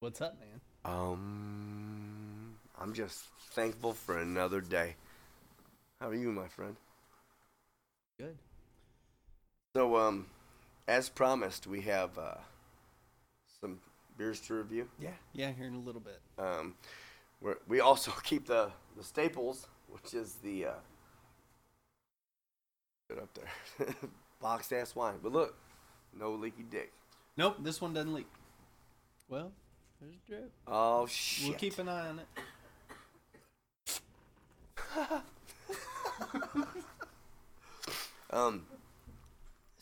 What's up, man? Um, I'm just thankful for another day. How are you, my friend? Good. So, um, as promised, we have uh, some beers to review. Yeah. Yeah, here in a little bit. Um, we're, we also keep the, the staples, which is the uh, get up there boxed ass wine. But look, no leaky dick. Nope, this one doesn't leak. Well, there's a drip. Oh shit! We'll keep an eye on it. um,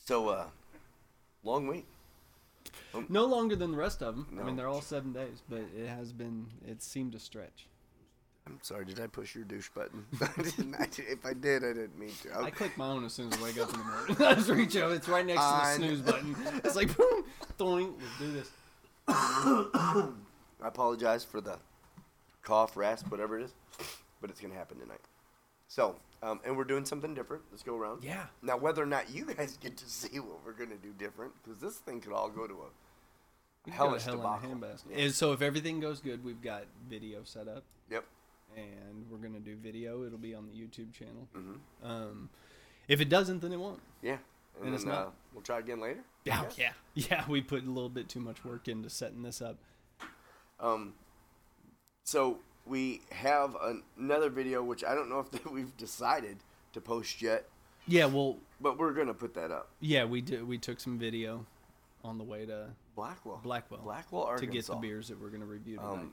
so uh, long week. No longer than the rest of them. I No. mean, they're all seven days, but it has been. It seemed to stretch. I'm sorry. Did I push your douche button? I didn't. I, did- if I did, I didn't mean to. I click my own as soon as I wake up in the morning. I just reach over. It's right next to the I snooze know. button. It's like boom, doink. Let's do this. I apologize for the cough, rasp, whatever it is, but it's gonna happen tonight. So, um, and we're doing something different. Let's go around. Yeah. Now, whether or not you guys get to see what we're gonna do different, because this thing could all go to a We could go to hellish hell in a debacle. handbasket. And so if everything goes good, we've got video set up, Yep. and we're gonna do video. It'll be on the YouTube channel. Mm-hmm. Um, if it doesn't, then it won't. Yeah. And, And it's then, not- uh, we'll try again later. Yeah, yeah, yeah. We put a little bit too much work into setting this up. Um, so we have an- another video, which I don't know if we've decided to post yet, Yeah, well, but we're gonna put that up. yeah, we did. We took some video on the way to Blackwell. Blackwell Blackwell, Arkansas. to get the beers that we're gonna review tonight. Um,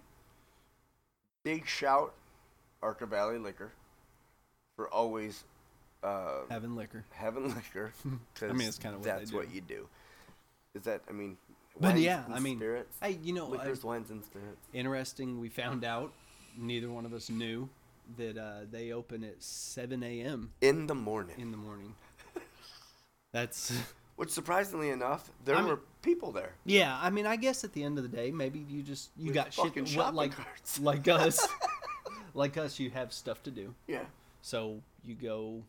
big shout, Arca Valley Liquor, for always uh, Having liquor. having liquor. 'cause I mean, it's kinda what they that's do. what you do. Is that? I mean, But wines yeah, and I mean, spirits. hey, you know, I- liquors, wines, and spirits. interesting. We found out neither one of us knew that uh, they open at 7 a.m. In the morning, in the morning. That's which surprisingly enough, there I mean- were people there. yeah. I mean, I guess at the end of the day, maybe you just you With got shit fucking what- shopping like carts. like us, like us. You have stuff to do, Yeah. so you go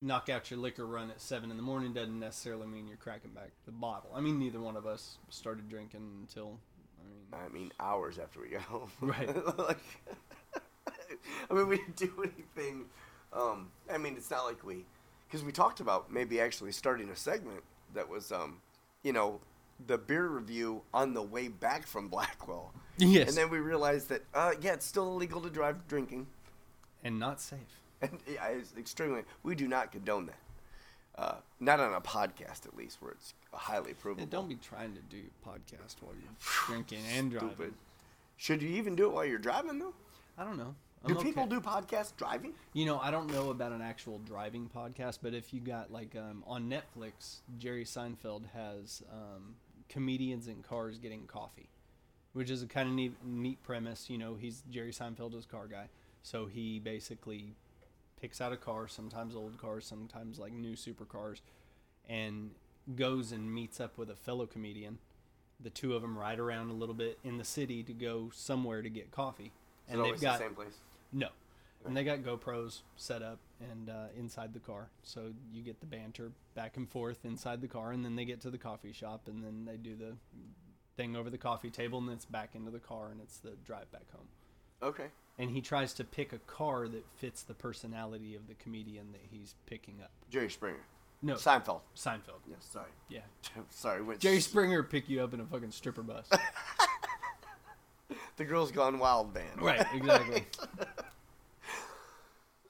knock out your liquor run at seven in the morning. Doesn't necessarily mean you're cracking back the bottle. I mean, neither one of us started drinking until I mean. I mean, hours after we got home. Right. like, I mean, we didn't do anything. Um, I mean, it's not like we, because we talked about maybe actually starting a segment that was, um, you know, the beer review on the way back from Blackwell. Yes, And then we realized that, uh, yeah, it's still illegal to drive drinking. and not safe. And yeah, it's extremely, we do not condone that. Uh, not on a podcast, at least, where it's highly Yeah, provable. don't be trying to do podcast while you're drinking and driving. Stupid. Should you even do it while you're driving, though? I don't know. I'm Do people okay. do podcasts driving? You know, I don't know about an actual driving podcast, but if you got like um, on Netflix, Jerry Seinfeld has um, comedians in cars getting coffee, which is a kind of neat, neat premise. You know, he's Jerry Seinfeld is a car guy, so he basically picks out a car, sometimes old cars, sometimes like new supercars, and goes and meets up with a fellow comedian. The two of them ride around a little bit in the city to go somewhere to get coffee, and they've got place. no. And they got GoPros set up and uh, inside the car, so you get the banter back and forth inside the car, and then they get to the coffee shop, and then they do the thing over the coffee table, and then it's back into the car, and it's the drive back home. Okay. And he tries to pick a car that fits the personality of the comedian that he's picking up. Jerry Springer. No, Seinfeld. Seinfeld. Yeah, sorry. Yeah, sorry. Went Jerry Springer would pick you up in a fucking stripper bus. the Girls Gone Wild band. Right, exactly.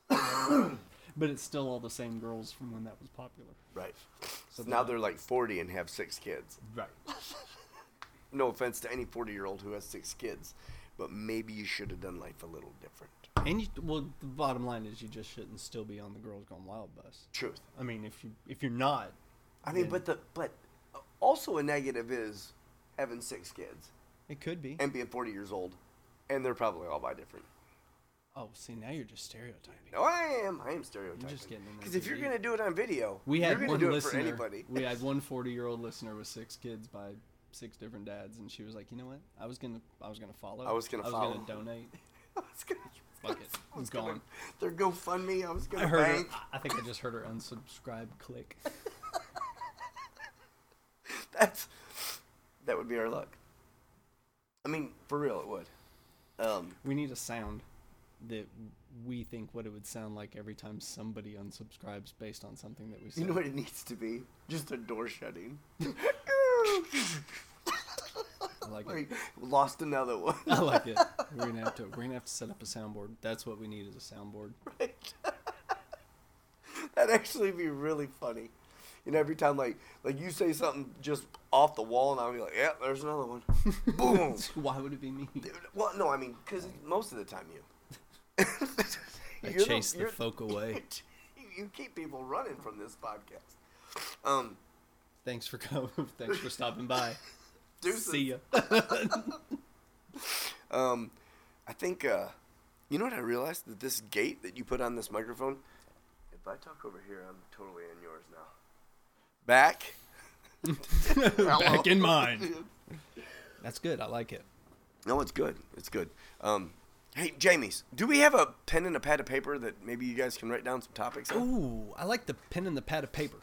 but it's still all the same girls from when that was popular. Right. So now they're like 40 and have six kids. Right. No offense to any 40 year old who has six kids, but maybe you should have done life a little different. And you, well, the bottom line is you just shouldn't still be on the Girls Gone Wild bus. Truth. I mean, if you if you're not, I mean, Yeah. but the but also a negative is having six kids it could be. and being 40 years old, and they're probably all by different. Oh, see, now you're just stereotyping. No, I am. I am stereotyping. getting in there Because if to you're eat. gonna do it on video, We you're had gonna one do it listener. for anybody. We had one 40 year old listener with six kids by six different dads, and she was like, you know what? I was gonna I was gonna follow. I was gonna I was follow." gonna donate. I was gonna, Fuck it. I was It's gone. Gonna, their GoFundMe. I was I gonna heard. Her, bank. I- I think I just heard her unsubscribe click. That's that would be our luck. I mean, for real, it would. Um, We need a sound that we think what it would sound like every time somebody unsubscribes based on something that we say. you know what it needs to be? Just a door shutting. I like it. like, lost another one. I like it. We're gonna have to. We're gonna have to set up a soundboard. That's what we need is a soundboard. That'd actually be really funny. You know, every time like like you say something just off the wall, and I'll be like, "Yeah, there's another one." Boom. Why would it be me? Well, no, I mean, because most of the time you. I You're chased the you're- folk away. You keep people running from this podcast. Um, Thanks for coming. Thanks for stopping by. deuces. See ya. Um, I think uh, you know what I realized that this gate that you put on this microphone. If I talk over here, I'm totally in yours now. Back. Back in mind. That's good. I like it. No, it's good. It's good. Um, hey, Jamie's, do we have a pen and a pad of paper that maybe you guys can write down some topics on? Ooh, I like the pen and the pad of paper.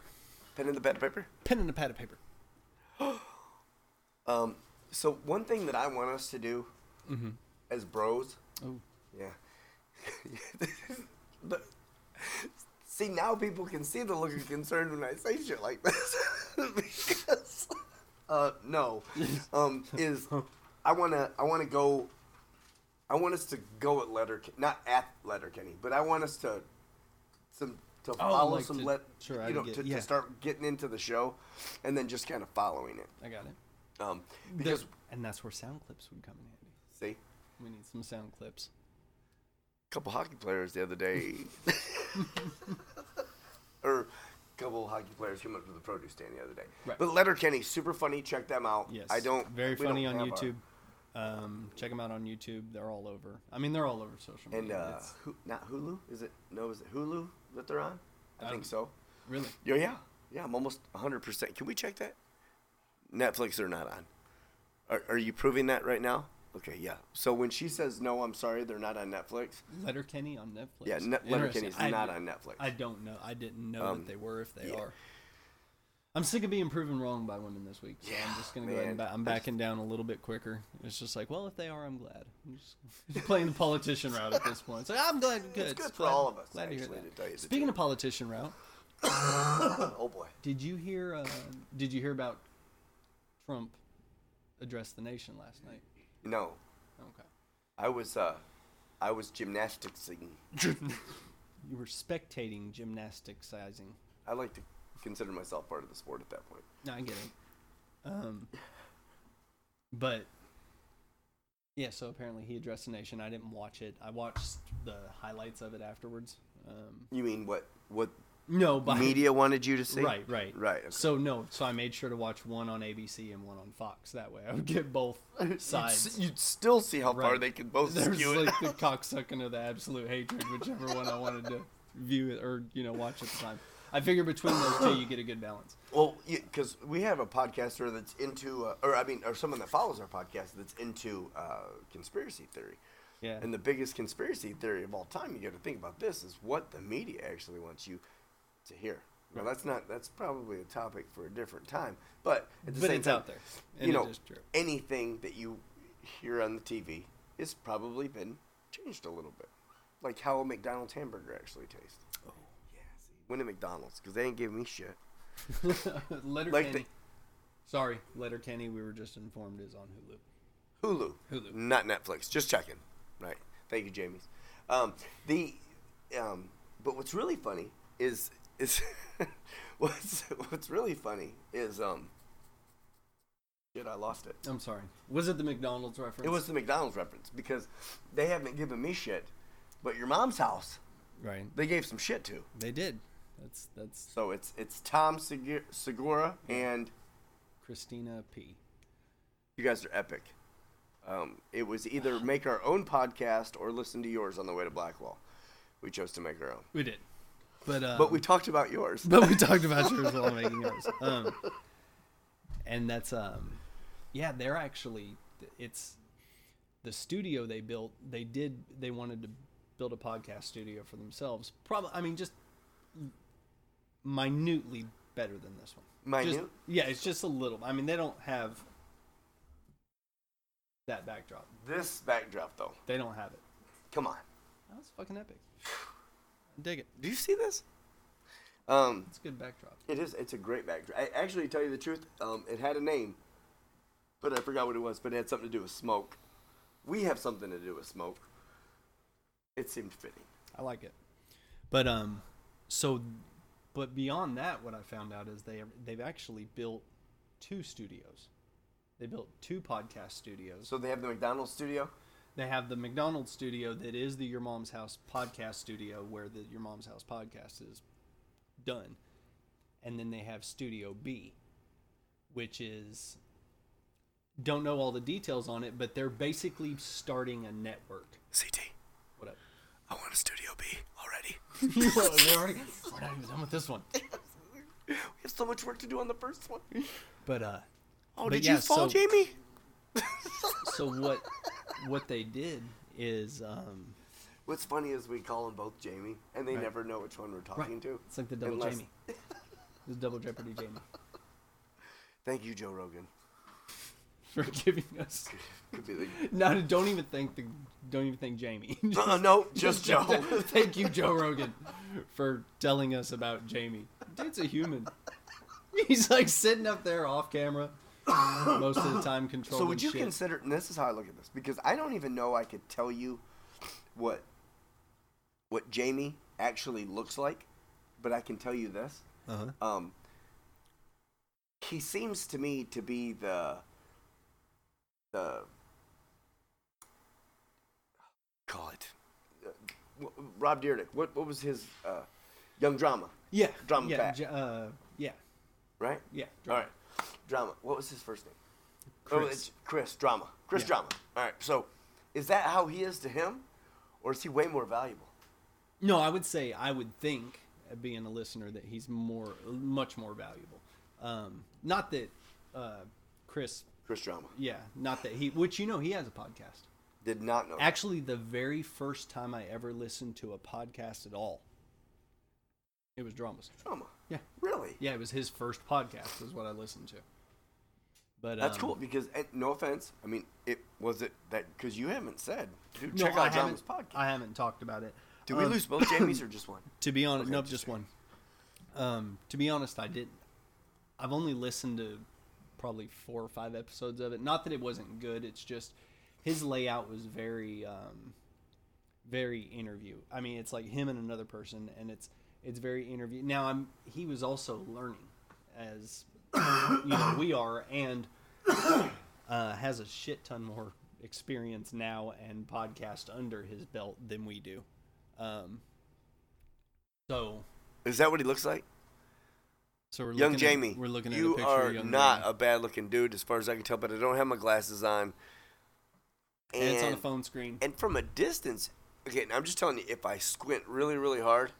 Pen and the pad of paper? Pen and the pad of paper. Um, so one thing that I want us to do Mm-hmm. as bros, Oh, yeah. but see, now people can see the look of concern when I say shit like this because uh, no, um, is I wanna I wanna go. I want us to go at letter not at Letterkenny, but I want us to some to follow Oh, like some to- let sure, I you know get- to, yeah. to start getting into the show, and then just kind of following it. I got it. Um, because There- and that's where sound clips would come in handy. see, a We need some sound clips. couple hockey players the other day, or a couple hockey players came up to the produce stand the other day. Right. But Letterkenny, super funny. Check them out. Yes. I don't Very we funny don't on have our- YouTube. Um, check them out on YouTube. They're all over. I mean, they're all over social media. and uh, It's- who, not Hulu. Is it no? Is it Hulu that they're on? I Um, think so. really, Yeah, yeah, yeah. I'm almost 100. percent Can we check that? Netflix are not on. Are, are you proving that right now? Okay, yeah. So when she says no, I'm sorry, they're not on Netflix. Letterkenny on Netflix. Yeah, Net- Interesting. Letterkenny's I- not on Netflix. I don't know. I didn't know Um, that they were. If they yeah. are, I'm sick of being proven wrong by women this week. So Yeah, I'm just gonna go ahead and man. ba- I'm backing down a little bit quicker. It's just like, well, if they are, I'm glad. I'm just playing the politician route at this point. It's like, I'm glad. Good. It's good for glad- all of us, Glad to actually, hear that. to tell you the Speaking truth. of politician route, oh boy. did you hear? Uh, did you hear about Trump address the nation last night? No, Okay. I was uh, I was gymnasticsing. You were spectating gymnasticsizing. I like to consider myself part of the sport at that point. No, I get it. Um, but yeah, so apparently he addressed the nation. I didn't watch it. I watched the highlights of it afterwards. Um, You mean what? What no, but media wanted you to see? Right, right, Right, okay. So no, so I made sure to watch one on ABC and one on Fox. That way, I would get both sides. You'd, still see how far Right. they could both There's skew it. like the cocksucking of the absolute hatred, whichever one I wanted to view it or you know watch at the time. I figure between those two, you get a good balance. Well, because we have a podcaster that's into, uh, or I mean, or someone that follows our podcast that's into uh, conspiracy theory. Yeah. And the biggest conspiracy theory of all time, you got to think about this, is what the media actually wants you to hear. Now, that's not, that's probably a topic for a different time, but at the But same it's time, out there, and you it know, is true. anything that you hear on the TV has probably been changed a little bit. Like how a McDonald's hamburger actually tastes. Oh. Yeah, see, went to McDonald's because they ain't give me shit. Letter Like Kenny. the- Sorry, Letter Kenny. We were just informed is on Hulu. Hulu. Hulu. Not Netflix. Just checking. Right. Thank you, Jamie's. Um, the, um, but what's really funny is is what's what's really funny is um. Shit, I lost it. I'm sorry. Was it the McDonald's reference? It was the McDonald's reference because they haven't given me shit, but your mom's house right. they gave some shit to. They did. That's that's So it's it's Tom Segura, Segura and Christina P. you guys are epic. Um, it was either make our own podcast or listen to yours on the way to Blackwall. We chose to make our own. We did, but um, But we talked about yours. but we talked about yours while making yours. Um, and that's um, yeah, they're actually it's the studio they built. They did they wanted to build a podcast studio for themselves. Probably, I mean, just minutely better than this one. Just- Minute? yeah, it's just a little. I mean, they don't have that backdrop. This backdrop, though, They don't have it. come on. That was fucking epic. Dig it. Do you see this? Um, It's a good backdrop. it is. It's a great backdrop. I, actually, to tell you the truth, um, it had a name, but I forgot what it was. But it had something to do with smoke. We have something to do with smoke. It seemed fitting. I like it. But um, so, but beyond that, what I found out is they they've actually built two studios. They built two podcast studios. So they have the McDonald's studio. They have the McDonald's studio that is the Your Mom's House podcast studio, where the Your Mom's House podcast is done, and then they have Studio B, which is don't know all the details on it, but they're basically starting a network. CT, What up? I want a Studio B already. They're already- we're not even done with this one. We have so much work to do on the first one. But uh, Oh, But did yeah, you so- fall, Jamie? so what what they did is um What's funny is we call them both Jamie, and they Right. never know which one we're talking to. it's like the double Unless- Jamie, the double Jeopardy Jamie Thank you, Joe Rogan. for giving us. Could be the- No, don't even thank the don't even thank Jamie. Uh, no, just Joe. Thank you, Joe Rogan, for telling us about Jamie. Dude's a human. He's like sitting up there off camera, most of the time controlling so would you shit. consider? And this is how I look at this because I don't even know I could tell you what what Jamie actually looks like, but I can tell you this. uh-huh. Um, he seems to me to be the the call it uh, w- Rob Dyrdek. What what was his uh, young drama? Yeah, Drum yeah, pack. J- uh, yeah, Right. yeah. All right. Drama. What was his first name? Oh, Chris. it's Chris Drama. Chris Yeah. Drama. All right. So, is that how he is to him, or is he way more valuable? No, I would say I would think, uh, being a listener, that he's more, much more valuable. Um, not that uh, Chris, Chris Drama yeah, not that he, which you know, he has a podcast. did not know. Actually, the very first time I ever listened to a podcast at all, it was dramas. Drama. Yeah, Really? yeah, it was his first podcast, is what I listened to. But That's um, cool because eh, no offense. I mean, it was it that because you haven't said. Dude, No, check I out Drama's haven't- podcast. I haven't talked about it. Did we Um, lose both Jamie's or just one? To be honest, no, just one. Um, to be honest, I didn't. I've only listened to probably four or five episodes of it. Not that it wasn't good. It's just his layout was very, um, very interview. I mean, it's like him and another person, and it's it's very interview. Now, I'm he was also learning, as you know we are, and uh, has a shit ton more experience now and podcast under his belt than we do. Um, so, Is that what he looks like? so we're Young looking at- Jamie. we're looking at You a picture are of young not Jamie. a bad looking dude as far as I can tell, but I don't have my glasses on. and, it's on the phone screen. And from a distance, okay, and I'm just telling you, if I squint really, really hard,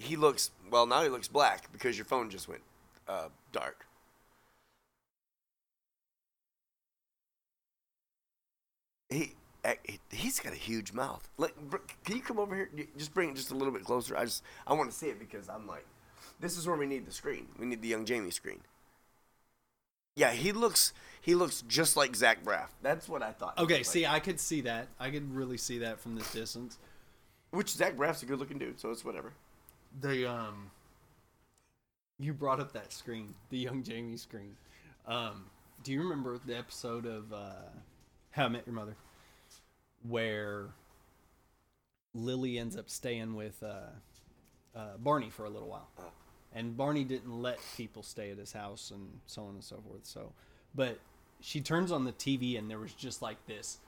he looks, well, now he looks black because your phone just went uh, dark. He, uh, he- he's got a huge mouth. Like, br- can you come over here? You- Just bring it just a little bit closer. I just, I want to see it because I'm like, this is where we need the screen. We need the young Jamie screen. Yeah, he looks, he looks just like Zach Braff. That's what I thought. he okay, looked like. see, I could see that. I could really see that from this distance. Which Zach Braff's a good looking dude, so it's whatever. They um, you brought up that screen, the young Jamie screen. Um, do you remember the episode of uh, How I Met Your Mother, where Lily ends up staying with uh, uh, Barney for a little while? and Barney didn't let people stay at his house and so on and so forth. So, but she turns on the TV and there was just like this.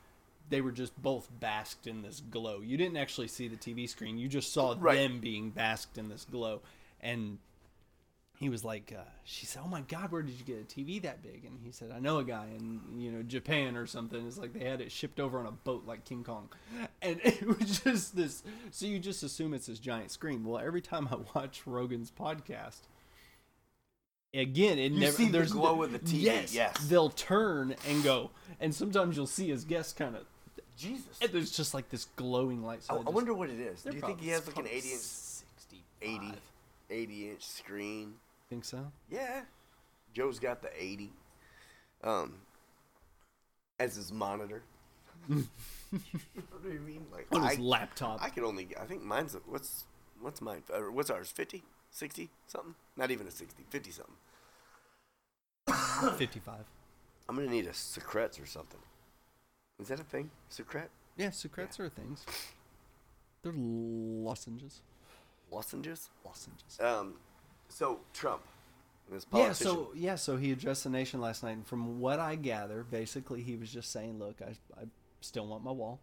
They were just both basked in this glow. You didn't actually see the TV screen. You just saw Right. them being basked in this glow. And he was like, uh, she said, "Oh my God, where did you get a TV that big?" And he said, "I know a guy in you know Japan or something. It's like they had it shipped over on a boat like King Kong, and it was just this. So you just assume it's this giant screen. Well, every time I watch Rogan's podcast, again, it never see the there's glow of the TV, Yes, yes. they'll turn and go, and sometimes you'll see his guest kind of. Jesus. and There's just like this glowing light. I, So I it just- wonder what it is. Do they're you think probably- he has it's like an probably 80 inch, 65. 80, 80 inch screen? Think so? Yeah. Joe's got the 80. Um, as his monitor. you know what I mean? Like on I, his laptop. I could only. I think mine's what's what's mine? Or what's ours? 50? 60? Something? Not even a 60. 50 something. 55. I'm gonna need a Socrates or something. Is that a thing? Socrat Yeah, Socrates are things. They're lozenges. lozenges? Lozenges. Um, so Trump, this Yeah, politician. so yeah, so he addressed the nation last night, and from what I gather, basically he was just saying, "Look, I, I still want my wall,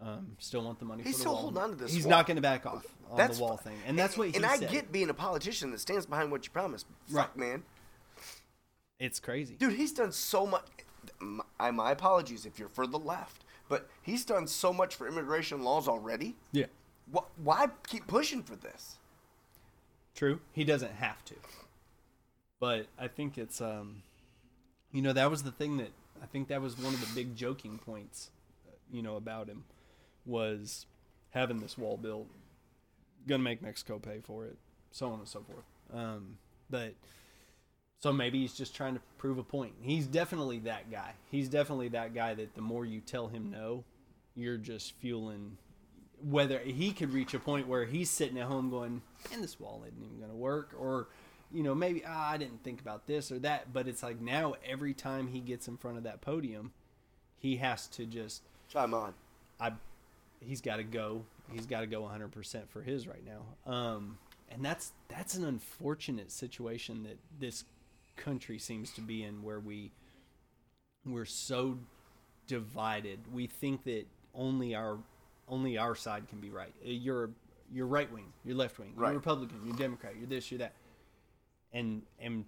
um, still want the money He's for the still wall." holding on to this He's wall. not going to back off on That's the wall fi- thing, and that's what he and said. I get being a politician that stands behind what you promised. Fuck, Right. man. It's crazy. Dude, he's done so much. My, my apologies if you're for the left, but he's done so much for immigration laws already. Yeah, Wh- Why keep pushing for this? true. He doesn't have to, but I think it's um, you know, that was the thing that I think that was one of the big joking points, uh, you know, about him was having this wall built, gonna make Mexico pay for it, so on and so forth. Um, but so maybe he's just trying to prove a point. He's definitely that guy. He's definitely that guy that the more you tell him no, you're just fueling. Whether he could reach a point where he's sitting at home going, "Man, this wall isn't even gonna work," or you know, maybe ah, I didn't think about this or that. But it's like now every time he gets in front of that podium, he has to just Chime on. I he's got to go. He's got to go 100% for his right now. Um and that's that's an unfortunate situation that this country seems to be in where we we're so divided. We think that only our only our side can be right. Uh, You're you're right wing, you're left wing, Right. you're Republican, you're Democrat, you're this, you're that. And and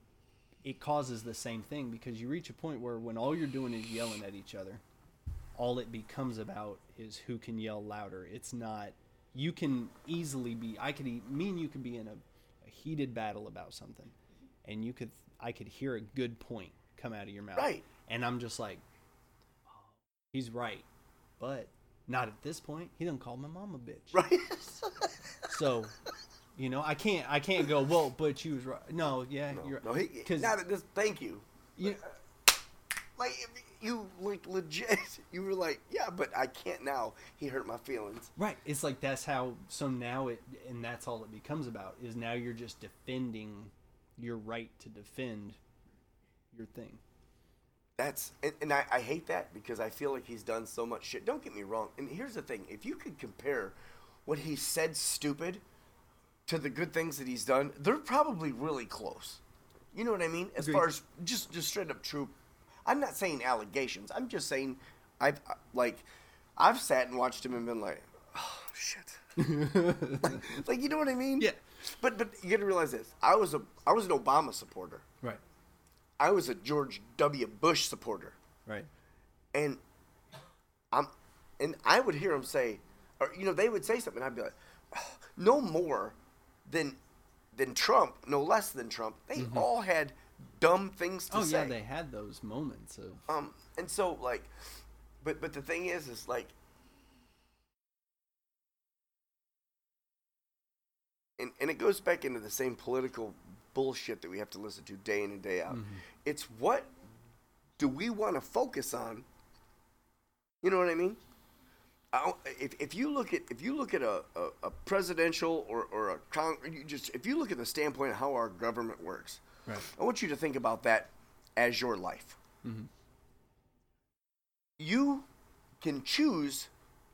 it causes the same thing because you reach a point where when all you're doing is yelling at each other, all it becomes about is who can yell louder. It's not you can easily be I could e- me and you could be in a, a heated battle about something, and you could I could hear a good point come out of your mouth, Right. And I'm just like, he's right, but not at this point. He done called my mom a bitch, Right? so. You know, I can't. I can't go. Well, but you was right. No, yeah, you're no, he, 'cause not at this. Thank you. you- Like if you like legit. You were like, yeah, but I can't now. He hurt my feelings. Right. It's like that's how. So now it, and that's all it becomes about is now you're just defending your right to defend your thing. That's and, and I, I hate that because I feel like he's done so much shit. Don't get me wrong. And here's the thing: if you could compare what he said stupid to the good things that he's done, they're probably really close. You know what I mean? As Agreed. far as just just straight up true. I'm not saying allegations. I'm just saying I've I- like I've sat and watched him and been like, oh shit. like you know what I mean? Yeah. But but you got to realize this. I was a I was an Obama supporter. Right. I was a George W. Bush supporter Right. and I'm, and I would hear them say, or you know, they would say something. I'd be like, "Oh, no more than than Trump, no less than Trump. They all had dumb things to Mm-hmm. Oh say. yeah, they had those moments of Um, and so like, but but the thing is, is like, and and it goes back into the same political bullshit that we have to listen to day in and day out. Mm-hmm. It's what do we want to focus on? You know what I mean? I don't- If, if you look at if you look at a, a, a presidential or, or a con, you just if you look at the standpoint of how our government works, Right. I want you to think about that as your life Mm-hmm. you can choose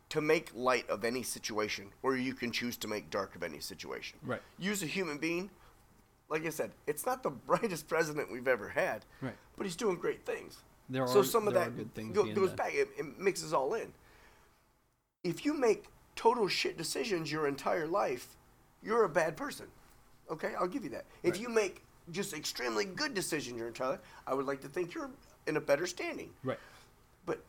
to make light of any situation or you can choose to make dark of any situation Right. use a human being like i said it's not the brightest president we've ever had Right. but he's doing great things There so are- some of there are that good things go- being goes done. back it, it mixes all in if you make total shit decisions your entire life you're a bad person okay i'll give you that if Right. you make just extremely good decisions your entire life i would like to think you're in a better standing right. but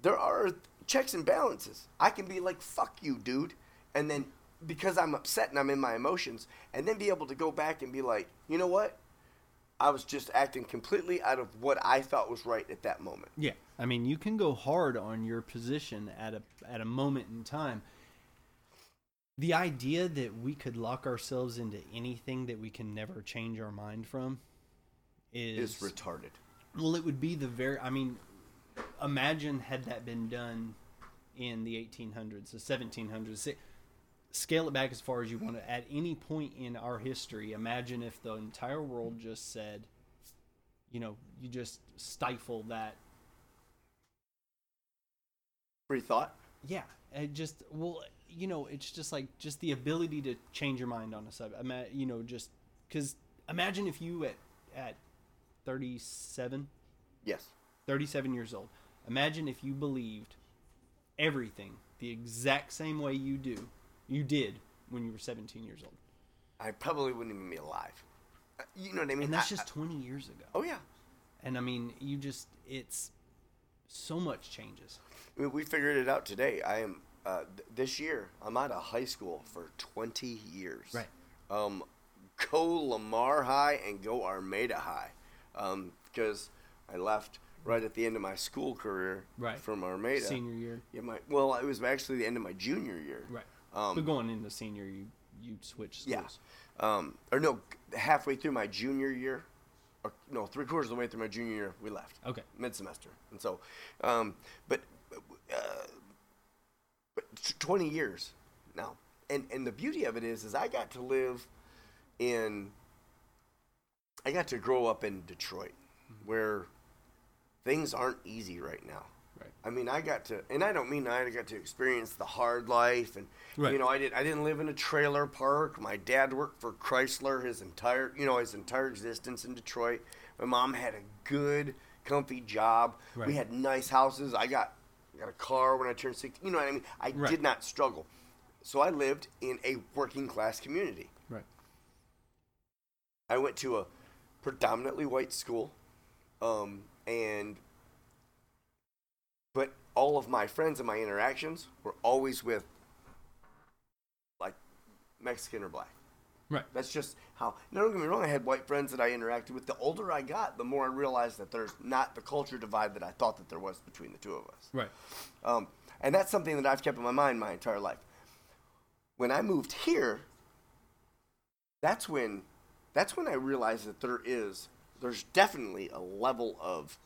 there are checks and balances. I can be like, fuck you, dude. And then because I'm upset and I'm in my emotions, and then be able to go back and be like, you know what? I was just acting completely out of what I thought was right at that moment. Yeah. I mean, you can go hard on your position at a at a moment in time. The idea that we could lock ourselves into anything that we can never change our mind from is Is retarded. Well, it would be the very. I mean, imagine had that been done in the 1800s, the 1700s. Say- Scale it back as far as you want to. At any point in our history, imagine if the entire world just said, you know, you just stifle that. Free thought. Yeah, it just well, you know, it's just like just the ability to change your mind on a subject. Ima- you know, just because imagine if you at at 37 Yes. 37 years old. Imagine if you believed everything the exact same way you do, you did when you were 17 years old. I probably wouldn't even be alive. Uh, You know what I mean? And that's I- just 20 years ago. oh yeah. And I mean, you just, it's so much changes. I mean, we figured it out today. I am uh, th- this year. I'm out of high school for 20 years. Right. Um, go Lamar High and go Armada High, Um, because I left right at the end of my school career. Right. From Armada. Senior year. Yeah, my well, it was actually the end of my junior year. Right. Um, but going into senior, you, you switch schools. Yeah. Um, or no, halfway through my junior year, or no, three quarters of the way through my junior year, we left. Okay. Mid semester, and so, um, but, uh, but t- twenty years now, and and the beauty of it is, is I got to live in. I got to grow up in Detroit, Mm-hmm. where things aren't easy right now. Right. I mean, I got to, and I don't mean I got to experience the hard life, and Right. you know, I did. I didn't live in a trailer park. My dad worked for Chrysler his entire, you know, his entire existence in Detroit. My mom had a good, comfy job. Right. We had nice houses. I got, I got a car when I turned sixteen. You know what I mean? I Right. did not struggle, so I lived in a working class community. Right. I went to a predominantly white school, um, and but all of my friends and my interactions were always with like Mexican or black. Right. That's just how. Now, don't get me wrong. I had white friends that I interacted with. The older I got, the more I realized that there's not the culture divide that I thought that there was between the two of us. Right. Um, and that's something that I've kept in my mind my entire life. When I moved here, that's when, that's when I realized that there is, there's definitely a level of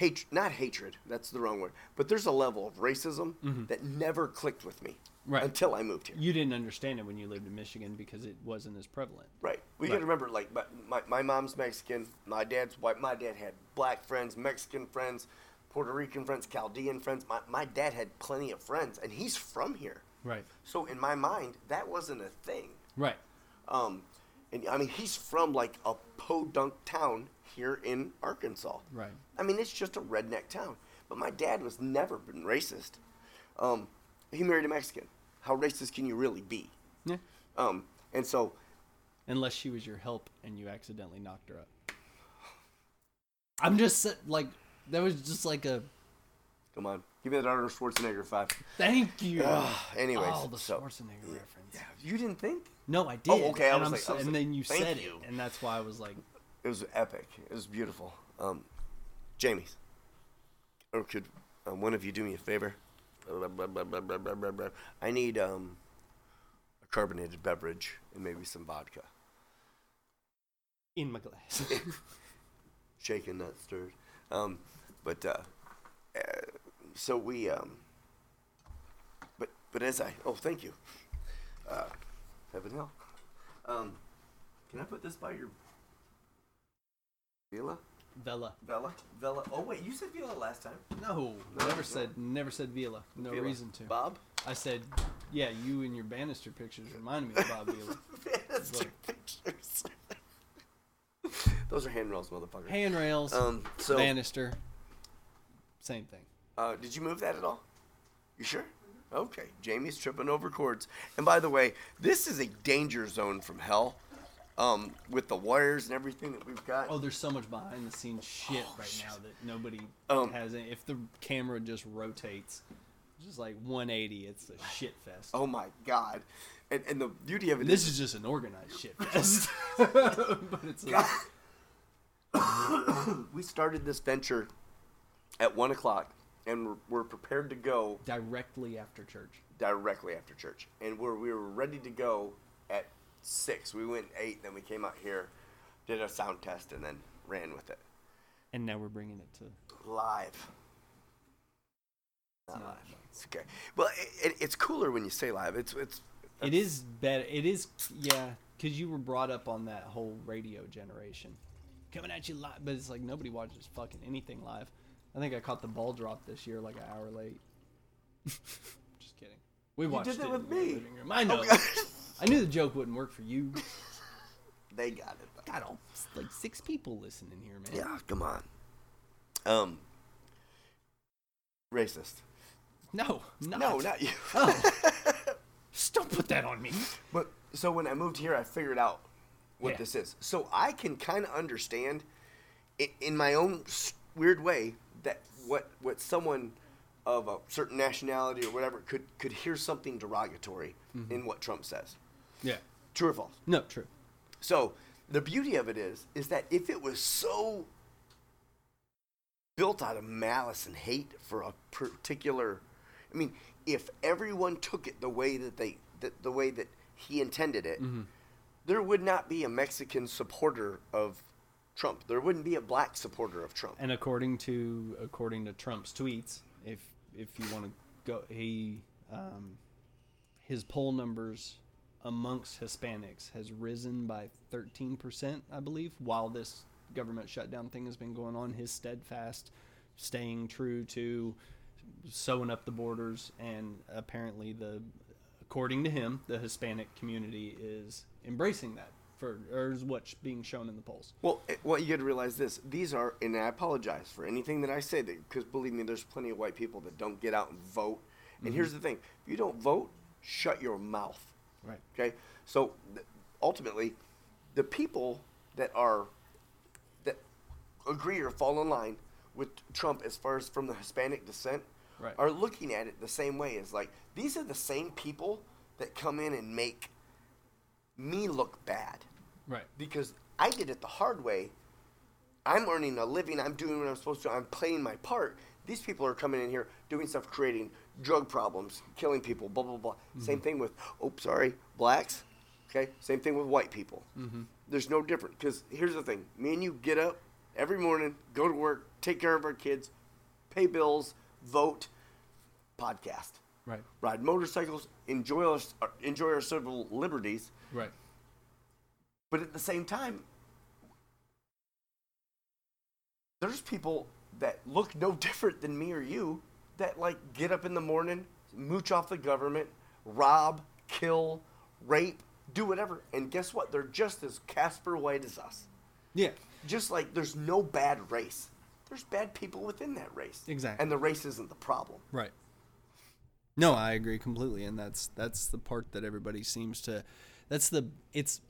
hatred, not hatred, that's the wrong word, but there's a level of racism that never clicked with me Right. until I moved here. You didn't understand it when you lived in Michigan because it wasn't as prevalent. Right. We Right. got to remember, like, my, my, my mom's Mexican, my dad's white. My dad had black friends, Mexican friends, Puerto Rican friends, Chaldean friends. My, my dad had plenty of friends, and he's from here. Right. So in my mind, that wasn't a thing. Right. Um, and I mean, he's from like a podunk town here in Arkansas. Right. I mean, it's just a redneck town. But my dad was never been racist. Um, he married a Mexican. How racist can you really be? Yeah. Um, and so unless she was your help and you accidentally knocked her up. I'm just sa- like that was just like a Come on, give me that Arnold Schwarzenegger five. thank you. Ugh, anyways, oh, the so- Schwarzenegger reference. Yeah, you didn't think No, I did. Oh, okay, I And, was I'm like- I sa- was and like, then you thank said you. it, and that's why I was like, it was epic. It was beautiful. Um, Jamie's, or could uh, one of you do me a favor? Blah, blah, blah, blah, blah, blah, blah, blah. I need um, a carbonated beverage and maybe some vodka, in my glass. shaken not stirred. Um, but uh, uh, so we, um, but but as I oh thank you, uh, heaven hell. Um, can I put this by your villa? Vela. Vela? Vela. Oh, wait, you said Vela last time. No, No, never no. said, never said Vela. No Vela. reason to. Bob? I said, yeah, you and your banister pictures reminded me of Bob Vela. Fantastic pictures. Those are handrails, motherfucker. Handrails, Um, so, banister, same thing. uh, did you move that at all? You sure? Okay, Jamie's tripping over cords. And by the way, this is a danger zone from hell um, with the wires and everything that we've got. Oh, there's so much behind the scenes shit right now that nobody Oh, Um, has. Any, if the camera just rotates, just like 180, it's a shit fest. Oh, my God. And, and the beauty of it And is this is just an organized shit fest. but it's like, we started this venture at 1 o'clock and we're, we're prepared to go directly after church. directly after church, and we're, we were ready to go at six. We went eight, then we came out here, did a sound test, and then ran with it. and now we're bringing it to. Live. Not not live. It's okay. Well, it, it, it's cooler when you say live. It's it's. It is better. It is yeah, because you were brought up on that whole radio generation, coming at you live. But it's like nobody watches fucking anything live. I think I caught the ball drop this year like an hour late. Just kidding. We watched did that it with in the me. living room. I know. I knew the joke wouldn't work for you. They got it. though. God, all like six people listening here, man. Yeah, come on. Um. Racist. No, not. No, not you. Oh. Just don't put that on me. But so when I moved here, I figured out what Yeah. this is. So I can kind of understand, in, in my own s- weird way, that what what someone of a certain nationality or whatever could could hear something derogatory in what Trump says. Yeah. True or false? No, true. So the beauty of it is, is that if it was so built out of malice and hate for a particular, I mean, if everyone took it the way that they, that the way that he intended it, there would not be a Mexican supporter of Trump. There wouldn't be a black supporter of Trump. And according to according to Trump's tweets, if if you want to go, he um, his poll numbers amongst Hispanics has risen by thirteen percent, I believe, while this government shutdown thing has been going on. His steadfast staying true to sewing up the borders, and apparently the according to him, the Hispanic community is embracing that for or is what's being shown in the polls. Well, it, well, you got to realize this. These are, and I apologize for anything that I say, because believe me, there's plenty of white people that don't get out and vote. And here's the thing: if you don't vote, shut your mouth. Right. Okay. So th- ultimately, the people that are that agree or fall in line with Trump, as far as from the Hispanic descent, Right. are looking at it the same way. It's like these are the same people that come in and make me look bad Right. because I did it the hard way. I'm earning a living. I'm doing what I'm supposed to. I'm playing my part. These people are coming in here doing stuff, creating drug problems, killing people, blah blah blah. Same thing with oh sorry blacks. Okay, same thing with white people. Mm-hmm. There's no different because here's the thing: me and you get up every morning, go to work, take care of our kids, pay bills, vote, podcast, Right. ride motorcycles, enjoy our, enjoy our civil liberties. Right. But at the same time, there's people that look no different than me or you that like get up in the morning, mooch off the government, rob, kill, rape, do whatever. And guess what? They're just as Casper White as us. Yeah. Just like there's no bad race. There's bad people within that race. Exactly. And the race isn't the problem. Right. No, I agree completely, and that's that's the part that everybody seems to. That's the it's.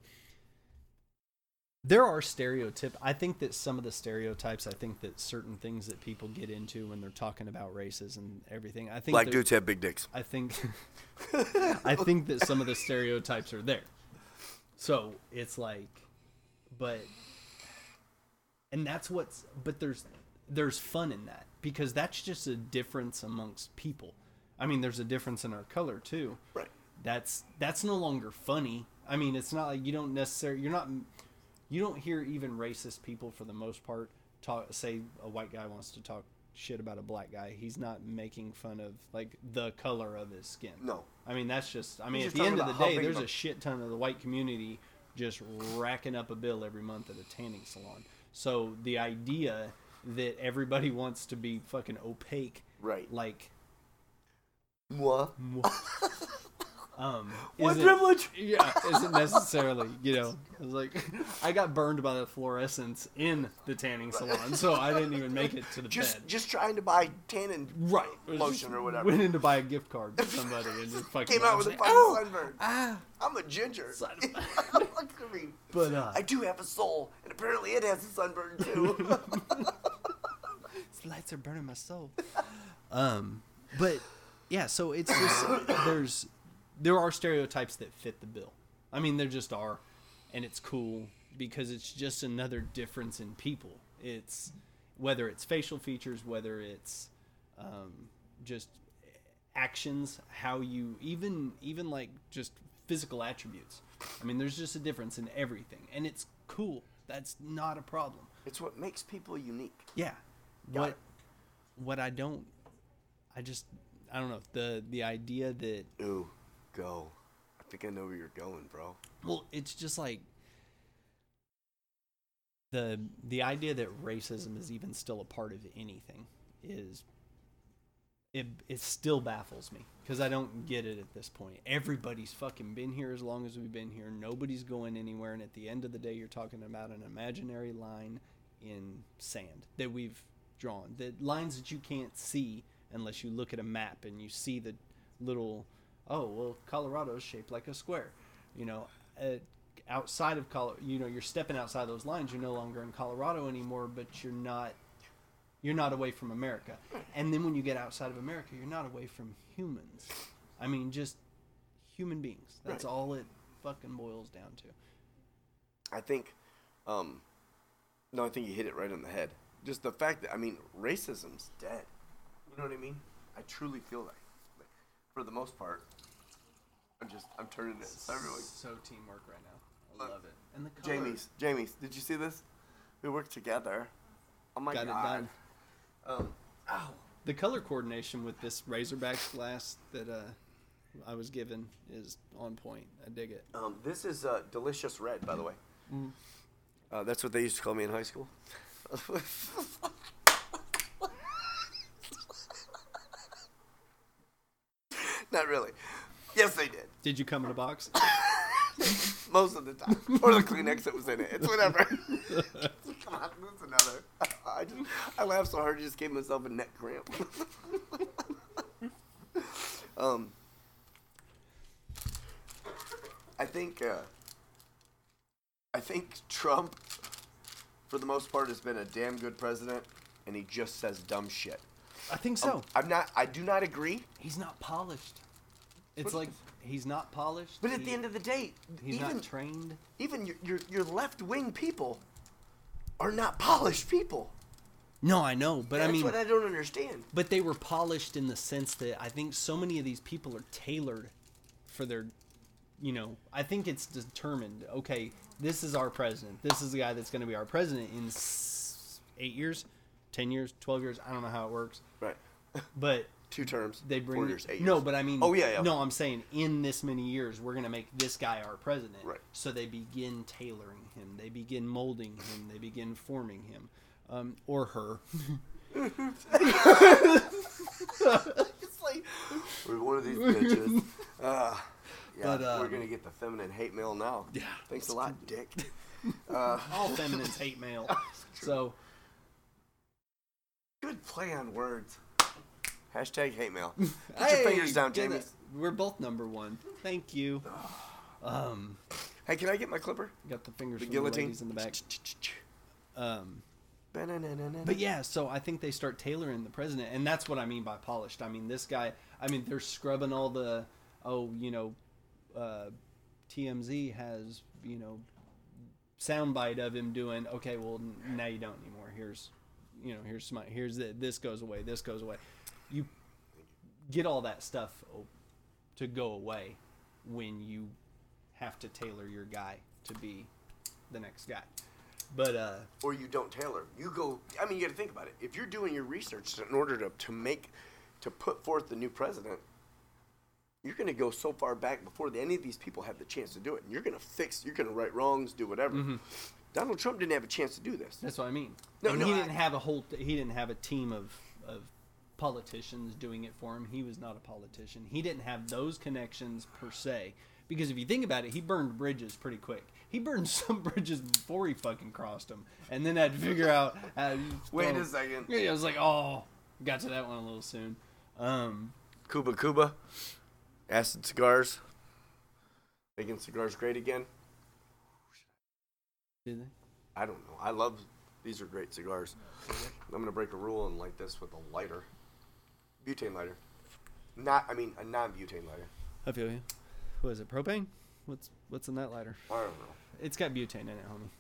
There are stereotyp. I think that some of the stereotypes. I think that certain things that people get into when they're talking about races and everything. I think that- have big dicks. I think I think that some of the stereotypes are there. So it's like but and that's what's but there's there's fun in that because that's just a difference amongst people. I mean there's a difference in our color too. Right. That's that's no longer funny. I mean it's not like you don't necessarily you're not you don't hear even racist people for the most part talk say a white guy wants to talk shit about a black guy he's not making fun of like the color of his skin No. i mean that's just i mean He's at just the end of talking the about how day big there's of a- a shit ton of the white community just racking up a bill every month at a tanning salon so the idea that everybody wants to be fucking opaque Right. like Moi. um What isn't- privilege? yeah isn't necessarily you know i was like i got burned by the fluorescence in the tanning salon so i didn't even make it to the Just bed just trying to buy tannin right lotion or whatever. went in to buy a gift card to somebody and just fucking came out with a like, fucking "Oh!" sunburn. I'm a ginger. Son Look at me. But, uh, I do have a soul, and apparently it has a sunburn too. These lights are burning my soul. um, but yeah, so it's just there's there are stereotypes that fit the bill. I mean, there just are, and it's cool because it's just another difference in people. It's whether it's facial features, whether it's um, just actions, how you even even like just physical attributes. I mean, there's just a difference in everything, and it's cool. That's not a problem. It's what makes people unique. Yeah. Got what it. what I don't I just I don't know. The the idea that Ooh, go. I think I know where you're going, bro. well, it's just like the the idea that racism is even still a part of anything is it it still baffles me because I don't get it at this point. Everybody's fucking been here as long as we've been here. Nobody's going anywhere, and at the end of the day, you're talking about an imaginary line in sand that we've drawn. The lines that you can't see unless you look at a map and you see the little oh well, Colorado's shaped like a square. You know, uh, outside of Colorado, you know, you're stepping outside those lines. You're no longer in Colorado anymore, but you're not you're not away from America. And then when you get outside of America, you're not away from humans. I mean, just human beings. That's Right. all it fucking boils down to. I think, um, no, I think you hit it right on the head. Just the fact that I mean, racism's dead. You know what I mean? I truly feel that, Like, for the most part. I'm just, I'm turning it. So everyone, So teamwork right now. I Look, love it. And the color. Jamie's, Jamie's, did you see this? We worked together. Oh my Got it god. done. Um, ow. The color coordination with this Razorbacks glass that uh, I was given is on point. I dig it. Um, this is uh, delicious red, by the way. Mm. Uh, that's what they used to call me in high school. Not really. Yes, they did. Did you come in a box? Most of the time, or the Kleenex that was in it. It's whatever. Come on, that's another. I just, I laughed so hard, I just gave myself a neck cramp. um, I think, uh, I think Trump, for the most part, has been a damn good president, and he just says dumb shit. I think so. I'm not. I do not agree. Oh, he's not polished. It's like he's not polished. But at He- the end of the day, he's even not trained. even your your, your left wing people are not polished people. No, I know, but That's I mean, what I don't understand. but they were polished in the sense that I think so many of these people are tailored for their, you know, I think it's determined. Okay, this is our president. This is the guy that's going to be our president in s- eight years, ten years, twelve years. I don't know how it works, Right. but Two terms. they bring four years, eight no, years. but I mean, Oh yeah, yeah. No, I'm saying in this many years, we're going to make this guy our president. Right. So they begin tailoring him. They begin molding him. They begin forming him, um, or her. It's like we're one of these bitches. Uh, yeah, But, we're um, gonna get the feminine hate mail now. Yeah. Thanks a lot, Dick. Uh, All feminists hate male. So. good play on words. Hashtag hate mail. Put your fingers down, get Jamie. it. We're both number one. Thank you. Um, Hey, can I get my clipper? got the fingers The from the guillotine. ladies in the back. Um, Ba-na-na-na-na-na. but yeah, so I think they start tailoring the president, and that's what I mean by polished. I mean this guy. I mean they're scrubbing all the, oh you know, uh, TMZ has you know, soundbite of him doing okay. Well n- now you don't anymore. Here's, you know, here's my here's the, this goes away. This goes away. You get all that stuff o- to go away when you have to tailor your guy to be the next guy. But uh, or you don't tailor. You go. I mean, you got to think about it. If you're doing your research in order to, to make to put forth the new president, you're going to go so far back before the, any of these people have the chance to do it. And you're going to fix. You're going to right wrongs, do whatever. Donald Trump didn't have a chance to do this. That's what I mean. No, and no, he I- didn't have a whole. He didn't have a team of of politicians doing it for him. He was not a politician. He didn't have those connections per se. Because if you think about it, he burned bridges pretty quick. He burned some bridges before he fucking crossed them, and then had to figure out. How to Wait throw- a second. Yeah, I was like, oh, got to that one a little soon. Um, Cuba, Cuba, acid cigars, making cigars great again. did they? I don't know. I love these are great cigars. I'm gonna break a rule and light this with a lighter, butane lighter. Not, I mean, a non-butane lighter. I feel you. What is it? Propane? What's what's in that lighter? I don't know. It's got butane in it, homie.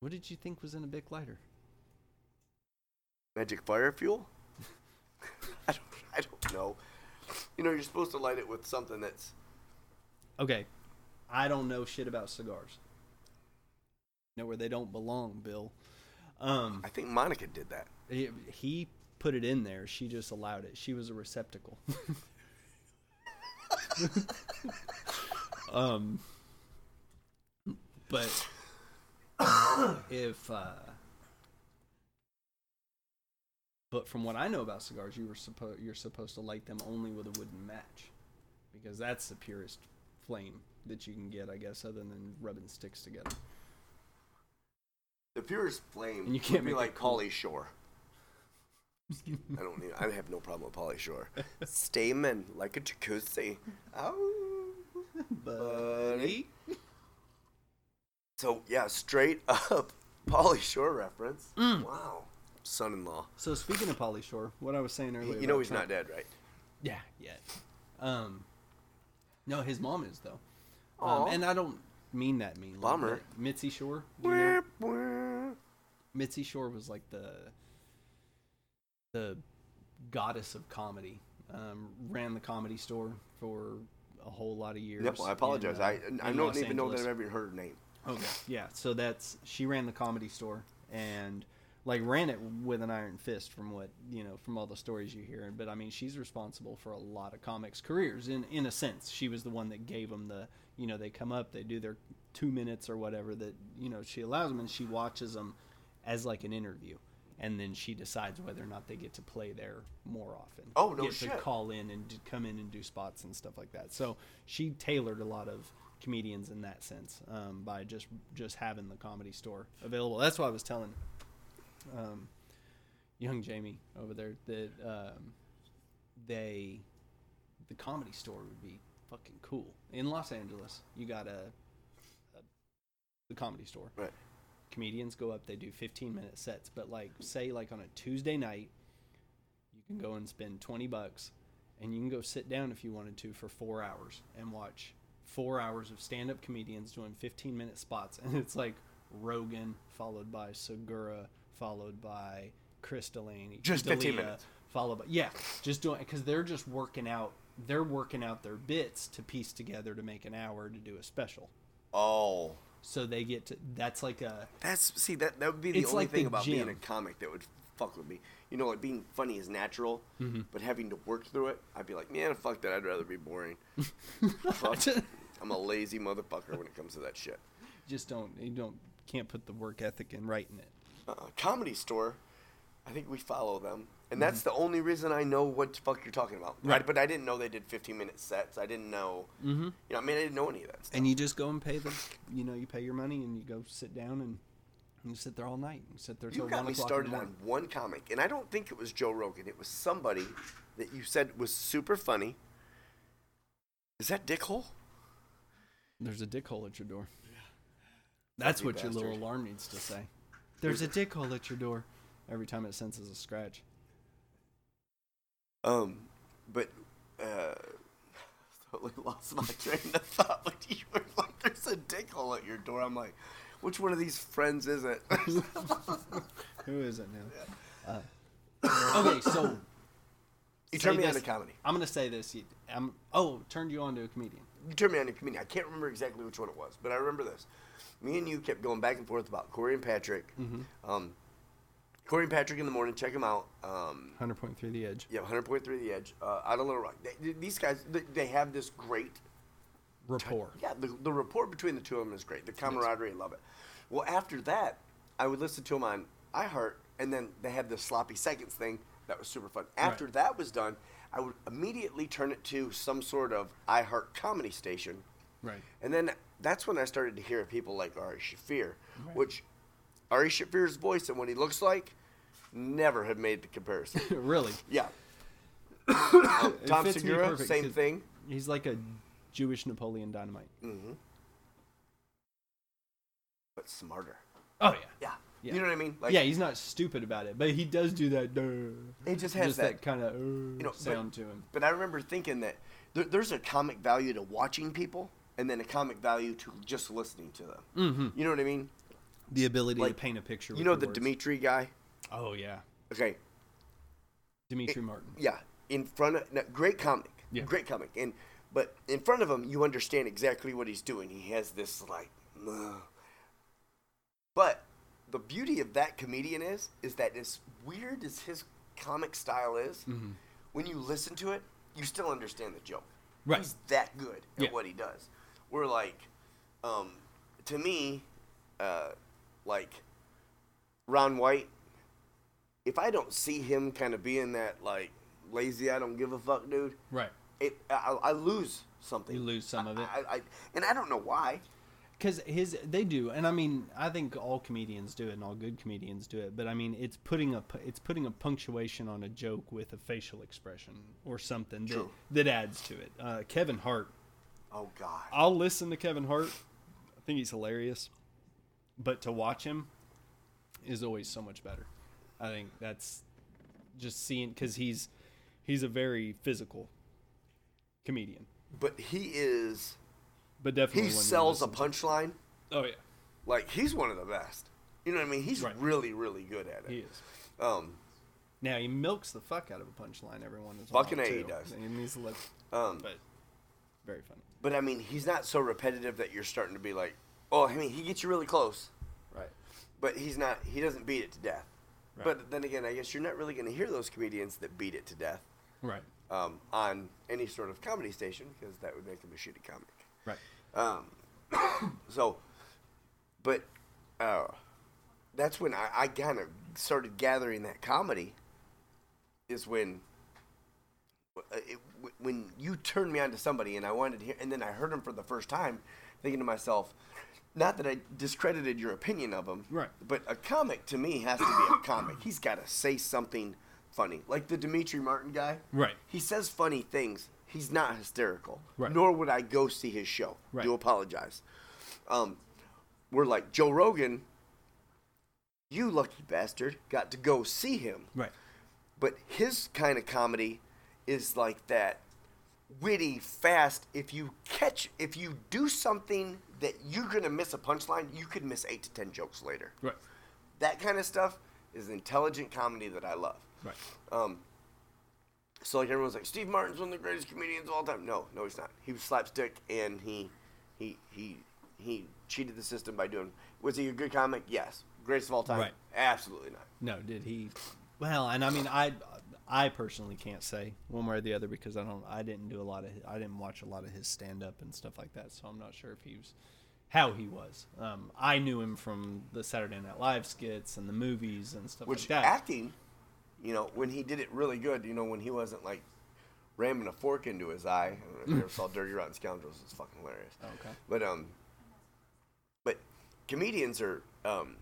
What did you think was in a Bic lighter? Magic fire fuel? I don't, I don't know. You know, you're supposed to light it with something that's okay, I don't know shit about cigars. know where they don't belong, Bill. Um, I think Monica did that. he, he put it in there. She just allowed it. She was a receptacle. um, but if, uh, but from what I know about cigars, you were supposed you're supposed to light them only with a wooden match, because that's the purest flame that you can get, I guess, other than rubbing sticks together. The purest flame And you can't would be make like it cool. Polly Shore. I don't need. I have no problem with Polly Shore. Stamen like a jacuzzi. Oh, buddy. So yeah, straight up Polly Shore reference. Mm. Wow, son-in-law. So speaking of Polly Shore, what I was saying You- earlier, you know about he's Trump- not dead, right? Yeah, yet. Um, no, his mom is though, Aw. um, and I don't mean that mean. Bummer. Mitzi Shore. do you know? Wah, wah. Mitzi Shore was like the the goddess of comedy. Um, ran the comedy store for a whole lot of years. Yep, I in, apologize. uh, I I in don't Los even know that Angeles. I've ever heard her name. Okay. Yeah. So that's she ran the comedy store and like ran it with an iron fist from what you know from all the stories you hear. But I mean, she's responsible for a lot of comics' careers in in a sense. She was the one that gave them the you know they come up, they do their two minutes or whatever that you know she allows them, and she watches them as like an interview. And then she decides whether or not they get to play there more often. Oh, no get To shit. call in and d- come in and do spots and stuff like that. So she tailored a lot of comedians in that sense um, by just just having the comedy store available. That's why I was telling um, young Jamie over there that um, they the comedy store would be fucking cool in Los Angeles. You got a, a the comedy store Right. comedians go up they do 15 minute sets but like say like on a tuesday night you can go and spend 20 bucks and you can go sit down if you wanted to for four hours and watch four hours of stand-up comedians doing 15 minute spots and it's like rogan followed by segura followed by chris delaney Just 15 D'Elia, minutes. followed by yeah just doing because they're just working out they're working out their bits to piece together to make an hour to do a special Oh, so they get to that's like a that's see that that would be the It's only like the thing about being gym. a comic that would fuck with me. You know, like being funny is natural, Mm-hmm. but having to work through it, I'd be like, man, fuck that. I'd rather be boring. Fuck. I'm a lazy motherfucker when it comes to that shit. just don't you don't can't put the work ethic in writing it. uh, comedy store. I think we follow them, and that's Mm-hmm. the only reason I know what the fuck you're talking about. Right. Right. but I didn't know they did 15 minute sets. I didn't know. Mm-hmm. You know, I mean, I didn't know any of that. Stuff. And you just go and pay the you know you pay your money and you go sit down and you sit there all night. You sit there till You one got me o'clock in the started on morning. one comic, and I don't think it was Joe Rogan. It was somebody that you said was super funny. Is that Dickhole? There's a dick hole at your door. That's You what your little bastard. alarm needs to say. There's a dick hole at your door. Every time it senses a scratch. Um, but uh, totally lost my train of thought when you were like, "There's a Dickhole at your door." I'm like, which one of these friends is it? Who is it now? Uh, okay, so say you turned me on this- to comedy. I'm gonna say this. you- I'm, oh, turned you on to a comedian. you turned me on to comedian. I can't remember exactly which one it was, but I remember this. Me and you kept going back and forth about Corey and Patrick. Mm-hmm. Um, Corey and Patrick in the morning, check them out. Um, Hundred point through the edge. yeah, 100.3 The Edge, uh, out of Little Rock. They, these guys, they, they have this great Rapport. yeah, the, the rapport between the two of them is great. The camaraderie, love it. Well, after that, I would listen to them on iHeart, and then they had the sloppy seconds thing. That was super fun. After Right. that was done, I would immediately turn it to some sort of iHeart comedy station. Right. And then that's when I started to hear people like Ari Shafir, Right. which Ari Shafir's voice and what he looks like never have made the comparison. really. yeah. Um, It Tom fits me Segura, perfect, same 'cause thing. He's like a Jewish Napoleon Dynamite. hmm But smarter. Oh yeah. Yeah. Yeah. You know what I mean? Like, yeah, he's not stupid about it, but he does do that. Duh, It just has that- kind of uh, know, but- sound to him. But I remember thinking that there, there's a comic value to watching people and then a comic value to just listening to them. You know what I mean? The ability Like, to paint a picture. Mm-hmm. you with know your the words. Dimitri guy? Oh yeah, Okay. Dimitri Martin. Yeah, in front of no, great comic, Yeah. great comic, and but in front of him, you understand exactly what he's doing. He has this like, "Ugh." uh, But the beauty of that comedian is, is that as weird as his comic style is, Mm-hmm. when you listen to it, you still understand the joke. Right. He's that good at Yeah. what he does. We're like, um, to me, uh, like Ron White, if I don't see him kind of being that like lazy, I don't give a fuck dude, Right. it I, I lose something. You lose some of it. I, I, and I don't know why. because his they do and i mean i think all comedians do it and all good comedians do it but i mean it's putting a pu- it's putting a punctuation on a joke with a facial expression or something that, True. that adds to it uh, kevin hart Oh God. i'll listen to kevin hart i think he's hilarious but to watch him is always so much better i think that's just seeing because he's he's a very physical comedian But he is but definitely he one you sells a listen to. punchline. oh yeah Like he's one of the best. You know what I mean? He's Right. really, really good at it. he is Um, Now he milks the fuck out of a punchline every once in a Fucking while, A, he too. does. And he's like, um, but very funny, but I mean, he's not so repetitive that you're starting to be like, oh, I mean, he gets you really close, right? but he's not. He doesn't beat it to death. Right. But then again, I guess you're not really going to hear those comedians that beat it to death Right, um, on any sort of comedy station because that would make them a shitty comic. right. Um, so, but uh, that's when I, I kind of started gathering that comedy. Is when uh, it, when you turned me on to somebody, and I wanted to hear, and then I heard him for the first time, thinking to myself, not that I discredited your opinion of him, Right. But a comic to me has to be a comic. He's got to say something funny, like the Dimitri Martin guy, Right. He says funny things. He's not hysterical, Right. nor would I go see his show. Right. Do apologize. Um, we're like Joe Rogan. You lucky bastard got to go see him, Right, but his kind of comedy is like that witty, fast. If you catch, if you do something that you're gonna miss a punchline, you could miss eight to ten jokes later. right, That kind of stuff is intelligent comedy that I love. right. Um, so like everyone's like Steve Martin's one of the greatest comedians of all time. No, no, he's not. He was slapstick, and he he he he cheated the system by doing. Was he a good comic? Yes. Greatest of all time? Right. Absolutely not. No, did he? Well, and I mean, I, I personally can't say one way or the other because I don't. I didn't do a lot of. I didn't watch a lot of his stand up and stuff like that, so I'm not sure if he was, how he was. Um, I knew him from the Saturday Night Live skits and the movies and stuff Which like that. acting, you know, when he did it really good, you know, when he wasn't like ramming a fork into his eye. I don't know if you ever saw Dirty Rotten Scoundrels. It's fucking hilarious. Oh, Okay. But um, but comedians are um,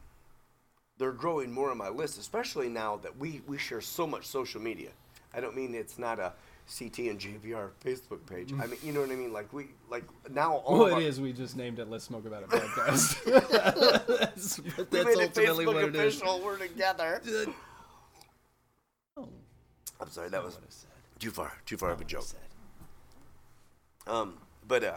they're growing more on my list, especially now that we we share so much social media. I don't mean it's not a CT and JVR Facebook page. I mean, you know what I mean? Like we like now all Well, of it our, is. We just named it "Let's Smoke About It" podcast. that's but We that's made it ultimately Facebook what it is. official. We're together. Oh, I'm sorry, that was what Oh, I said. too far. Too far of a What I joke. said. Um, but uh,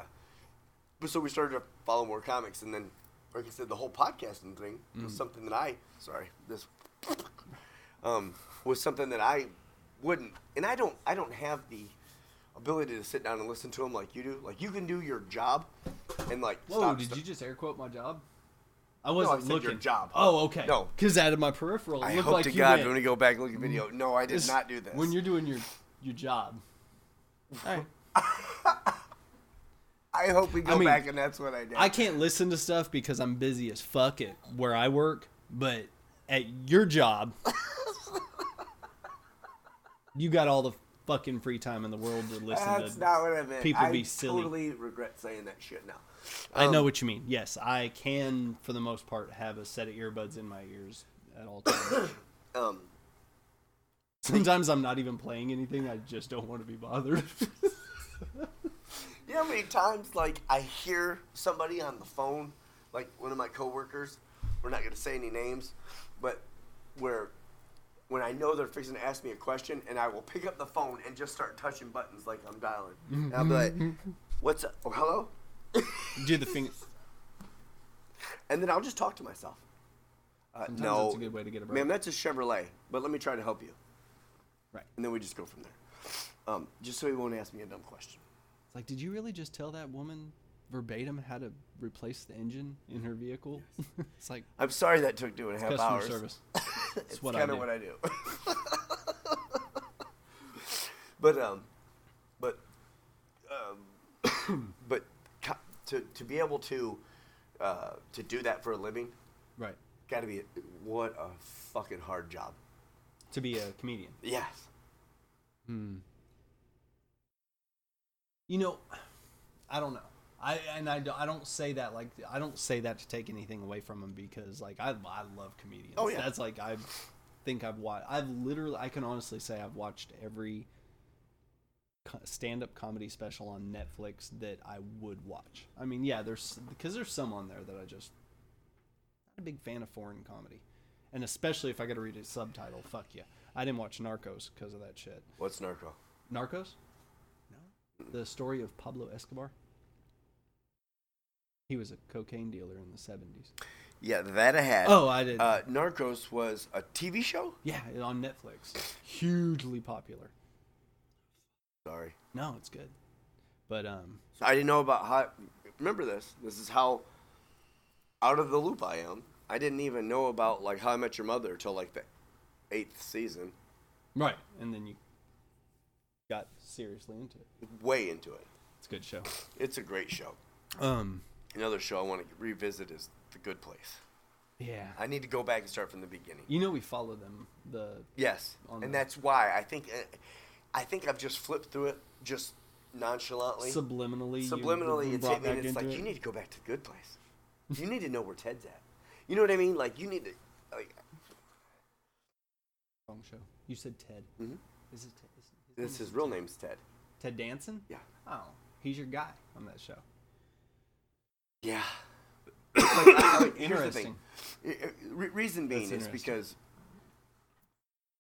but so we started to follow more comics, and then, like I said, the whole podcasting thing Mm. was something that I sorry this um, was something that I wouldn't, and I don't I don't have the ability to sit down and listen to them like you do. Like you can do your job, and like Whoa! stop did stuff. you just air quote my job? I wasn't said your looking. job. Oh, okay. No. because out of my peripheral, it I looked hope like to you God went, when we go back and look at video. No, I did "This- not do this. When you're doing your your job. All right. I hope we go I mean, back and that's what I did. I can't listen to stuff because I'm busy as fuck at where I work, but at your job, you got all the fucking free time in the world to listen that's to not what I meant. people I be silly. totally regret saying that shit now. I Um, know what you mean. Yes, I can, for the most part, have a set of earbuds in my ears at all times. Um, Sometimes I'm not even playing anything. I just don't want to be bothered. You know how many times like I hear somebody on the phone, like one of my coworkers, we're not gonna say any names, but where when I know they're fixing to ask me a question and I will pick up the phone and just start touching buttons like I'm dialing. And I'll be like, Mm-hmm. What's up? Oh, hello? Do the thing. And then I'll just talk to myself. Uh, Sometimes no, that's a good way to get a break. ma'am, that's a Chevrolet, but let me try to help you. Right. And then we just go from there. Um, just so he won't ask me a dumb question. It's like, did you really just tell that woman verbatim how to replace the engine in her vehicle. it's like I'm sorry that took two and a half customer hours. service. it's what I kind of do. what I do. but um, but um, but co- to to be able to uh, to do that for a living, Right. got to be what a fucking hard job. To be a comedian. Yes. Hmm. You know, I don't know. I and I, do- I don't say that like I don't say that to take anything away from him because like I I love comedians. Oh, yeah. That's like I think I've watched. I've literally I can honestly say I've watched every stand up comedy special on Netflix that I would watch. I mean, yeah, there's because there's some on there that I just not a big fan of foreign comedy, and especially if I got to read a subtitle. Fuck yeah, I didn't watch Narcos because of that shit. What's narco? Narcos? No. The story of Pablo Escobar. He was a cocaine dealer in the 70s. Yeah, that I had. Oh, I did. Uh, Narcos was a TV show. yeah, it- on Netflix. Hugely popular. Sorry, No, it's good. But um I didn't know about how. Remember this. This is how out of the loop I am. I didn't even know about like How I Met Your Mother till like the eighth season. right, and then you got seriously into it. Way into it. It's a good show. It's a great show. Um Another show I want to revisit is The Good Place. yeah. I need to go back and start from the beginning. You know we follow them the Yes, On and the- that's why I think eh, I think I've just flipped through it just nonchalantly. subliminally you- subliminally you it's brought hitting back me, and it's like into you it. need to go back to the good place you need to know where ted's at you know what i mean like you need to like wrong show. You said Ted. Mhm. Is it Ted? Is his name this his real name's ted Ted Danson? yeah Oh, he's your guy on that show. yeah like, I- like, here's the Interesting. thing Re- reason being That's is interesting. because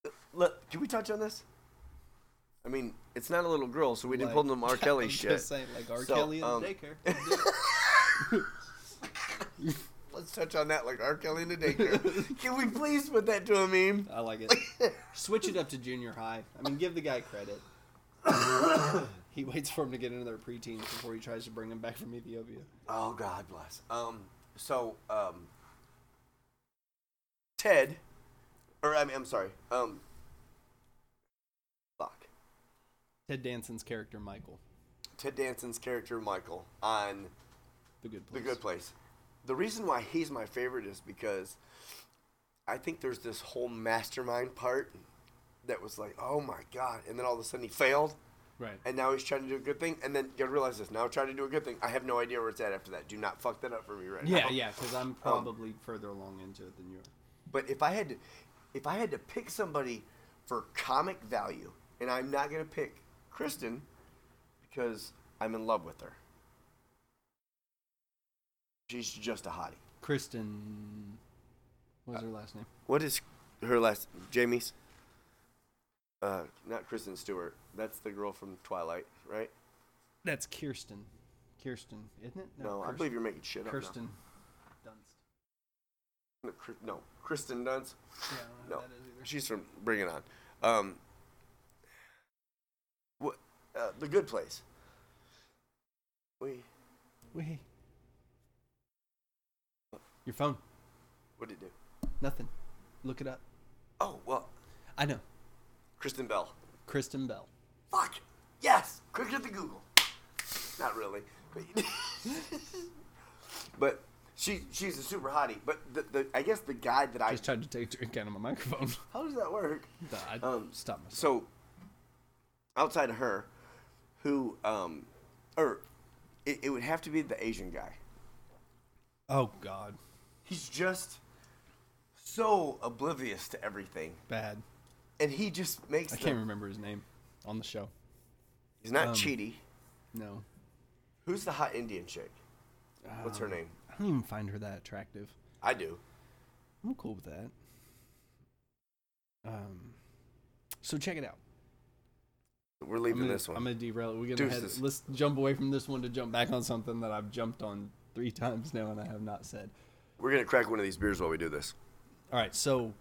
uh, Look, can we touch on this i mean it's not a little girl so we didn't pull them r kelly I'm shit Just saying, like R. So, Kelly in um, the daycare. let's touch on that like r kelly in the daycare can we please put that to a meme I like it. Switch it up to junior high. I mean, give the guy credit. he waits for him to get into their preteens before he tries to bring him back from Ethiopia. Oh God bless. Um. So um. Ted, or I mean, I'm sorry. Um. Fuck. Ted Danson's character Michael, Ted Danson's character Michael on the good The place. Good Place. The reason why he's my favorite is because I think there's this whole mastermind part that was like, oh my God, and then all of a sudden he failed. right? And now he's trying to do a good thing, and then you gotta realize this. Now trying to do a good thing. I have no idea where it's at after that. Do not fuck that up for me right now. yeah, yeah. Because Um, I'm probably further along into it than you are. But if I had to, if I had to pick somebody for comic value, and I'm not gonna pick Kristen because I'm in love with her. She's just a hottie. Kristen, what was her last name? What is her last? Jamie's. Uh, not Kristen Stewart. That's the girl from Twilight, right? That's Kirsten. Kirsten, isn't it? No, I believe you're making shit up. Kirsten Dunst. Now. No, Kr- No, Kristen Dunst. Yeah, I don't know No, who that is either. she's from Bring It On. Um, what? Uh, the Good Place. We. Wait. Your phone. What did it do? Nothing. Look it up. Oh well, I know. Kristen Bell. Kristen Bell. Fuck. Yes. Quick at the Google. Not really, but, but she she's a super hottie. But the, the I guess the guy that I Just tried to take a drink out of my microphone. how does that work? I Um, stop myself. So outside of her, who um, or it, it would have to be the Asian guy. Oh God, He's just so oblivious to everything, bad. and he just makes. I the- can't remember his name on the show. He's not um, cheaty. No, Who's the hot Indian chick? What's her Um, name? I don't even find her that attractive. I do. I'm cool with that. Um, so check it out. We're I'm leaving gonna, this one. I'm gonna derail. it. We're gonna head, Deuces. let's jump away from this one to jump back on something that I've jumped on three times now and I have not said. We're gonna crack one of these beers while we do this. All right, so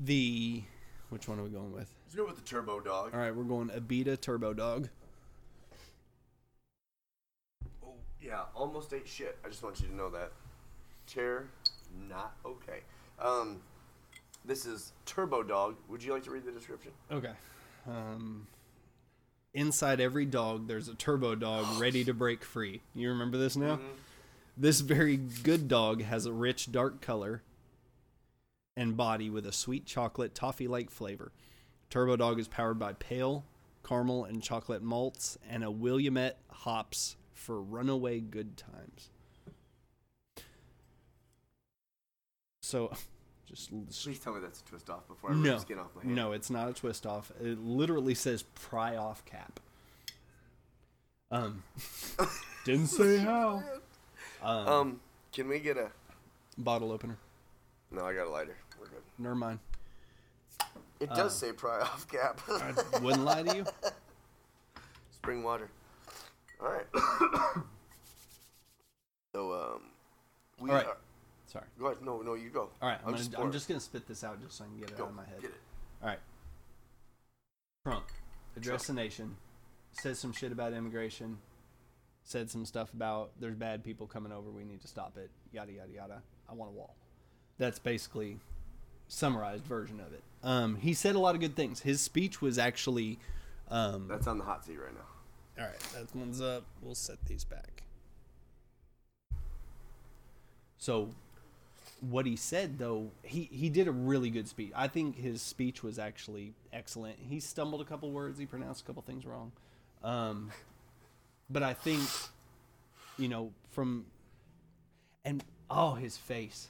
the which one are we going with? Let's go with the Turbo Dog. All right, we're going Abita Turbo Dog. Oh, Yeah, almost ate shit. I just want you to know that. Chair, not okay. Um, this is Turbo Dog. Would you like to read the description? Okay. Um, inside every dog, there's a turbo dog ready to break free. You remember this now? This very good dog has a rich dark color and body with a sweet chocolate toffee like flavor. Turbo Dog is powered by pale, caramel, and chocolate malts and a Williamette hops for runaway good times. So, just Please tell me that's a twist off before I rip no, skin off my hand. no, it's not a twist off. It literally says pry off cap. Um, didn't say how. Um, can we get a? Bottle opener. No, I got a lighter. We're good. Never mind. It does Uh. say pry off cap. Wouldn't lie to you. Spring water. All right. so um, we All right. are. Sorry. Go ahead. No, no, you go. All right, I'm, gonna, just I'm bored. just gonna spit this out just so I can get it go. out of my head. Get it. All right. Trump addressed the nation, said some shit about immigration, said some stuff about there's bad people coming over, we need to stop it, yada yada yada. I want a wall. That's basically summarized version of it. Um, he said a lot of good things. His speech was actually. Um, That's on the hot seat right now. all right, that one's up. We'll set these back. So, what he said though, he he did a really good speech. I think his speech was actually excellent. He stumbled a couple words, he pronounced a couple things wrong, um, but I think, you know, from and oh, his face.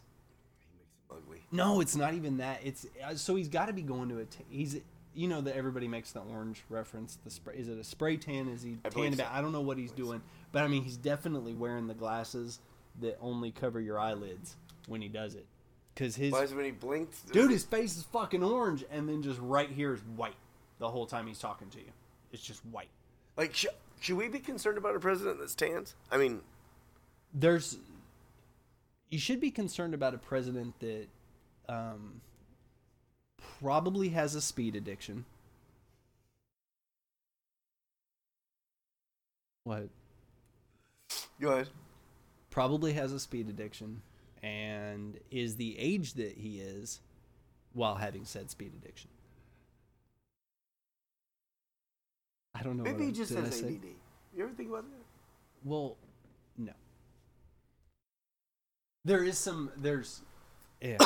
Ugly. No, it's not even that. It's uh, so he's got to be going to a. T- he's you know that everybody makes the orange reference. The spray is it a spray tan? Is he I tanned believe about? so. I don't know what he's doing, but I mean he's definitely wearing the glasses that only cover your eyelids when he does it, because his Why is it when he blinked? dude his face is fucking orange, and then just right here is white the whole time he's talking to you. It's just white. Like, sh- should we be concerned about a president that's tans? I mean, there's you should be concerned about a president that um, probably has a speed addiction. What? go ahead. Probably has a speed addiction and is the age that he is while having said speed addiction. I don't know. what Maybe I- he just did I has say- ADD. You ever think about that? well, no. There is some. There's. Yeah.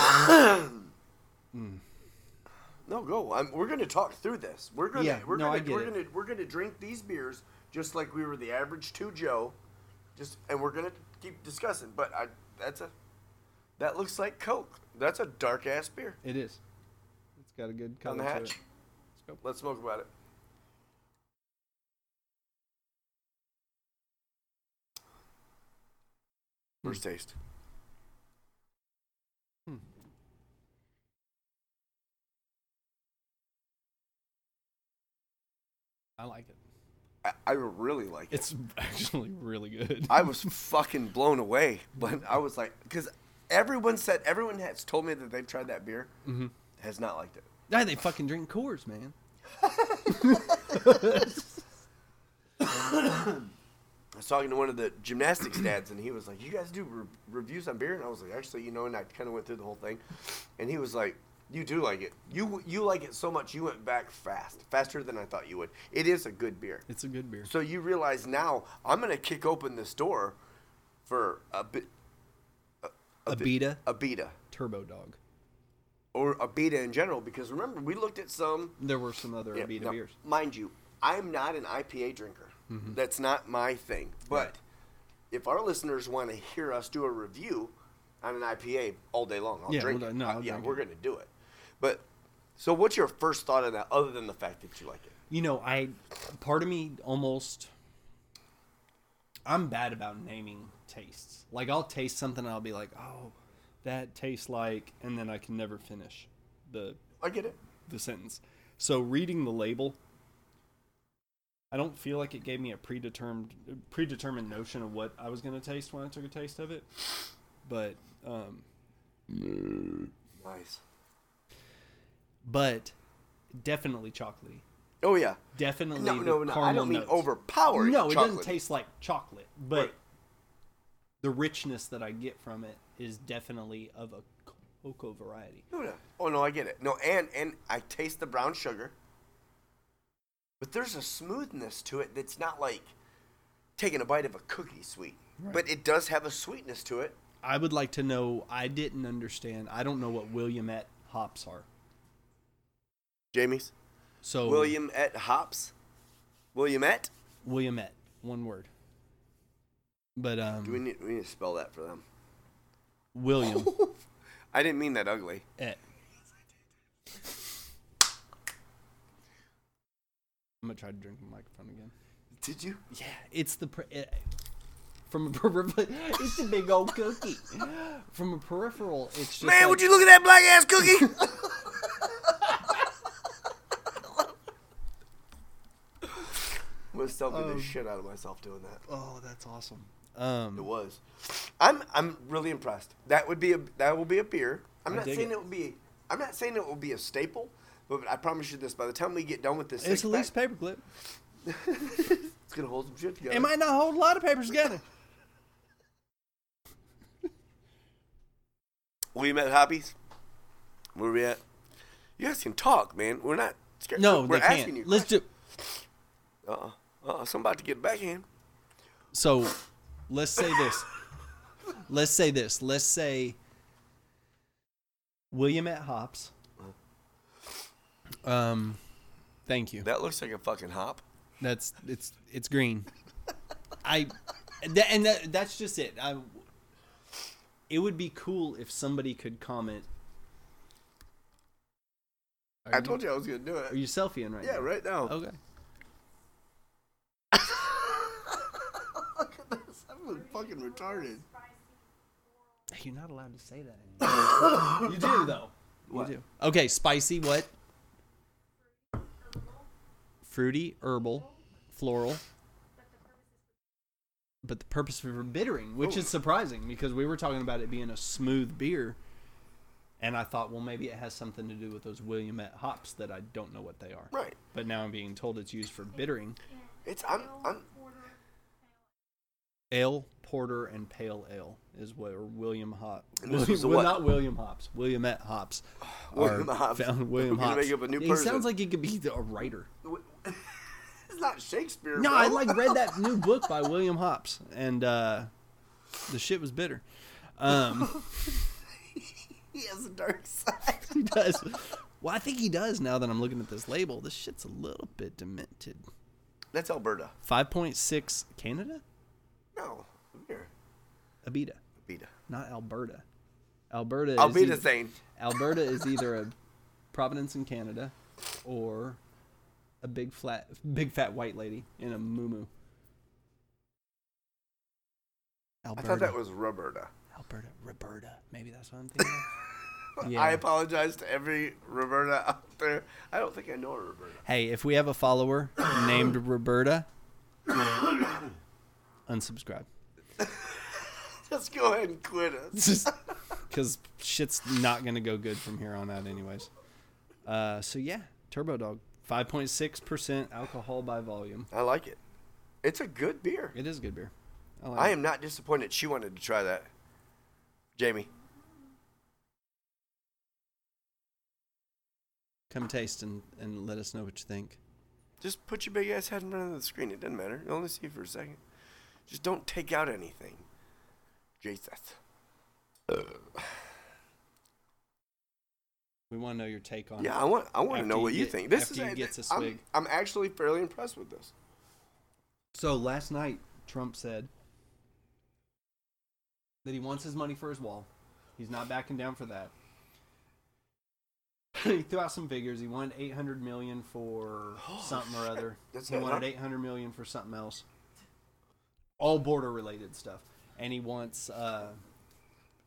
No, go. I'm, we're going to talk through this. We're going Yeah, to we're no, I going get to we're it. going to we're going to drink these beers just like we were the average two Joe, just and we're going to keep discussing. But I that's a that looks like Coke. That's a dark ass beer. It is. It's got a good On color the to it. hatch. Let's smoke about it. First taste. I like it. I, I really like it. It's actually really good. I was fucking blown away, but I was like, because everyone said everyone has told me that they've tried that beer, has not liked it. Yeah, they fucking drink Coors, man. I was talking to one of the gymnastics dads, and he was like, "You guys do re- reviews on beer?" And I was like, "Actually, you know." And I kind of went through the whole thing, and he was like, "You do like it. You you like it so much. You went back fast, faster than I thought you would. It is a good beer. It's a good beer. So you realize now I'm gonna kick open this door for a bit, Abita a beta Turbo Dog. or a beta in general. Because remember, we looked at some There were some other Yeah, Abita now, beers. Mm-hmm. Mind you, I'm not an IPA drinker. That's not my thing. But if our listeners want to hear us do a review on an IPA all day long, I'll Yeah, drink well, it. no, I- I'll yeah, drink we're it. going to do it. But so what's your first thought on that other than the fact that you like it? You know, I part of me almost I'm bad about naming tastes. Like I'll taste something and I'll be like, "Oh, that tastes like," and then I can never finish the I get it. the sentence. So reading the label, I don't feel like it gave me a predetermined predetermined notion of what I was going to taste when I took a taste of it. But um, Nice. but definitely chocolatey. Oh yeah. Definitely No, the no, no. I caramel don't mean notes. overpowering. No, it chocolate. doesn't taste like chocolate, but Right. the richness that I get from it is definitely of a cocoa variety. No, no. Oh no, I get it. No, and and I taste the brown sugar, but there's a smoothness to it that's not like taking a bite of a cookie sweet. But it does have a sweetness to it. I would like to know. I didn't understand. I don't know what Williamette hops are. Jamie's So William at hops. Williamette. Williamette, one word. But Do we um, need we need to spell that for them? William I didn't mean that ugly. et. I'm gonna try to drink the microphone again. Did you? Yeah, it's the per- eh, from a peripheral. It's a big old cookie. From a peripheral, it's just Man, like, would you look at that black ass cookie? was stumping the shit out of myself doing that. Oh, that's awesome. Um, It was. I'm I'm really impressed. That would be a that will be a beer. I'm I not dig saying it. it. will be. I'm not saying it will be a staple, but I promise you this: by the time we get done with this, it's six at least pack, paperclip. it's gonna hold some shit together. It might not hold a lot of papers together. We met Hobbies. Where we at? You guys can talk, man. We're not scared. No, we're they can't. you. Let's do. Uh uh-uh, uh. Uh-uh, so I'm about to get back in. So, let's say this. let's say this. Let's say William at hops. Um, thank you. That looks like a fucking hop. That's it's it's green. I that, and that, that's just it. I it would be cool if somebody could comment. Are I told you I was gonna do Are it. you Oh. selfieing right Yeah, now? right now. Okay. Look at this. I'm fucking retarded. You're not allowed to say that anymore. you do though. What? You do. Okay, spicy what? Fruity, herbal, floral. But the purpose for bittering, which is surprising because we were talking about it being a smooth beer. And I thought, well, maybe it has something to do with those Williamette hops that I don't know what they are. Right. But now I'm being told it's used for bittering. It's I'm I'm Ale, porter, and pale ale is what or William Hop. And this was a William- well, what? not William Hops. Williamette Hops. William are Hobbs. Found We're William gonna Hops. make up a new he person. sounds like he could be the- a writer. It's not Shakespeare. No, bro. I like read that new book by William Hops, and uh, the shit was bitter. Um, he has a dark side. he does. Well, I think he does now that I'm looking at this label. This shit's a little bit demented. That's Alberta. 5.6 Canada? No, here, Abita, Beta. not Alberta. Alberta is Alberta either- Zane. Alberta is either a Providence in Canada or a big flat big fat white lady in a moo I Alberta. thought that was Roberta. Alberta. Roberta. Maybe that's what I'm thinking. of. I yeah. apologize to every Roberta out there. I don't think I know a Roberta. Hey, if we have a follower named Roberta, unsubscribe. Just go ahead and quit us. Because shit's not going to go good from here on out, anyways. Uh, so, yeah, Turbo Dog. 5.6% alcohol by volume. I like it. It's a good beer. It is good beer. I like I it. am not disappointed she wanted to try that. Jamie. Come taste and, and let us know what you think. Just put your big ass head in front of the screen. It doesn't matter. You'll only see for a second. Just don't take out anything. Jesus. We want to know your take on Yeah, it. I want. I want to Um, After know you what you get- think. This after is. you a- get to I'm- swig. I'm, actually fairly impressed with this. So last night, Trump said that he wants his money for his wall. He's not backing down for that. he threw out some figures. He wanted 800 million for something or other. That's he it, wanted huh? 800 million for something else. All border related stuff. And he wants uh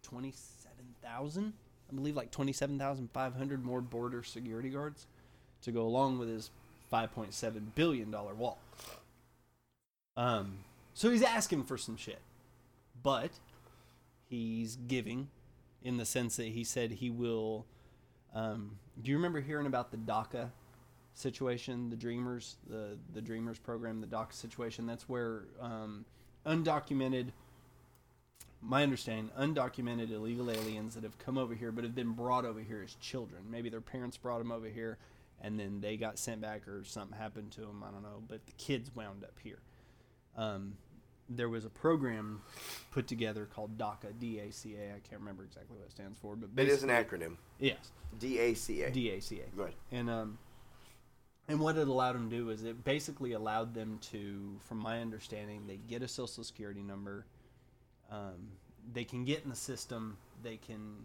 27,000, I believe like 27,500 more border security guards to go along with his 5.7 billion dollar wall. Um, so he's asking for some shit, but he's giving in the sense that he said he will. Um, do you remember hearing about the DACA situation, the Dreamers, the the Dreamers program, the DACA situation? That's where um, undocumented my understanding, undocumented illegal aliens that have come over here but have been brought over here as children. Maybe their parents brought them over here and then they got sent back or something happened to them. I don't know. But the kids wound up here. Um, there was a program put together called DACA, D A C A. I can't remember exactly what it stands for, but It is basically, an acronym. yes, DACA. D A C A. Good. And um, and what it allowed them to do is it basically allowed them to, from my understanding, they get a social security number, um, they can get in the system, they can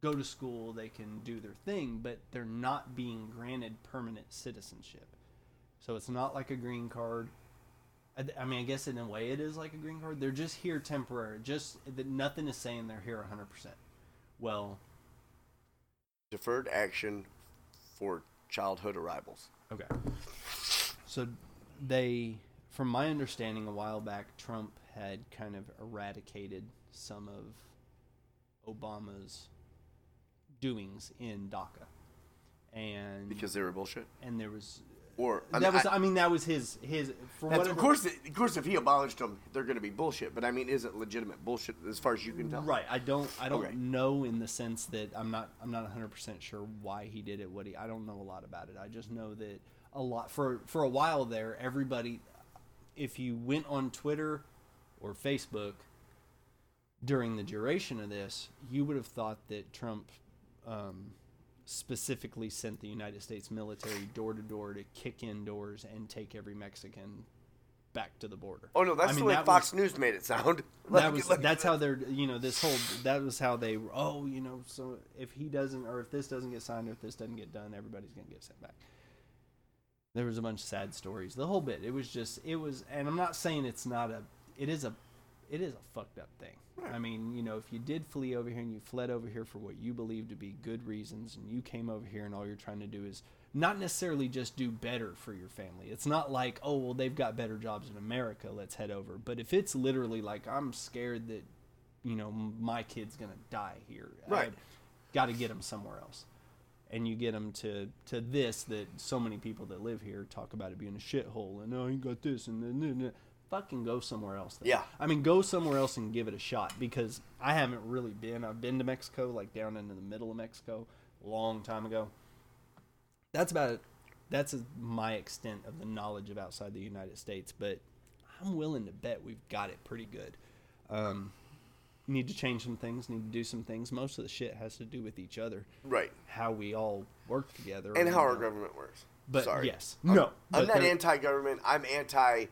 go to school, they can do their thing, but they're not being granted permanent citizenship. So it's not like a green card. I th- I mean, I guess in a way it is like a green card. They're just here temporary. Just that nothing is saying they're here 100%. Well, Deferred action for childhood arrivals. Okay. So they, from my understanding, a while back, Trump had kind of eradicated some of Obama's doings in DACA, and Because they were bullshit. and there was Or I that mean, was I- I, mean that was his his for that's- whatever, of course, of course, if he abolished them, they're going to be bullshit. But I mean, is it legitimate bullshit as far as you can tell? Right. I don't. I don't Okay. know in the sense that I'm not. I'm not 100 percent sure why he did it. What he. I don't know a lot about it. I just know that a lot for for a while there, everybody, if you went on Twitter or Facebook during the duration of this, you would have thought that Trump. Um, specifically sent the United States military door to door to kick in doors and take every Mexican back to the border. Oh no, I that's mean, the way that was- Fox News made it sound. that Like- was like- uh, that's how they're you know this whole that was how they oh you know so if he doesn't or if this doesn't get signed or if this doesn't get done everybody's gonna get sent back there was a bunch of sad stories the whole bit it was just it was and i'm not saying it's not a it is a it is a fucked up thing i mean you know if you did flee over here and you fled over here for what you believe to be good reasons and you came over here and all you're trying to do is not necessarily just do better for your family it's not like oh well they've got better jobs in america let's head over but if it's literally like i'm scared that you know m- my kid's gonna die here Right. got to get them somewhere else and you get them to to this that so many people that live here talk about it being a shithole and oh you got this and then then- then." fucking go somewhere else then. Yeah. i mean go somewhere else and give it a shot because i haven't really been i've been to mexico like down into the middle of mexico a long time ago that's about it that's my extent of the knowledge of outside the united states but i'm willing to bet we've got it pretty good um, need to change some things need to do some things most of the shit has to do with each other right. how we all work together And how our whatnot. government works. But Sorry. yes, no, I'm but not they're- anti-government. I'm anti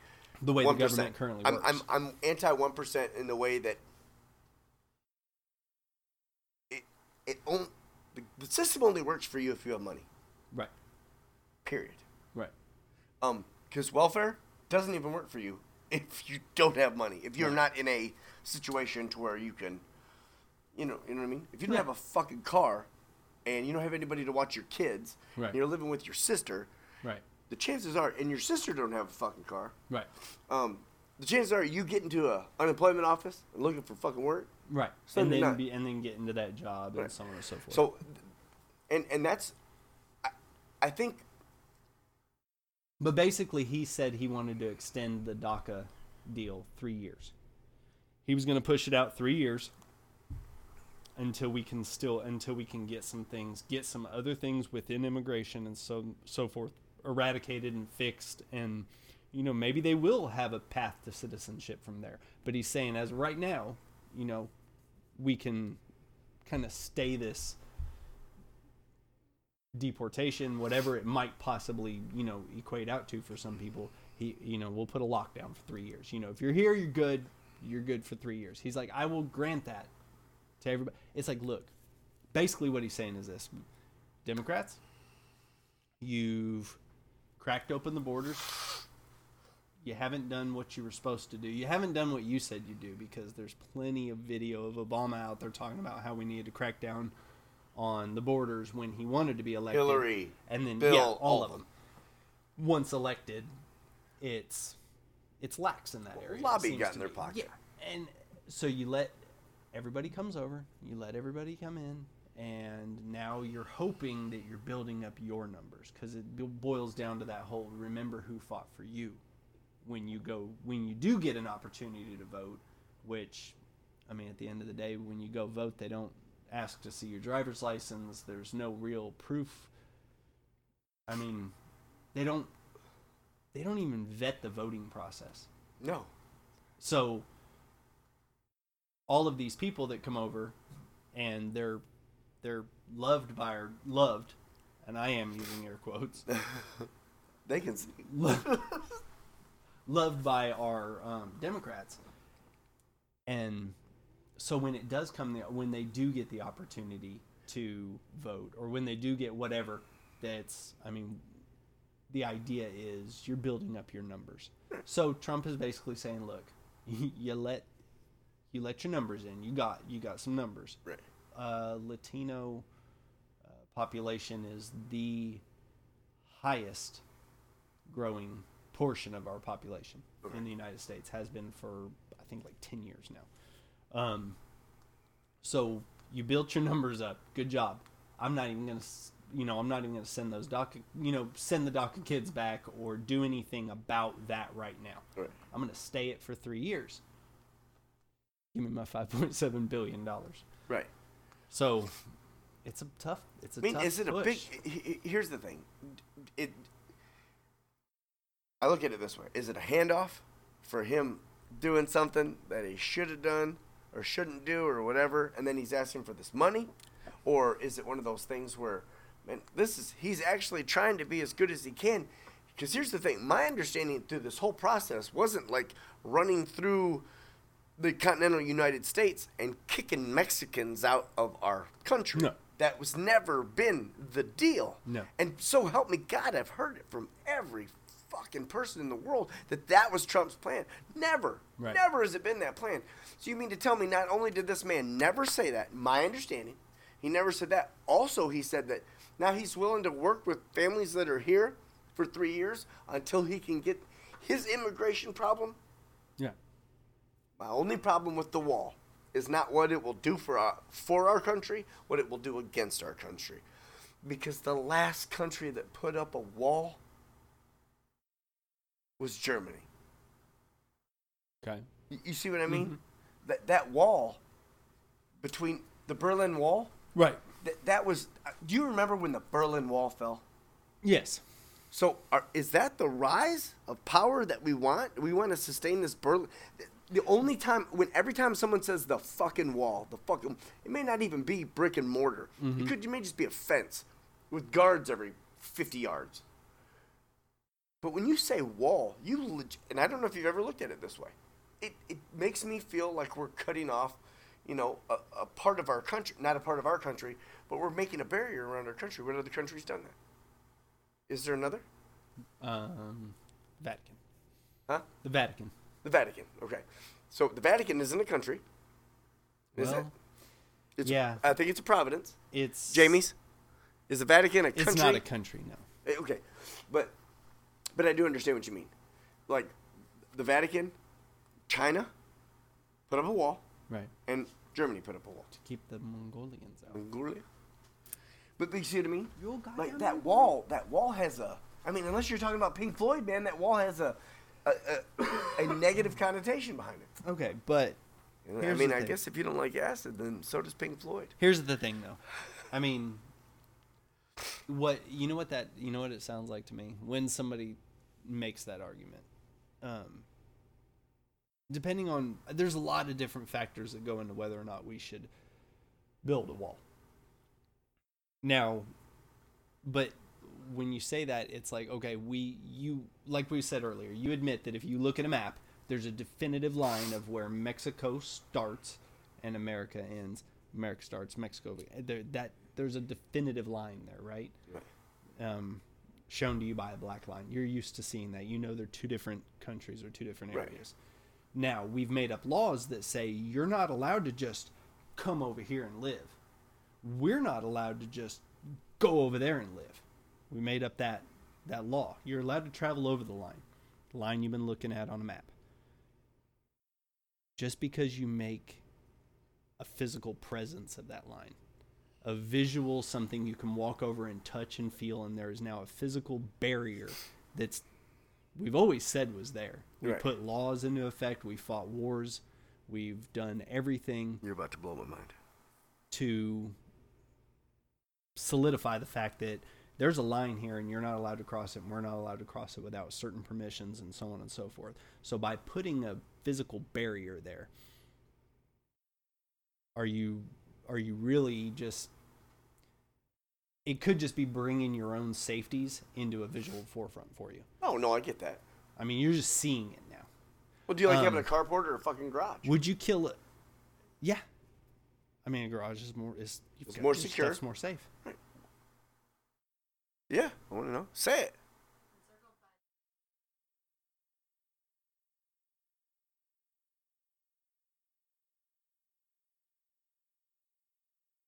the way the one government percent. currently I'm, works. I'm I'm anti one percent in the way that it it on, the, the system only works for you if you have money. right, Period. right, Um, because welfare doesn't even work for you if you don't have money. If you're not in a situation to where you can, you know, you know what I mean. If you don't Yeah. have a fucking car, and you don't have anybody to watch your kids, Right. and you're living with your sister, right, the chances are, and your sister don't have a fucking car, right, um, the chances are you get into a unemployment office and looking for fucking work. right, So and they're then not- be, and then get into that job and Right. so on and so forth. So, and and that's, I, I think but basically, he said he wanted to extend the DACA deal three years. He was going to push it out three years until we can still until we can get some things, get some other things within immigration and so so forth eradicated and fixed and you know maybe they will have a path to citizenship from there but he's saying as of right now you know we can kind of stay this deportation whatever it might possibly you know equate out to for some people he you know we'll put a lockdown for three years you know if you're here you're good you're good for three years he's like i will grant that to everybody it's like look basically what he's saying is this democrats you've cracked open the borders you haven't done what you were supposed to do. You haven't done what you said you do because there's plenty of video of Obama out there talking about how we needed to crack down on the borders when he wanted to be elected. Hillary, and then Bill, yeah, all, all of of them. Once elected, it's it's lax in that area. it lobby seems got in to their be. pocket. Yeah, and so you let everybody comes over, you let everybody come in, and now you're hoping that you're building up your numbers because it bo- boils down to that whole remember who fought for you when you go when you do get an opportunity to vote, which I mean, at the end of the day, when you go vote, they don't ask to see your driver's license. There's no real proof. I mean, they don't they don't even vet the voting process. No. So all of these people that come over and they're they're loved by our loved and I am using air quotes They can see. lo- loved by our um, Democrats. And so when it does come, the, when they do get the opportunity to vote, or when they do get whatever, that's, I mean, the idea is you're building up your numbers. So Trump is basically saying, look, you let you let your numbers in. You got you got some numbers Right. uh, Latino uh, population is the highest growing portion of our population in the United States has been for I think like 10 years now. Um, so you built your numbers up. Good job. I'm not even going to you know, I'm not even going to send those DACA, you know, send the DACA kids back or do anything about that right now. Right. I'm going to stay it for 3 years. Give me my 5.7 billion dollars. Right. So it's a tough. It's a I mean, tough is it a push. big? he- he- Here's the thing. It. I look at it this way: Is it a handoff for him doing something that he should have done or shouldn't do or whatever, and then he's asking for this money, or is it one of those things where, man, this is he's actually trying to be as good as he can? Because here's the thing: my understanding through this whole process wasn't like running through the continental United States and kicking Mexicans out of our country. No. That was never been the deal. No. And so help me God, I've heard it from every fucking person in the world that that was Trump's plan. Never, Right. never has it been that plan. So you mean to tell me not only did this man never say that, my understanding, he never said that. Also, he said that now he's willing to work with families that are here for three years until he can get his immigration problem Yeah. my only problem with the wall is not what it will do for our, for our country, what it will do against our country. Because the last country that put up a wall was Germany. Okay. Y- You see what I mean? That, that wall between the Berlin Wall, Right. that, that was. uh, Do you remember when the Berlin Wall fell? Yes. So are, is that the rise of power that we want? We want to sustain this Berlin. The only time when every time someone says the fucking wall, the fucking it may not even be brick and mortar. It could it may just be a fence with guards every 50 yards. But when you say wall, you leg- and I don't know if you've ever looked at it this way. It it makes me feel like we're cutting off, you know, a, a part of our country, not a part of our country, but we're making a barrier around our country. What other country's done that? Is there another? Um, Vatican. Huh? The Vatican. The Vatican. Okay. So the Vatican isn't a country. Is well, it? It's, yeah. I think it's a providence. it's Jamie's. Is the Vatican a country? It's not a country. No. Eh, Okay. But but I do understand what you mean. Like the Vatican, China put up a wall Right. and Germany put up a wall. To keep the Mongolians out. Mongolia. But but you see what I mean? You're Like goddamn that right. wall, that wall has a. I mean, unless you're talking about Pink Floyd, man, that wall has a a, a, a negative connotation behind it. Okay, but And I Here's mean, the I thing. guess if you don't like acid, then so does Pink Floyd. here's the thing, though. I mean, what you know what that you know what it sounds like to me when somebody makes that argument. Um, depending on there's a lot of different factors that go into whether or not we should build a wall. Now, but when you say that, it's like okay, we you like we said earlier, you admit that if you look at a map, there's a definitive line of where Mexico starts and America ends. America starts, Mexico be- there, that there's a definitive line there, right? Um, shown to you by a black line. You're used to seeing that. You know they're two different countries or two different Right. areas. Now, we've made up laws that say you're not allowed to just come over here and live. We're not allowed to just go over there and live. We made up that that law. You're allowed to travel over the line. The line you've been looking at on a map. Just because you make a physical presence of that line, a visual something you can walk over and touch and feel and there is now a physical barrier that's we've always said was there. We Right. put laws into effect. We fought wars. We've done everything You're about to blow my mind. to solidify the fact that there's a line here and you're not allowed to cross it and we're not allowed to cross it without certain permissions and so on and so forth. So by putting a physical barrier there, are you are you really just it could just be bringing your own safeties into a visual forefront for you. Oh no, I get that. I mean, you're just seeing it now. Well, do you like Um, having a carport or a fucking garage? Would you kill it? Yeah. I mean, a garage is more is you've It's got- more your secure. stuff's more safe. yeah, I want to know. Say it.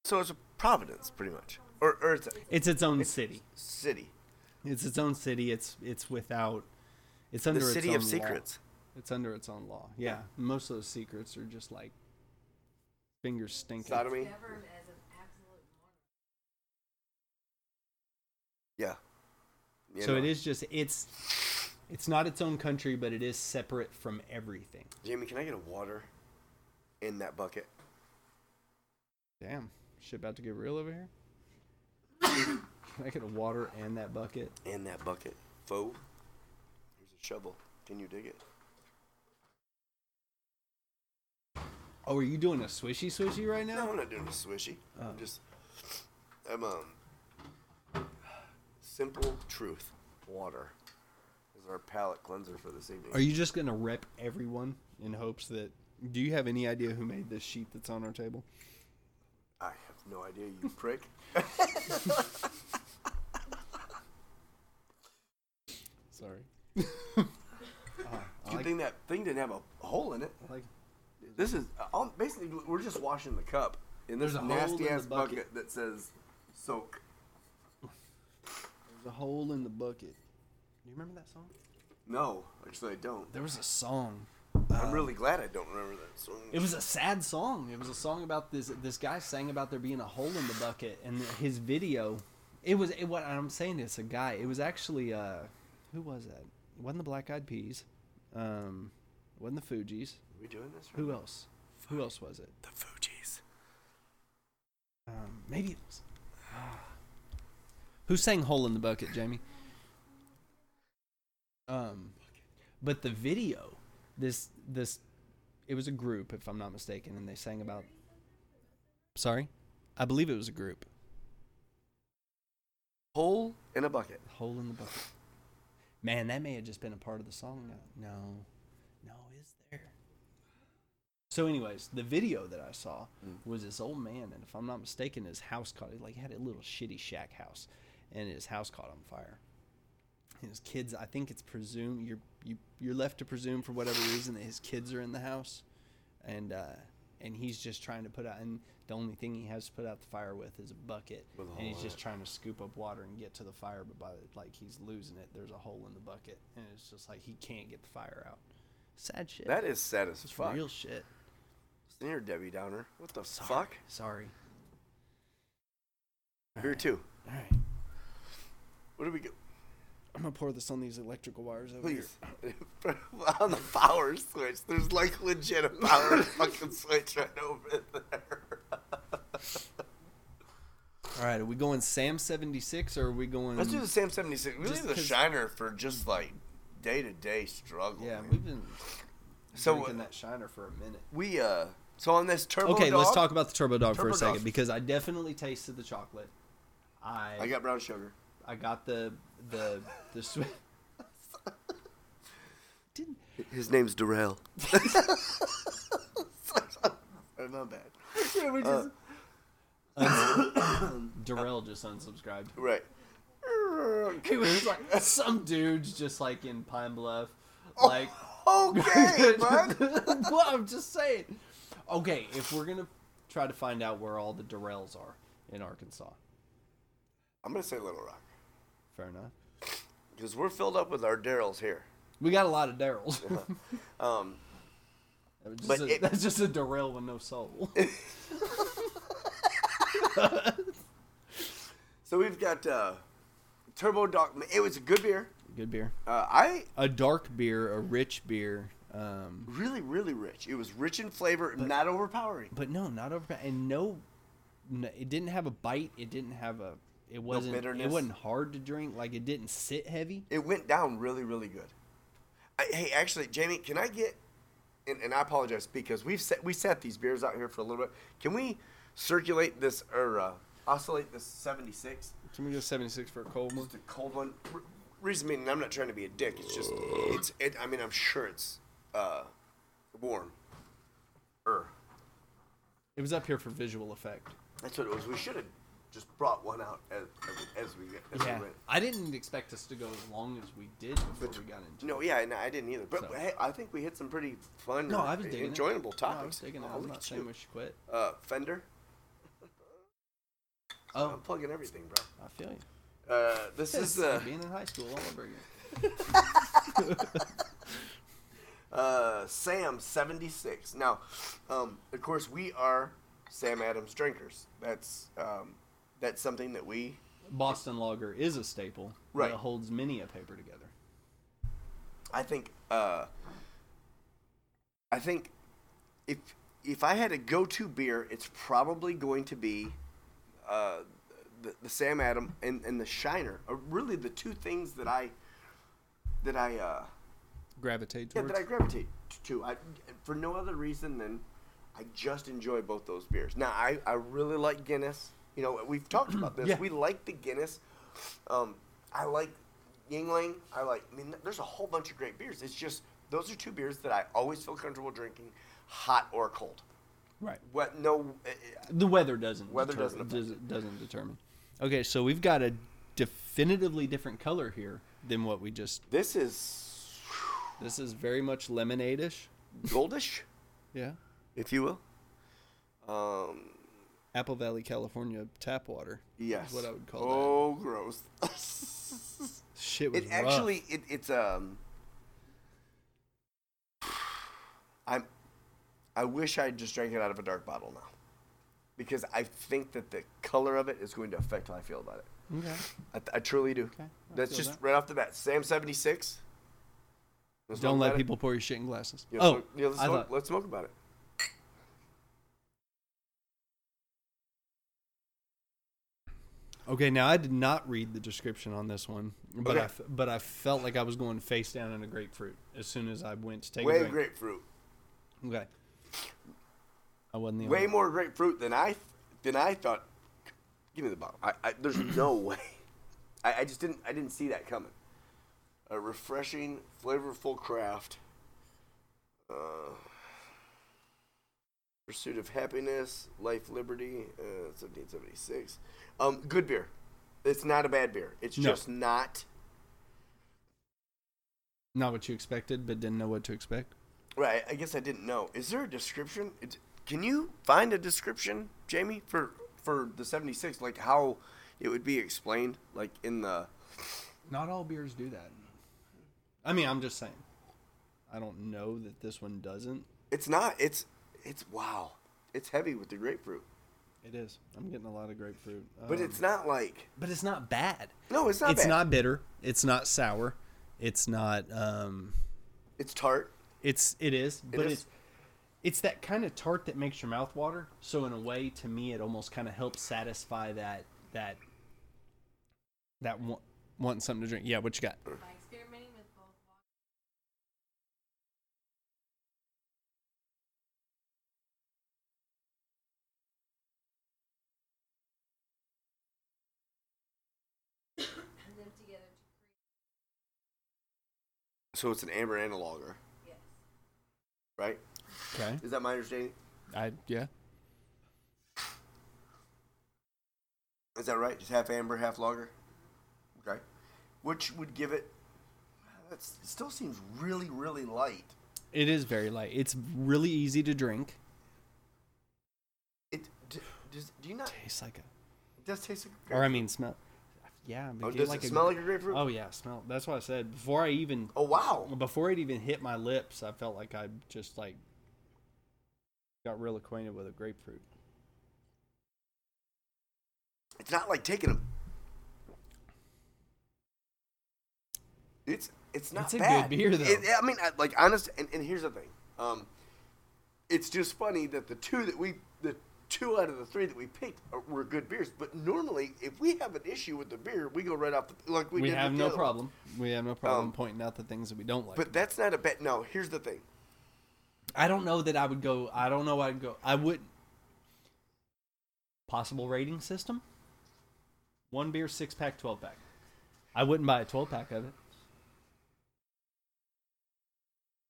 So it's a Providence, pretty much, or or it's a It's its own city. city, It's its own city. It's it's without. It's under the city its of own secrets. Law. It's under its own law. Yeah, most of those secrets are just like fingers stinking. Sodomy. Governed as an absolute monarch. Yeah. You so know, it is just it's. It's not its own country, but it is separate from everything. Jamie, can I get a water in that bucket? Damn, shit about to get real over here. Can I get a water and that bucket? In that bucket, foe. Here's a shovel. Can you dig it? Oh, are you doing a swishy swishy right now? No, I'm not doing a swishy. Oh. I'm just, I'm um. Simple truth, water, is our palate cleanser for this evening. Are you just gonna rep everyone in hopes that? Do you have any idea who made this sheet that's on our table? I have no idea, you prick. Sorry. Good thing that thing didn't have a hole in it. Like, This is uh, basically we're just washing the cup in this There's a hole in nasty the ass bucket. bucket that says soak. there's a hole in the bucket. Do you remember that song? No, actually I don't. There was a song. I'm really glad I don't remember that song. It was a sad song. It was a song about this. This guy sang about there being a hole in the bucket, and his video. It was it, what I'm saying. It's a guy. It was actually uh, who was that? It wasn't the Black Eyed Peas? Um, it wasn't the Fugees? Are we doing this? Right? Who else? Who else was it? The Fugees. Um, maybe it was. uh, Who sang "Hole in the Bucket," Jamie? Um, but the video, this this, it was a group, if I'm not mistaken, and they sang about. Sorry, I believe it was a group. Hole in a bucket. "Hole in the Bucket." Man, that may have just been a part of the song. No, no, is there? So, anyways, the video that I saw Mm. was this old man, and if I'm not mistaken, his house caught like he had a little shitty shack house, and his house caught on fire. And His kids, I think it's presumed you're you, you're left to presume for whatever reason that his kids are in the house, and uh, and he's just trying to put out, and the only thing he has to put out the fire with is a bucket, With a and hole he's in just it. trying to scoop up water and get to the fire, but by the, like he's losing it, there's a hole in the bucket, and it's just like he can't get the fire out. Sad shit. That is sad as It's fuck. real shit. Listen here, Debbie Downer. What the Sorry. fuck? Sorry. Here too. All right. What do we go? I'm gonna pour this on these electrical wires over Please. On the power switch. There's like legit a power fucking switch right over there. All right, are we going Sam 76 or are we going? Let's do the Sam 76. We Just leave the 'cause- Shiner for just like day to day struggle. Yeah, man. we've been So, drinking uh, that Shiner for a minute. we uh. So on this turbo. Okay, let's Dog, talk about the Turbo Dog for Turbo a second Dog. because I definitely tasted the chocolate. I I got brown sugar. I got the the the sweet. Didn't His name's Darrell. My bad. Yeah, we just... Uh, Darrell just unsubscribed? right. He was like some dude's just like in Pine Bluff, like. Oh, Okay, bud. well, I'm just saying. Okay, if we're gonna try to find out where all the Durrells are in Arkansas, I'm gonna say Little Rock fair enough. because we're filled up with our Daryls here. We got a lot of Daryls. Um, That was just But a- it- that's just a Durrell with no soul. so we've got uh, Turbo Dog. It was a good beer. Good beer. Uh, I A dark beer, a rich beer, Um, Really, really rich. It was rich in flavor, not overpowering. but no, not over. And no, no, it didn't have a bite. It didn't have a. It wasn't. it bitterness. wasn't hard to drink. Like it didn't sit heavy. It went down really, really good. I, hey, actually, Jamie, can I get? And, and I apologize because we've set, we set these beers out here for a little bit. Can we circulate this or uh, oscillate this seventy six? Can we go seventy six for a cold one? Just a cold one. Re- Reason being, I'm not trying to be a dick. It's just it's. It, I mean, I'm sure it's uh, warm. Er, It was up here for visual effect. that's what it was. We should have just brought one out as as, as we as we went. I didn't expect us to go as long as we did before we got into. No, yeah, no, I didn't either. But So- hey, I think we hit some pretty fun, No, I was digging it. enjoyable No, I was topics. digging it. Oh, I'm look not at saying you. we should quit. Uh, Fender. Oh, I'm plugging everything, bro. I feel you. Uh, this This is is like uh, being in high school all over again. uh, Sam seventy six. Now, um, of course, we are Sam Adams drinkers. That's um, that's something that we. Boston Lager is a staple Right. that holds many a paper together. I think. Uh, I think if if I had a go to beer, it's probably going to be uh, the, the Sam Adam and, and the Shiner. Are really the two things that I that I. Uh, Gravitate Yeah, towards. that I gravitate t- to. I, for no other reason than I just enjoy both those beers. Now, I, I really like Guinness. You know, we've talked about this. Mm-hmm. Yeah. We like the Guinness. Um, I like Yingling. I like, I mean, there's a whole bunch of great beers. It's just, those are two beers that I always feel comfortable drinking, hot or cold. right. What, no, eh, eh, The weather doesn't. Weather deter- doesn't affect does- doesn't determine. Okay, so we've got a definitively different color here than what we just. this is This is very much lemonade-ish. goldish, Yeah. if you will. Um, Apple Valley, California tap water. yes. Is what I would call that. oh, gross. Shit was It rough. actually, it, it's um. I'm. I wish I just drank it out of a dark bottle now, because I think that the color of it is going to affect how I feel about it. Okay. I, th- I truly do. Okay, I That's feel just that. right off the bat. Sam seventy six. Don't let people pour your shit in glasses. You oh, smoke, yeah, let's, I smoke, thought- let's smoke about it. Okay, now I did not read the description on this one, but I Okay. f- but I felt like I was going face down in a grapefruit as soon as I went to take Way a drink. grapefruit. Okay. I wasn't the Way only more grapefruit than I th- than I thought. Give me the bottle. I, I, there's no way. I, I just didn't. I didn't see that coming. A refreshing, flavorful craft. Uh, pursuit of happiness, life, liberty. Uh, 1776. Um, good beer. It's not a bad beer. It's No. just not Not what you expected, but didn't know what to expect. right. I guess I didn't know. Is there a description? It's, can you find a description, Jamie, for for the 76? Like how it would be explained, like in the Not all beers do that. I mean, I'm just saying. I don't know that this one doesn't. It's not. It's it's wow. It's heavy with the grapefruit, It is. I'm getting a lot of grapefruit. but Um, it's not like but it's not bad. no. It's not. it's bad. not bitter. It's not sour. It's not. Um, It's tart. It's it is, but is. it's it's that kind of tart that makes your mouth water. So in a way, to me, it almost kind of helps satisfy that that that want, want something to drink. Yeah, what you got? By experimenting with both water and them together to create So it's an amber and a lager, yes. right? Okay, Is that my understanding? I yeah. Is that right? Just half amber, half lager. Okay, which would give it. That still seems really, really light. It is very light. It's really easy to drink. It d- does. Do you not? Tastes like a, It does taste like. or I grapefruit. mean, smell. Yeah, but Oh, get does like it a- smell like a grapefruit? Oh yeah, smell. That's what I said before I even oh wow. before it even hit my lips. I felt like I just like got real acquainted with a grapefruit. It's not like taking a. It's it's not It's a bad. good beer, though. It- I mean, I, like honest, and, and here's the thing. Um, it's just funny that the two that we the two out of the three that we picked are, were good beers. But normally, if we have an issue with the beer, we go right off the like we, We did have with the no other one. problem. We have no problem Um, pointing out the things that we don't like. But that's not a bet. No, here's the thing. I don't know that I would go. I don't know. I'd go. I would. Possible rating system. One beer, six pack, twelve pack. I wouldn't buy a twelve pack of it.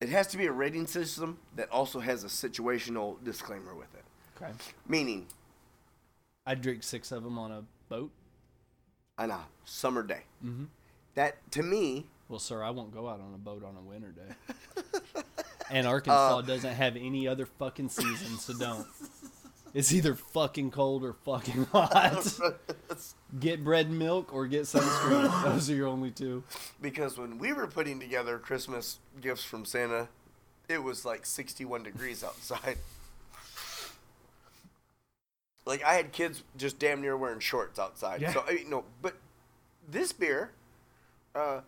It has to be a rating system that also has a situational disclaimer with it. Okay. Meaning, I'd drink six of them on a boat. on a summer day. That to me, Well, sir, I won't go out on a boat on a winter day. and Arkansas Uh. doesn't have any other fucking season, so don't. It's either fucking cold or fucking hot. get bread and milk or get sunscreen. Those are your only two. because when we were putting together Christmas gifts from Santa, it was like 61 degrees outside. Like I had kids just damn near wearing shorts outside. Yeah. So I mean, no, but this beer, uh,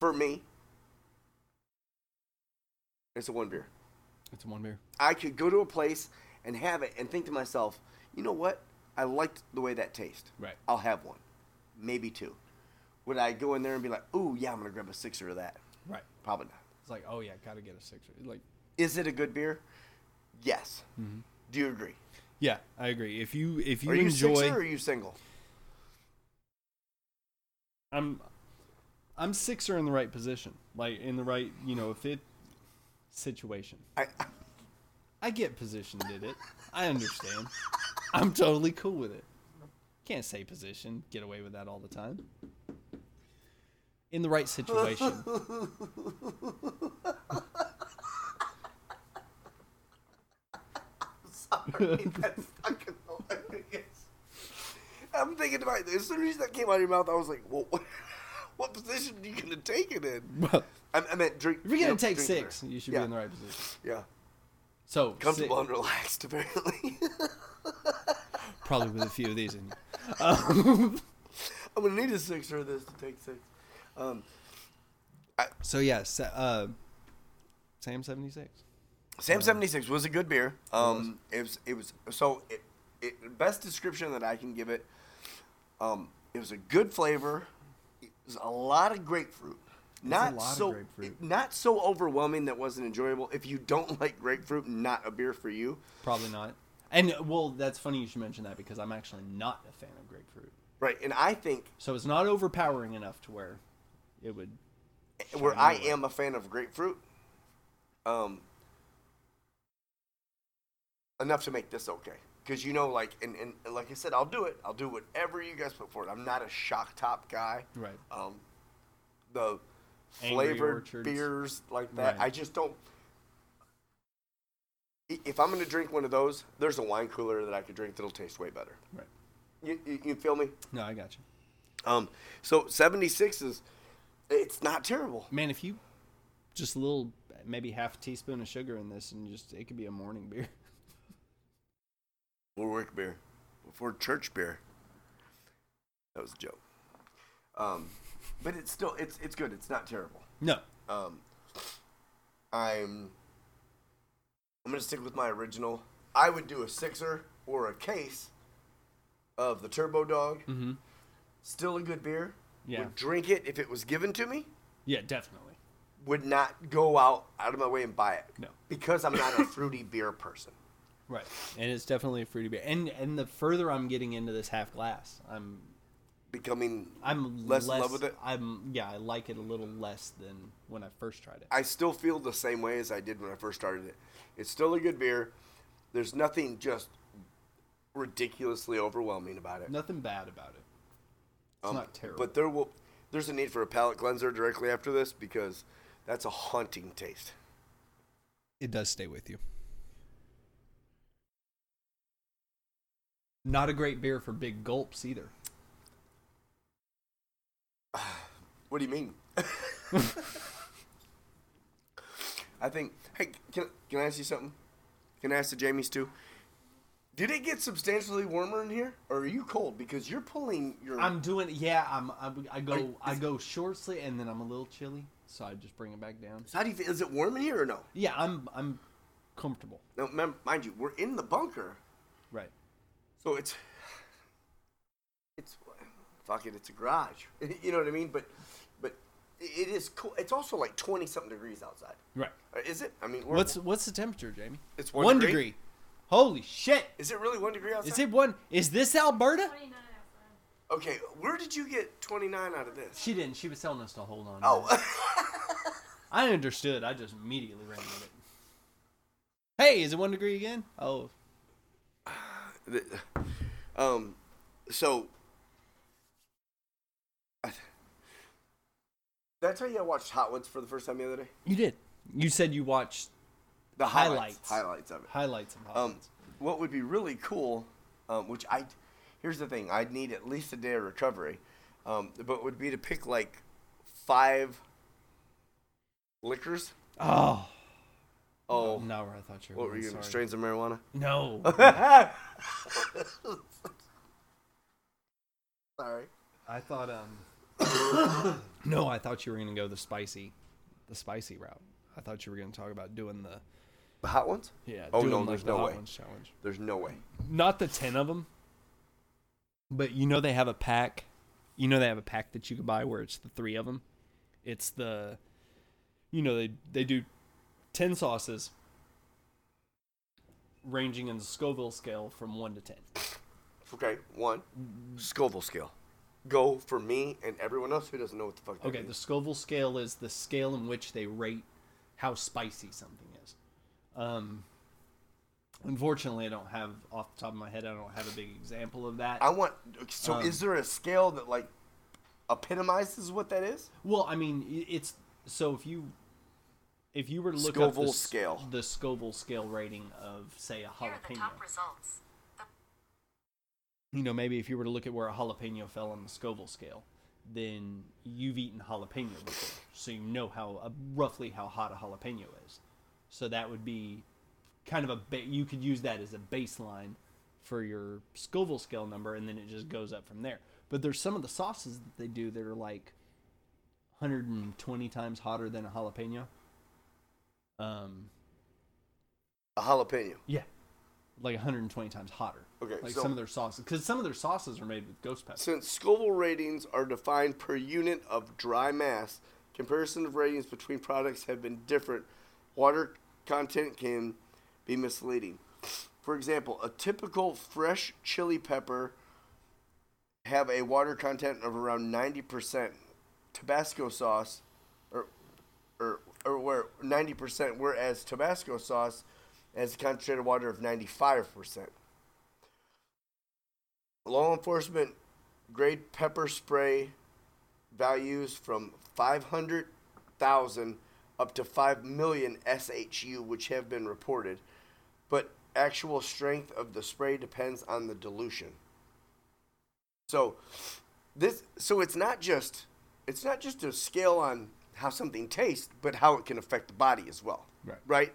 for me, it's a one beer. It's one beer. I could go to a place and have it and think to myself, you know what? I liked the way that tastes. Right. I'll have one, maybe two. Would I go in there and be like, ooh, yeah, I'm gonna grab a sixer of that? Right. Probably not. It's like, oh yeah, gotta get a sixer. Like, Is it a good beer? Yes. Do you agree? yeah, I agree. If you if Mm-hmm. you are you enjoy, sixer or are you single? I'm I'm sixer in the right position, like in the right, you know, if it situation. I, I get positioned in it. I understand. I'm totally cool with it. Can't say position. Get away with that all the time. In the right situation. sorry, that's stuck in the language. I'm thinking about it. As soon as that came out of your mouth, I was like, well, what, what position are you gonna take it in? Well, I, I meant drink. if you're gonna nope, take drink six, beer. you should yeah, be in the right position. Yeah. So comfortable six- and relaxed apparently probably with a few of these in. you. i'm gonna need a six or this to take six um, So yeah, sa- uh, Sam seventy six. sam 76 was a good beer um, Uh, it, was. it was so it, it best description that i can give it um, it was a good flavor it was a lot of grapefruit not lot of so grapefruit. not so overwhelming that wasn't enjoyable if you don't like grapefruit not a beer for you Probably not. And well, that's funny you should mention that because I'm actually not a fan of grapefruit. right and i think So it's not overpowering enough to where it would. where Shiny I red. am a fan of grapefruit, um, enough to make this okay. Because you know, like and, and and like I said, I'll do it. I'll do whatever you guys put forward. I'm not a shock top guy. Right. Um, the Angry flavored Orchards. beers like that, Right. I just don't. i- If I'm gonna drink one of those, there's a wine cooler that I could drink that'll taste way better. Right. You you, you feel me? No, I got you. Um, so 76 is, it's not terrible. Man, if you just a little, maybe half a teaspoon of sugar in this, and just it could be a morning beer. Before work beer. Before church beer. That was a joke. Um, but it's still it's it's good. It's not terrible. No, Um, I'm I'm gonna stick with my original. I would do a sixer or a case of the Turbo Dog. Mm-hmm. Still a good beer. Yeah. Would drink it if it was given to me. yeah, definitely. Would not go out out of my way and buy it. No. Because I'm not a fruity beer person. Right, and it's definitely a fruity beer. And and the further I'm getting into this half glass, I'm Becoming I'm Less in love with it? I'm yeah, I like it a little less than when I first tried it. I still feel the same way as I did when I first started it. It's still a good beer. There's nothing just ridiculously overwhelming about it. Um, Nothing bad about it. It's not terrible. But there will there's a need for a palate cleanser directly after this because that's a haunting taste. it does stay with you. Not a great beer for big gulps either. What do you mean? I think. Hey, can, can I ask you something? Can I ask the Jamies too? Did it get substantially warmer in here, or are you cold? Because you're pulling your. I'm doing yeah. I'm, I'm I go Are- I go short sleeve and then I'm a little chilly, so I just bring it back down. So how do you feel? Is it warm in here or no? Yeah, I'm I'm comfortable. Now, mem- mind you, we're in the bunker, Right. so it's it's fuck it, it's a garage. You know what I mean? But but it is cool. It's also like twenty something degrees outside. Right. Uh, Is it? I mean, we're, What's what's the temperature, Jamie? It's one one degree. degree. Holy shit! is it really one degree outside? Is it one? Is this Alberta? 29 outside. Okay, where did you get twenty nine out of this? She didn't. She was telling us to hold on. to Oh, it. I understood. I just immediately ran with it. Hey, is it one degree again? Oh, The- um, so I- did I tell you I watched Hot Ones for the first time the other day? you did. You said you watched The Highlights. highlights of it. highlights of Hot Um, Ones. what would be really cool, um, which I, here's the thing, I'd need at least a day of recovery, um, but would be to pick like five liquors. Oh, Oh, no, I thought you were. what were going, you gonna Mm-hmm. sorry. strains of marijuana? No. Sorry. I thought um um, No, I thought you were gonna go the spicy the spicy route. I thought you were gonna talk about doing the The hot ones? yeah, Oh doing no, like there's the no hot way. ones challenge. There's no way. Not the ten of them, but you know they have a pack. You know they have a pack that you can buy where it's the three of them. It's the, you know they they do ten sauces, ranging in Scoville scale from one to ten. Okay, one Mm-hmm. Scoville scale. Go for me and everyone else who doesn't know what the fuck. that Okay, the means. Scoville scale is the scale in which they rate how spicy something is. Um, unfortunately, I don't have off the top of my head. I don't have a big example of that. I want. So, Um. is there a scale that like epitomizes what that is? Well, I mean, i- it's so if you if you were to look up the, Scoville s- scale. the Scoville scale rating of say a Here are the jalapeno, top results. you know, maybe if you were to look at where a jalapeno fell on the Scoville scale, then you've eaten jalapeno before, so you know how uh, roughly how hot a jalapeno is. So that would be kind of a ba- you could use that as a baseline for your Scoville scale number, and then it just goes up from there. But there's some of the sauces that they do that are like 120 times hotter than a jalapeno. Um, A jalapeno. yeah, like 120 times hotter. Okay, like so- some of their sauces, because some of their sauces are made with ghost pepper. Since Scoville ratings are defined per unit of dry mass, comparison of ratings between products have been different. Water content can be misleading. For example, a typical fresh chili pepper have a water content of around 90%. Tabasco sauce or or or where 90% whereas Tabasco sauce has a concentrated water of 95%. Law enforcement grade pepper spray values from 500,000 up to 5 million SHU, which have been reported, but actual strength of the spray depends on the dilution. So this so it's not just it's not just a scale on how something tastes, but how it can affect the body as well. Right. Right?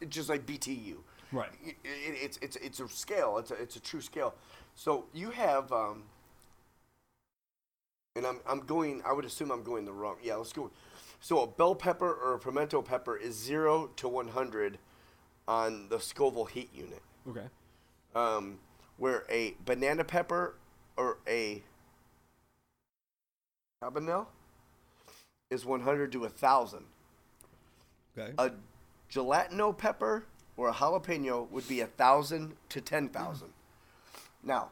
It's just like BTU Right. it, it, it's it's it's a scale. It's a it's a true scale. So you have, um, and I'm I'm going. I would assume I'm going the wrong. Yeah, let's go. So a bell pepper or a pimento pepper is zero to one hundred on the Scoville heat unit, Okay. um, where a banana pepper or a habanero is one hundred to thousand. Okay. a gelatino pepper or a jalapeno would be a thousand to ten thousand. Now,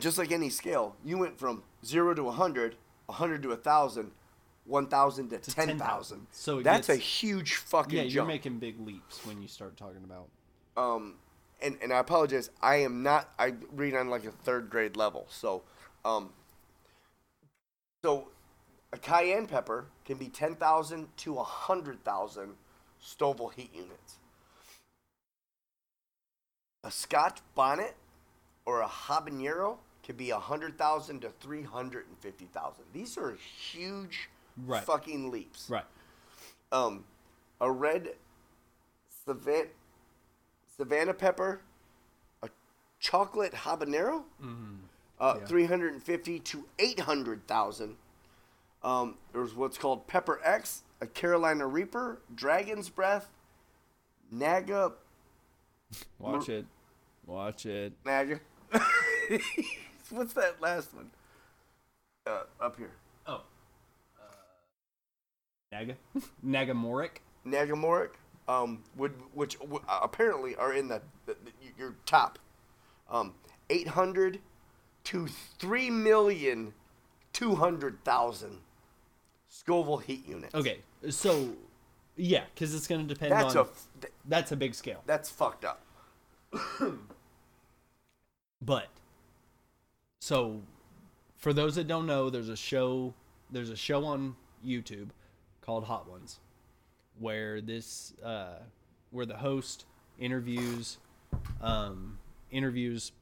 just like any scale, you went from zero to a hundred, a hundred to a thousand, one thousand to, To ten 10,000. thousand. So it that's a gets- huge fucking yeah, you're jump. making big leaps when you start talking about. um, and and I apologize, I am not. I read on like a third grade level, so, um, so a cayenne pepper can be ten thousand to a hundred thousand Stovall heat units. A Scotch bonnet or a habanero could be a hundred thousand to three hundred and fifty thousand. These are huge Right. fucking leaps Right. um, a red savan- savannah pepper chocolate habanero, uh, yeah. 350 to 800,000. Um, there's what's called Pepper X, a Carolina Reaper, Dragon's Breath, Naga, Watch it. Watch it. Naga. what's that last one? Uh, up here. Oh. Naga? Nagamoric? Nagamoric, um, would which w- uh, apparently are in the, the, the your top, um, eight hundred to three million two hundred thousand Scoville heat units. Okay, so, yeah, because it's going to depend that's a on. f- th- that's a big scale. that's fucked up. But so for those that don't know, there's a show there's a show on YouTube called Hot Ones where this uh, where the host interviews um, interviews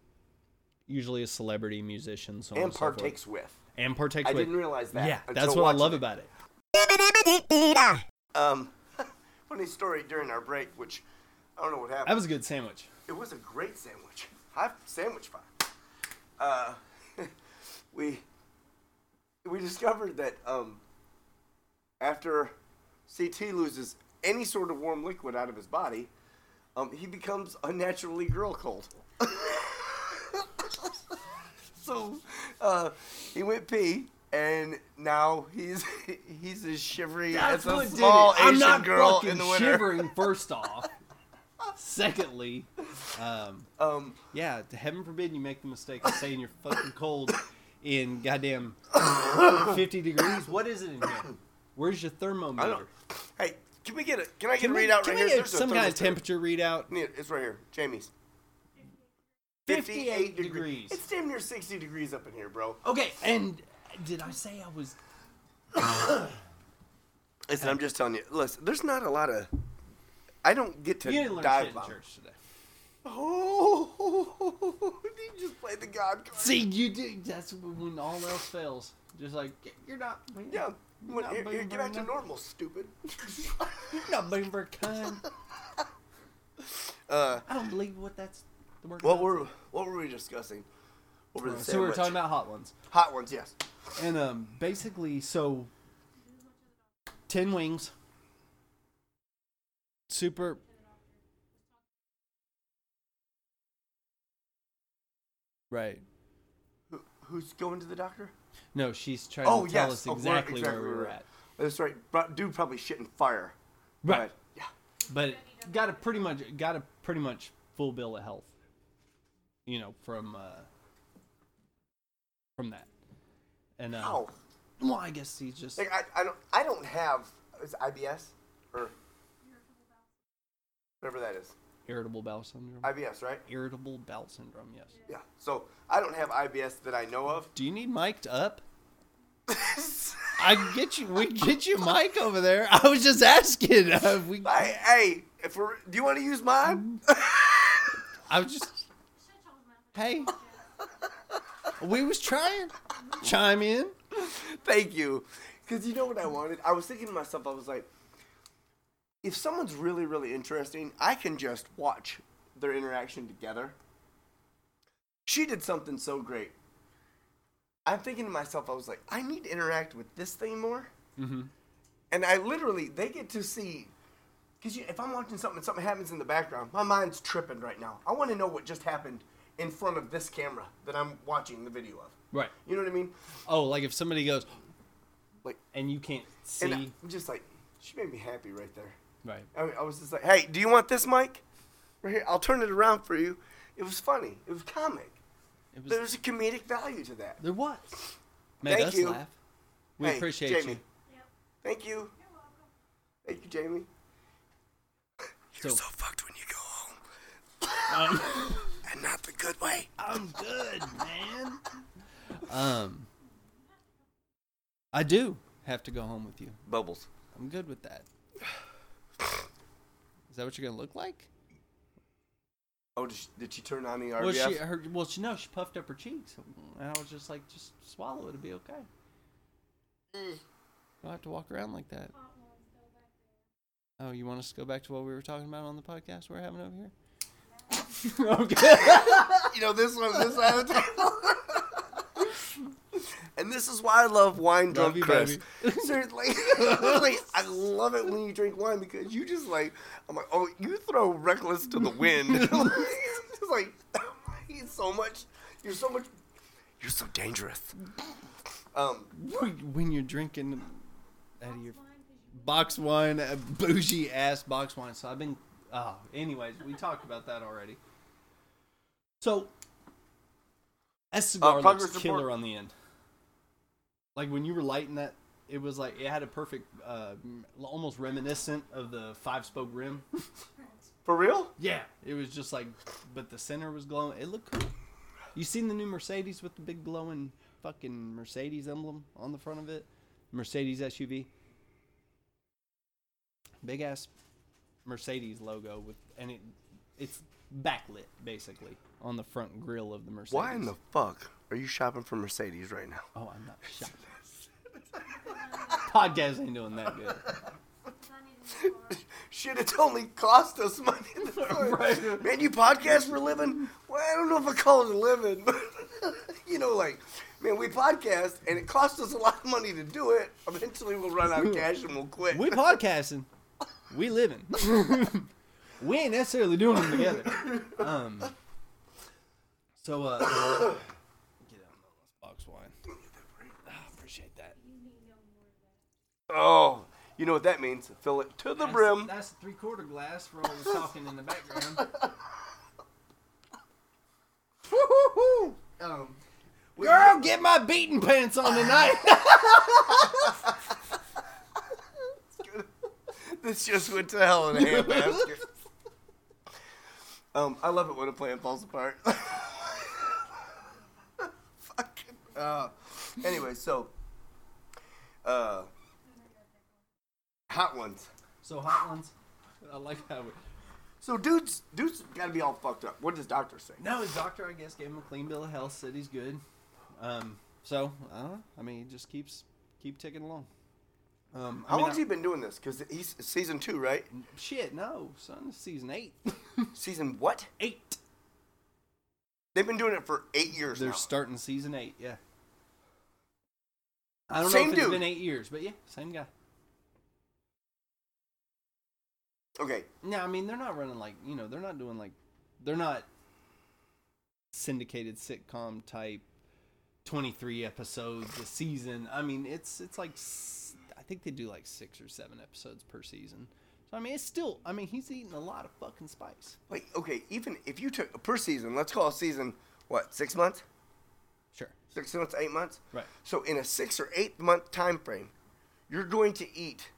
usually a celebrity musician so on And and so forth. partakes with. and partakes I with- didn't realize that yeah until that's what I watching love it. about it Um, funny story during our break, which I don't know what happened. that was a good sandwich It was a great sandwich. High sandwich pie. Uh, we we discovered that um, after CT loses any sort of warm liquid out of his body, um, he becomes unnaturally girl cold. so uh, he went pee, and now he's he's as shivery as a small Asian I'm not girl fucking in the winter. shivering first off secondly um Um, Yeah, to heaven forbid you make the mistake of saying you're fucking cold in goddamn 50 degrees. What is it in here? Where's your I thermometer? don't. Hey, can we get a can I get Can a we, readout can right we here? get There's a some kind of thermostat. temperature readout? Yeah, It's right here, Jamie's. 58 degree- degrees. It's damn near 60 degrees up in here, bro. Okay, and did I say I was. Listen, I'm just telling you. Listen, there's not a lot of. I don't get to You didn't learn dive shit in bomb. church today. Oh, you just played the God card. See, you do. That's when all else fails. Just like, you're not. yeah. When, Not here, here, being get back to very normal, stupid. You're not being very kind. uh, I don't believe what that's. The word what were what were we discussing? Over the So we were sandwich? talking about hot ones. hot ones, yes. And um, basically, so ten wings, super. Right. Who, who's going to the doctor? No, she's trying Oh, to tell yes. us Oh, we're exactly, exactly where we where were we're at. That's right. bro- Dude, probably shit and fire. Right. But, yeah. But got a pretty much got a pretty much full bill of health. You know, from uh, from that. And uh, Ow. well, I guess he's just Like I, I don't I don't have is it IBS or whatever that is. irritable bowel syndrome. IBS, right? irritable bowel syndrome. Yes. Yeah. So I don't have IBS that I know of. Do you need mic'd up? I can get you. We can get you mic over there. I was just asking. Uh, we, Hey, hey, if we're, do you want to use mine? I was just. Hey. We was trying. Chime in. Thank you. Cuz you know what I wanted? I was thinking to myself I was like if someone's really really interesting, I can just watch their interaction together. She did something so great. I'm thinking to myself I was like I need to interact with this thing more. Mm-hmm. and I literally they get to see because if I'm watching something, and something happens in the background. My mind's tripping right now. I want to know what just happened in front of this camera that I'm watching the video of. Right. You know what I mean? Oh, like if somebody goes, Like, and you can't see. and I'm just like, she made me happy right there. right. I, mean, I was just like, hey, do you want this mic? Right here, I'll turn it around for you. It was funny. It was comic. It was, There's a comedic value to that. there was. Made Thank us you. laugh. We Hey, appreciate Jamie. you. Thank you. Thank you, Jamie. So, fucked when you go home, um, and not the good way. I'm good, man. Um, I do have to go home with you. Bubbles. I'm good with that. Is that what you're gonna look like? Oh, did she, did she turn on the RBF? Well, she her, well, she no, she puffed up her cheeks, and I was just like, just swallow it, it'll be okay. uh, Mm. You don't have to walk around like that. Oh, you want us to go back to what we were talking about on the podcast we're having over here? okay. you know this one, this side of the table. and this is why I love wine drunk you, Chris. Seriously, like, I love it when you drink wine because you just like I'm like oh you throw reckless to the wind. it's like he's so much. You're so much. You're so dangerous. Um, when you're drinking out of your Mine, 'cause you box wine, uh, bougie ass box wine. So I've been. Oh, anyways, we talked about that already. So that cigar looks Uh, progress report. killer on the end. Like when you were lighting that, it was like it had a perfect, uh, m- almost reminiscent of the five spoke rim. for real? yeah, it was just like, but the center was glowing. It looked cool. You seen the new Mercedes with the big glowing fucking Mercedes emblem on the front of it? Mercedes SUV. Big ass Mercedes logo with and it it's backlit basically on the front grill of the Mercedes. Why in the fuck are you shopping for Mercedes right now? Oh, I'm not shocked. Podcast ain't doing that good. it's not even a car. Shit, it's only cost us money. Man, you podcast for a living? Well, I don't know if I call it a living, but you know, like, man, we podcast and it costs us a lot of money to do it. Eventually, we'll run out of cash and we'll quit. We podcasting. We living. we ain't necessarily doing them together. Um. So uh. Get out of my box wine. Ah, appreciate that. oh, you know what that means? Fill it to the That's- brim. That's three quarter glass for all the talking in the background. Um, Girl, get my beating pants on tonight. this just went to hell in a handbasket. um, I love it when a plan falls apart. Fucking. Uh, anyway, so. Uh, hot ones. so hot ones. I like how. We, So dudes, dudes gotta be all fucked up. What does doctor say? No, his doctor, I guess, gave him a clean bill of health. Said he's good. Um, so I don't know. I mean, it just keeps keep ticking along. Um, I How mean, long's I- he been doing this? Cause he's season two, right? Shit, no, son. this is Season eight. Season what? eight. They've been doing it for eight years They're now. starting season eight. Yeah. I don't Same know if it's dude. been eight years, but yeah, same guy. okay, No, I mean they're not running like you know they're not doing like they're not syndicated sitcom type twenty three episodes a season. I mean it's it's like s- I think they do like six or seven episodes per season. So I mean it's still I mean he's eating a lot of fucking spice. wait, okay. Even if you took per season, let's call a season what six months, Sure. six months, eight months. Right. So in a six or eight month time frame, you're going to eat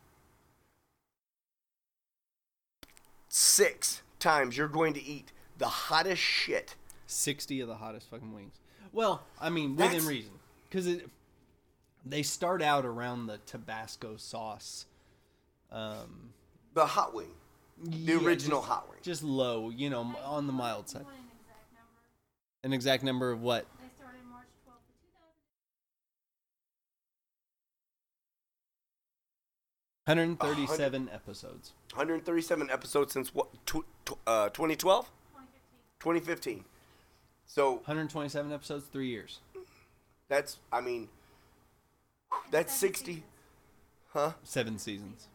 six times. You're going to eat the hottest shit. Sixty of the hottest fucking wings. Well, I mean within That's- reason because it they start out around the Tabasco sauce. Um, The hot wing, the yeah, original just- hot wing. just low, you know, m- on the mild You side. want an exact number? An exact number of what? They started March 12th of 2000. 137 episodes. 137 episodes since what? Tw- tw- uh, 2012, 2015. So 127 episodes, three years. that's, I mean, that's 60. Seven seasons.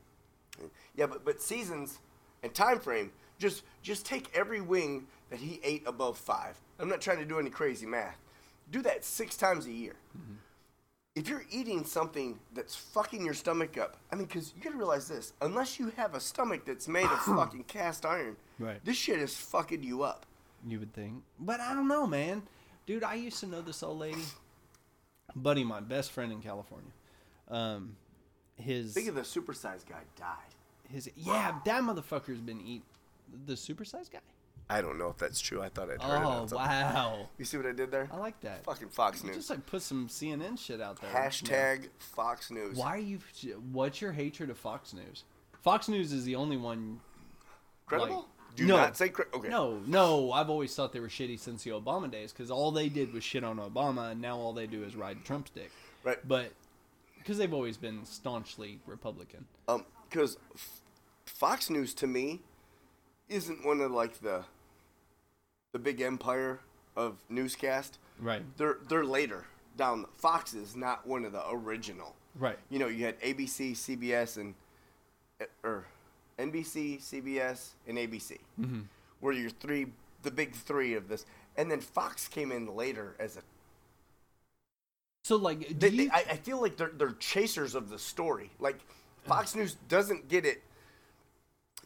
Yeah, but but seasons and time frame. Just just take every wing that he ate above five. I'm not trying to do any crazy math. Do that six times a year. Mm-hmm. If you're eating something that's fucking your stomach up, I mean, because you gotta realize this: unless you have a stomach that's made of fucking cast iron, Right. this shit is fucking you up. You would think. But I don't know, man. Dude, I used to know this old lady. Buddy, my best friend in California. Um, his, Think of the supersized guy died. his, yeah, that motherfucker's been eating the supersized guy. I don't know if that's true. I thought I'd heard it. Oh on something. wow, You see what I did there? I like that. Fucking Fox You News. just like put some CNN shit out there. Hashtag Fox News. Why are you? What's your hatred of Fox News? Fox News is the only one. Credible? Like- Do No. not say cre- okay. No, no. I've always thought they were shitty since the Obama days because all they did was shit on Obama, and now all they do is ride Trump's dick. Right. But because they've always been staunchly Republican. Um, because Fox News to me isn't one of like the the big empire of newscast, Right. they're they're later down. Fox is not one of the original. Right. You know, you had ABC, CBS, and eh, or NBC, CBS, and ABC Mm-hmm. were your three, the big three of this, and then Fox came in later as a. So like, do They, you, they, I, I feel like they're they're chasers of the story. Like Fox News doesn't get it.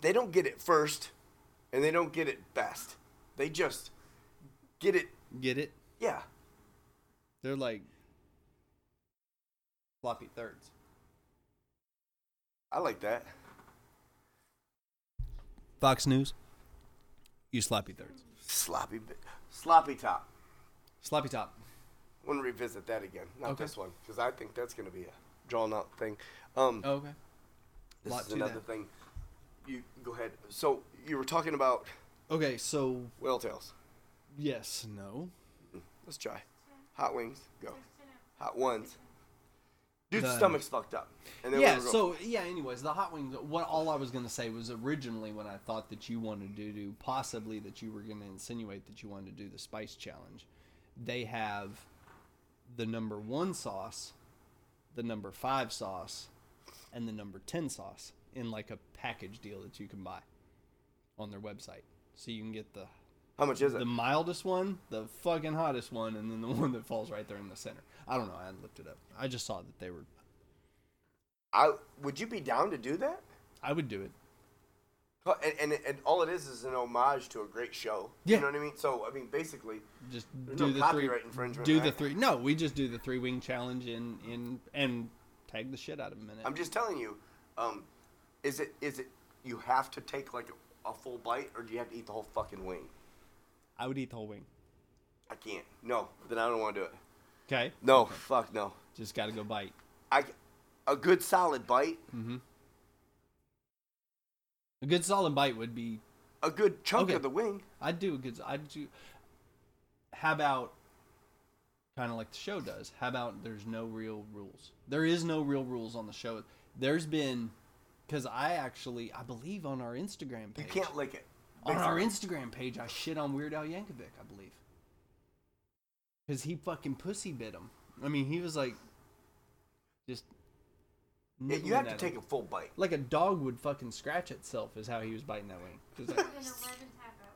They don't get it first, and they don't get it best. They just get it. get it? Yeah, They're like floppy thirds. I like that. Fox News. You sloppy thirds. Sloppy, bit- sloppy top. Sloppy top. want to revisit that again. Not Okay. this one, because I think that's going to be a drawn out thing. Um, Oh, okay. this lot is to another that. thing. You go ahead. So you were talking about Okay, so whale tails. yes, no. Let's try. Hot wings. Go. Hot ones. Dude's The- stomach's fucked up. And then Yeah, we were so yeah. Anyways, the hot wings. What all I was gonna say was originally when I thought that you wanted to do possibly that you were gonna insinuate that you wanted to do the spice challenge. They have the number one sauce, the number five sauce, and the number ten sauce in like a package deal that you can buy on their website. So you can get the how much is it? the mildest one, the fucking hottest one, and then the one that falls right there in the center. I don't know. I hadn't looked it up. I just saw that they were. I would you be down to do that? I would do it. Huh, And, and, and all it is is an homage to a great show. Yeah. You know what I mean? So I mean, basically, Just There's do no the three. copyright infringement, do the right? three. No, we just do the three wing challenge in in and tag the shit out of them in it. I'm just telling you. Um, is it is it you have to take like a, a full bite, or do you have to eat the whole fucking wing? I would eat the whole wing. I can't. No, then I don't want to do it. Okay. No, fuck no. Just gotta go bite. I a good solid bite, A good solid bite would be. a good chunk Okay. of the wing. I'd do a good. I'd do. How about? Kind of like the show does. How about there's no real rules? There is no real rules on the show. There's been, because I actually I believe on our Instagram You page. can't lick it. on our Basically. Instagram page, I shit on Weird Al Yankovic, I believe, because he fucking pussy bit him. I mean, he was like, just Yeah, you nibbling have to at take him. a full bite. like a dog would fucking scratch itself is how he was biting that wing. Just like, Than 11 tap-outs.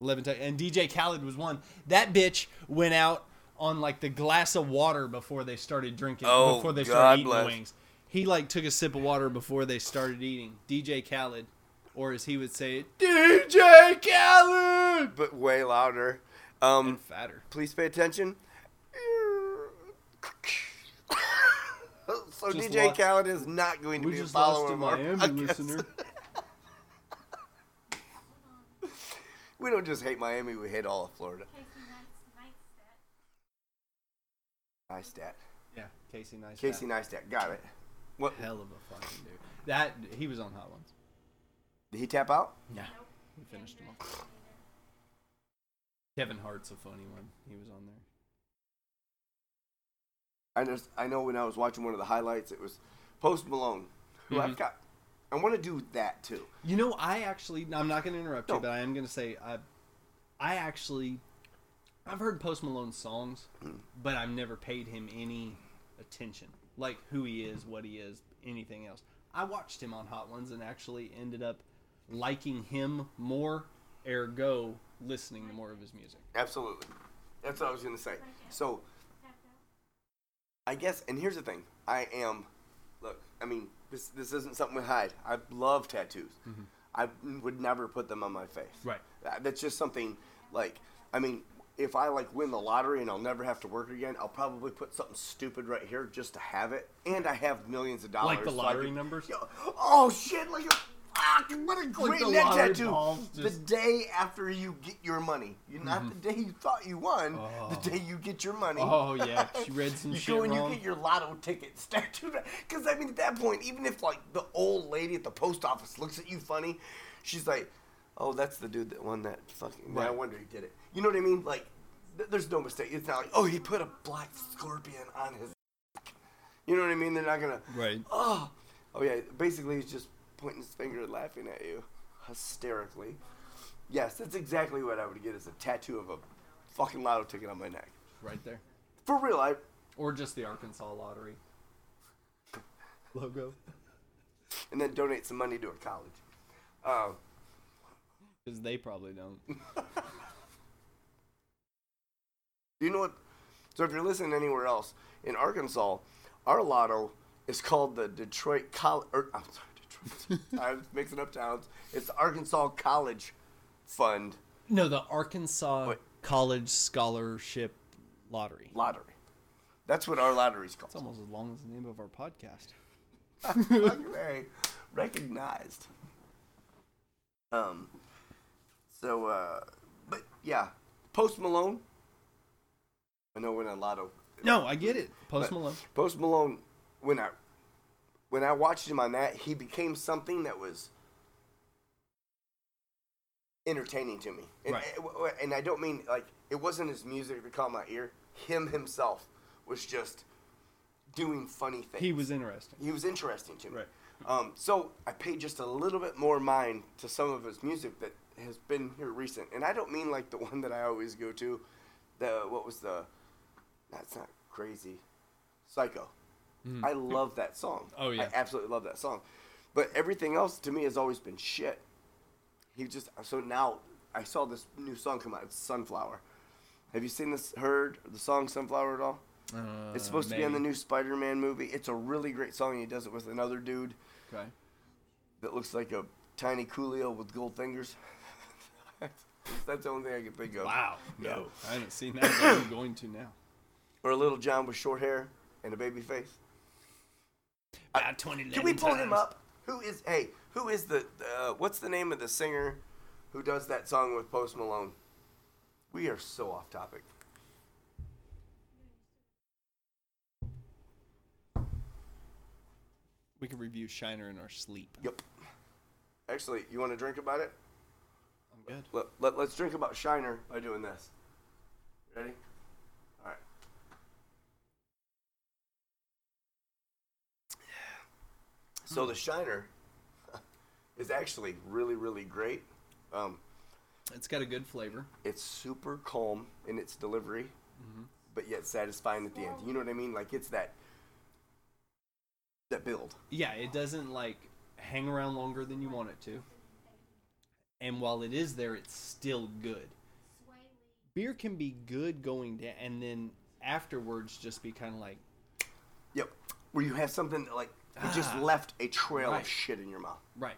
Eleven times, and DJ Khaled was one. That bitch went out on like the glass of water before they started drinking. Oh, before they God started eating bless. the wings. He like took a sip of water before they started eating. DJ Khaled, or as he would say, it, DJ Khaled, but way louder. Um, fatter. please pay attention. so Just DJ lo- Khaled is not going to We be just lost a following our Miami podcast. listener. We don't just hate Miami; we hate all of Florida. Casey Knight's nightstand. Neistat, Yeah, Casey Neistat. Casey Neistat, got it. What Hell of a fucking dude. That he was on Hot Ones. did he tap out? Yeah, he finished them all. Kevin Hart's a funny one. He was on there. I know, I know when I was watching one of the highlights, it was Post Malone, who Mm-hmm. I've got. I want to do that too. You know, I actually I'm not going to interrupt No. you, but I am going to say I I actually I've heard Post Malone's songs, Hmm. but I've never paid him any attention, like who he is, what he is, anything else. I watched him on Hot Ones and actually ended up liking him more, ergo listening to more of his music. Absolutely. That's what I was going to say. So, I guess, and here's the thing. I am, look, I mean, this this isn't something we hide. I love tattoos. I would never put them on my face. Mm-hmm. Right. That- That's just something, like, I mean, if I, like, win the lottery and I'll never have to work again, I'll probably put something stupid right here just to have it. And I have millions of dollars. Like the so I lottery could- numbers? Yo, oh, shit, like a... Fuck, what a great the neck lottery tattoo! balls The just- Mm-hmm. day after you get your money, you not the day you thought you won, the day you get your money. Oh yeah, she read some You shit go and wrong. you get your lotto ticket tattooed. Because I mean, at that point, even if like the old lady at the post office looks at you funny, she's like, "Oh, that's the dude that won that fucking." Right. I Right. wonder he did it. You know what I mean? Like, th- there's no mistake. It's not like, "Oh, he put a black scorpion on his." You know what I mean? They're not gonna. Right. Oh, oh yeah. Basically, he's just pointing his finger and laughing at you hysterically. Yes, that's exactly what I would get is a tattoo of a fucking lotto ticket on my neck. right there, For real, I or just the Arkansas lottery logo. and then donate some money to a college. Um, Because they probably don't. Do you know what? So if you're listening anywhere else in Arkansas, our lotto is called the Detroit College. I'm sorry, Detroit. I'm mixing up towns. It's the Arkansas College Fund No, the Arkansas Wait. College Scholarship Lottery. Lottery. That's what our lottery's It's called. almost as long as the name of our podcast. Fucking A. recognized. Um. So, uh, but yeah, Post Malone. I know when a lotto No, I get it. Post But Malone. Post Malone, when I when I watched him on that, he became something that was entertaining to me. And, Right. and I don't mean like it wasn't his music that caught my ear. Him himself was just doing funny things. He was interesting. he was interesting to me. Right. Um, so I paid just a little bit more mind to some of his music that has been here recent, and I don't mean like the one that I always go to. The what was the? That's not crazy. Psycho. I love that song. Mm. Oh, yeah. I absolutely love that song. But everything else to me has always been shit. He just so now I saw this new song come out. It's Sunflower. Have you seen this? Heard the song Sunflower at all? Uh, It's supposed to be on the new Spider-Man movie. It's a really great song. and He does it with another dude Okay. that looks like a tiny Coolio with gold fingers. That's the only thing I can think of. Wow. Yeah. No, I haven't seen that. but I'm going to now. Or a little John with short hair and a baby face. About 20 Can we pull him up? Who is? Hey, who is the? Uh, what's the name of the singer who does that song with Post Malone? We are so off topic. We can review Shiner in our sleep. Yep. Actually, you want to drink about it? I'm good. Let, let, let's drink about Shiner by doing this. Ready? All right. So Hmm. the Shiner is actually really, really great. Um, It's got a good flavor. it's super calm in its delivery, Mm-hmm. but yet satisfying at the end. You know what I mean? Like it's that that build. Yeah, it doesn't like hang around longer than you want it to. And while it is there, it's still good. Beer can be good going down, and then afterwards just be kind of like, Yep. Where you have something that, like it just Ah. left a trail Right. of shit in your mouth. right.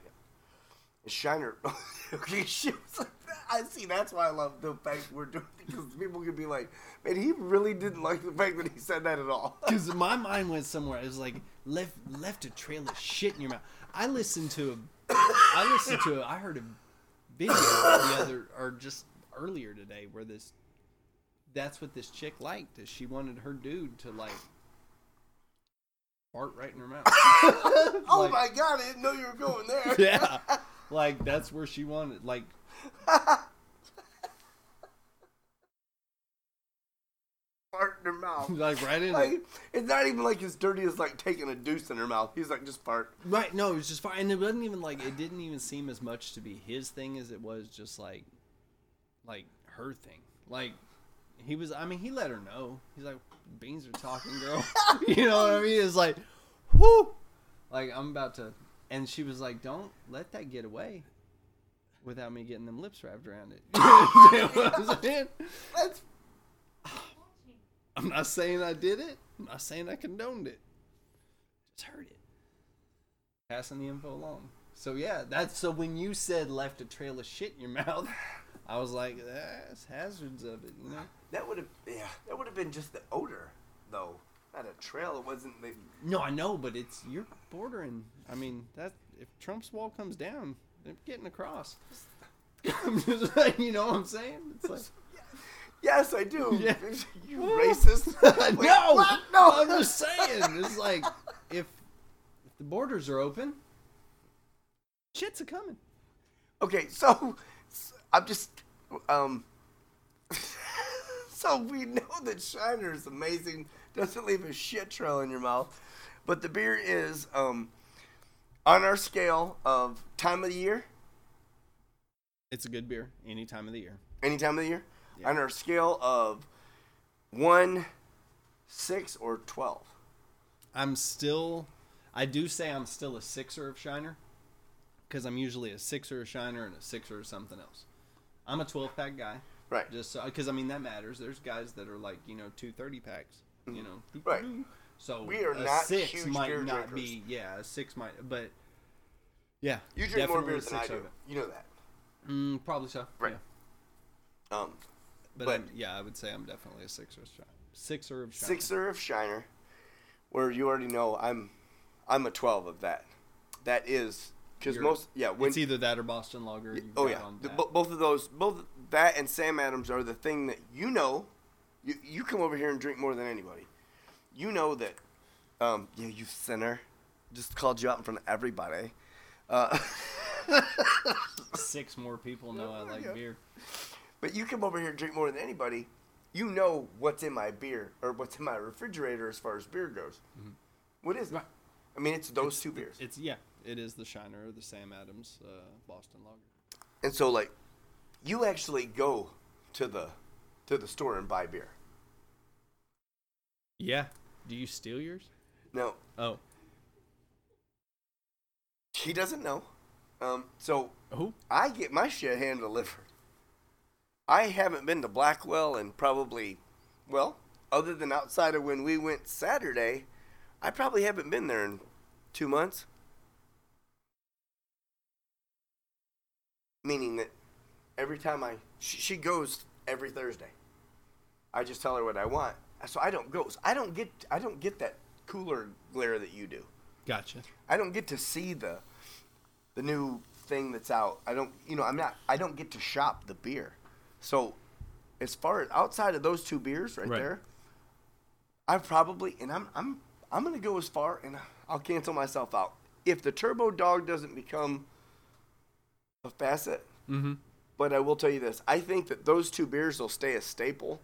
Shiner. okay, she was like, I see. That's why I love the fact we're doing it because people could be like, man, he really didn't like the fact that he said that at all. Because my mind went somewhere. It was like left left a trail of shit in your mouth. I listened to a, I listened to a, I heard a video the other or just earlier today where this, that's what this chick liked is she wanted her dude to like, fart right in her mouth. oh Like- my god, I didn't know you were going there. yeah, like that's where she wanted like. Fart in her mouth. Like right in it. Like, it's not even like as dirty as like taking a deuce in her mouth. He's like, just fart. Right, no, it was just fine. And it wasn't even like it didn't even seem as much to be his thing as it was just like like her thing. Like he was I mean, he let her know. He's like, Beans are talking, girl. you know what I mean? It's like whoo like I'm about to and she was like, Don't let that get away without me getting them lips wrapped around it. You understand what I'm saying? That's I'm not saying I did it. I'm not saying I condoned it. Just heard it. Passing the info along. So yeah, that's so when you said left a trail of shit in your mouth, I was like, that's hazards of it, you know? that would have yeah that would have been just the odor though. Not a trail. It wasn't. The, No, I know, but it's you're bordering. I mean, that if Trump's wall comes down, they're getting across. I'm just like, you know what I'm saying? It's like yes, I do. Yeah. you racist. Wait, no, what? no, No. I'm just saying. It's like if if the borders are open, shit's a coming. Okay, so s- I'm just um. so we know that Shiner is amazing. Doesn't leave a shit trail in your mouth, but the beer is um on our scale of time of the year. It's a good beer any time of the year. Any time of the year? Yeah. On our scale of one, six, or twelve. I'm still, I do say I'm still a sixer of Shiner because I'm usually a sixer of Shiner and a sixer of something else. I'm a 12 pack guy. Right. Just because I mean that matters. There's guys that are like you know two thirty packs. You know. Mm-hmm. Right. So We are a not six huge might beer not drinkers. be yeah a six might but yeah You drink more definitely beer a than I six do. over. You know that. Mm, probably so Right. yeah. Um, but, But- I'm- yeah I would say I'm definitely a sixer of Shiner. sixer of Shiner. sixer of Shiner, where you already know I'm, I'm a twelve of that. That is because You're- most yeah when it's either that or Boston Lager. you've oh got yeah on The- tap. bo- both of those both that and Sam Adams are the thing that you know. You you come over here and drink more than anybody. You know that. Um, yeah, you sinner. Just called you out in front of everybody. Uh, six more people know I like Yeah. beer. But you come over here and drink more than anybody, you know what's in my beer or what's in my refrigerator as far as beer goes. What is it? Mm-hmm. Right. I mean, it's those two beers. It's yeah, it is the Shiner or the Sam Adams uh, Boston Lager. and so, like, you actually go to the to the store and buy beer. Yeah. Do you steal yours? Now Oh. he doesn't know. Um, so Oh. I get my shit hand delivered. I haven't been to Blackwell in probably, well, other than outside of when we went Saturday, I probably haven't been there in two months. Meaning that every time I, she, she goes every Thursday. I just tell her what I want, so I don't go. So I don't get, I don't get that cooler glare that you do. Gotcha. I don't get to see the the new thing that's out. I don't, you know, I'm not. I don't get to shop the beer. So, as far as outside of those two beers right, Right. there, I probably and I'm I'm I'm gonna go as far and I'll cancel myself out if the Turbo Dog doesn't become a facet. Mm-hmm. But I will tell you this: I think that those two beers will stay a staple.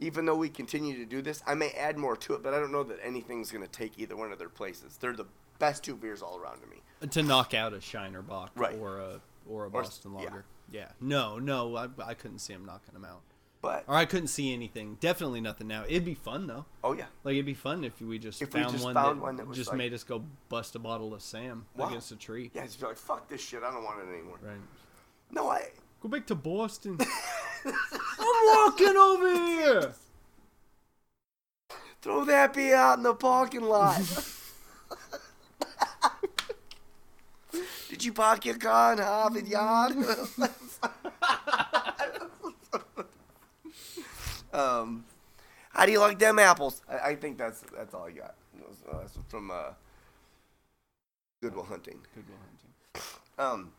Even though we continue to do this, I may add more to it, but I don't know that anything's going to take either one of their places. They're the best two beers all around to me. To knock out a Shiner Bock Right. or a or a Or s- Boston yeah. Lager. Yeah. No, no, I, I couldn't see him knocking them out. But Or I couldn't see anything. Definitely nothing now. It'd be fun though. oh yeah, Like it'd be fun if we just If we found, just one, found that one that was just like- made us go bust a bottle of Sam Wow. against a tree. yeah, just be like, fuck this shit, I don't want it anymore. Right. No, I Go back to Boston. I'm walking over here. throw that beer out in the parking lot. Did you park your car in Harvard Yard? um, how do you like them apples? I, I think that's that's all I got. That's- That's from uh, Goodwill Hunting. Good Will Hunting. Um,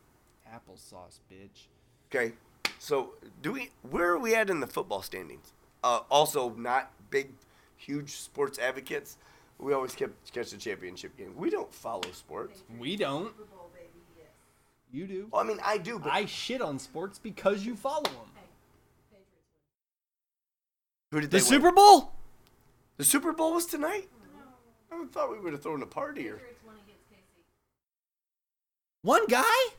Applesauce, bitch. Okay. So do we? Where are we at in the football standings? Uh, also, not big, huge sports advocates. We always kept catch the championship game. We don't follow sports. We don't. Super Bowl, baby, yes. You do. Well, I mean, I do, but I shit on sports because you follow them. Hey, Patriots win. who did they win? Bowl. The Super Bowl was tonight. I would've thought we would have thrown a party or Patriots won against KC. One guy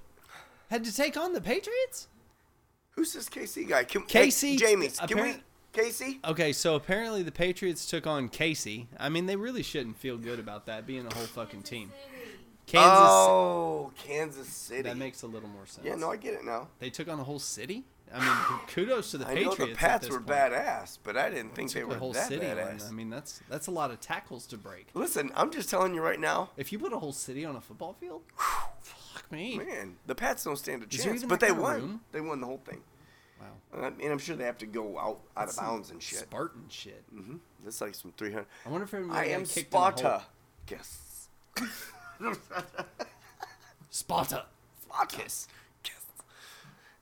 had to take on the Patriots. who's this KC guy? Can, KC hey, Jamie's. Can we? apparent- KC. Okay, so apparently the Patriots took on Casey. I mean, they really shouldn't feel good about that being a whole fucking team. Kansas. Oh, Kansas City. That makes a little more sense. yeah, no, I get it now. they took on a whole city. I mean, kudos to the I Patriots. know the at Pats this were point. badass, but I didn't think they Took were the whole that city. on. badass. I mean, that's that's a lot of tackles to break. Listen, I'm just telling you right now. If you put a whole city on a football field, fuck me. Man, the Pats don't stand a Is there chance, even but that they kind of won. room? They won the whole thing, Wow. uh, and I'm sure they have to go out out That's of some bounds and shit. Spartan shit. hmm That's like some 300. I wonder if everybody I got am kicked in the hole. Sparta. Yes. Sparta, Spartacus. Yes.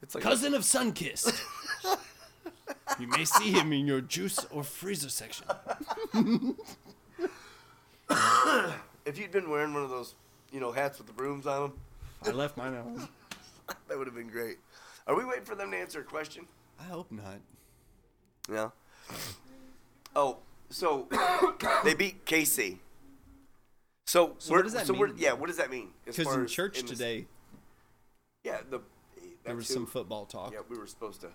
It's like cousin of Sunkiss. you may see him in your juice or freezer section. if you'd been wearing one of those, you know, hats with the brooms on them, I left mine at home. that would have been great. Are we waiting for them to answer a question? I hope not. No. Oh, so they beat KC. So, So we're, what does that so we're, mean? yeah, what does that mean? as Because far in as church the- eh, today, Yeah, the There was That's some who- football talk. Yeah, we were supposed to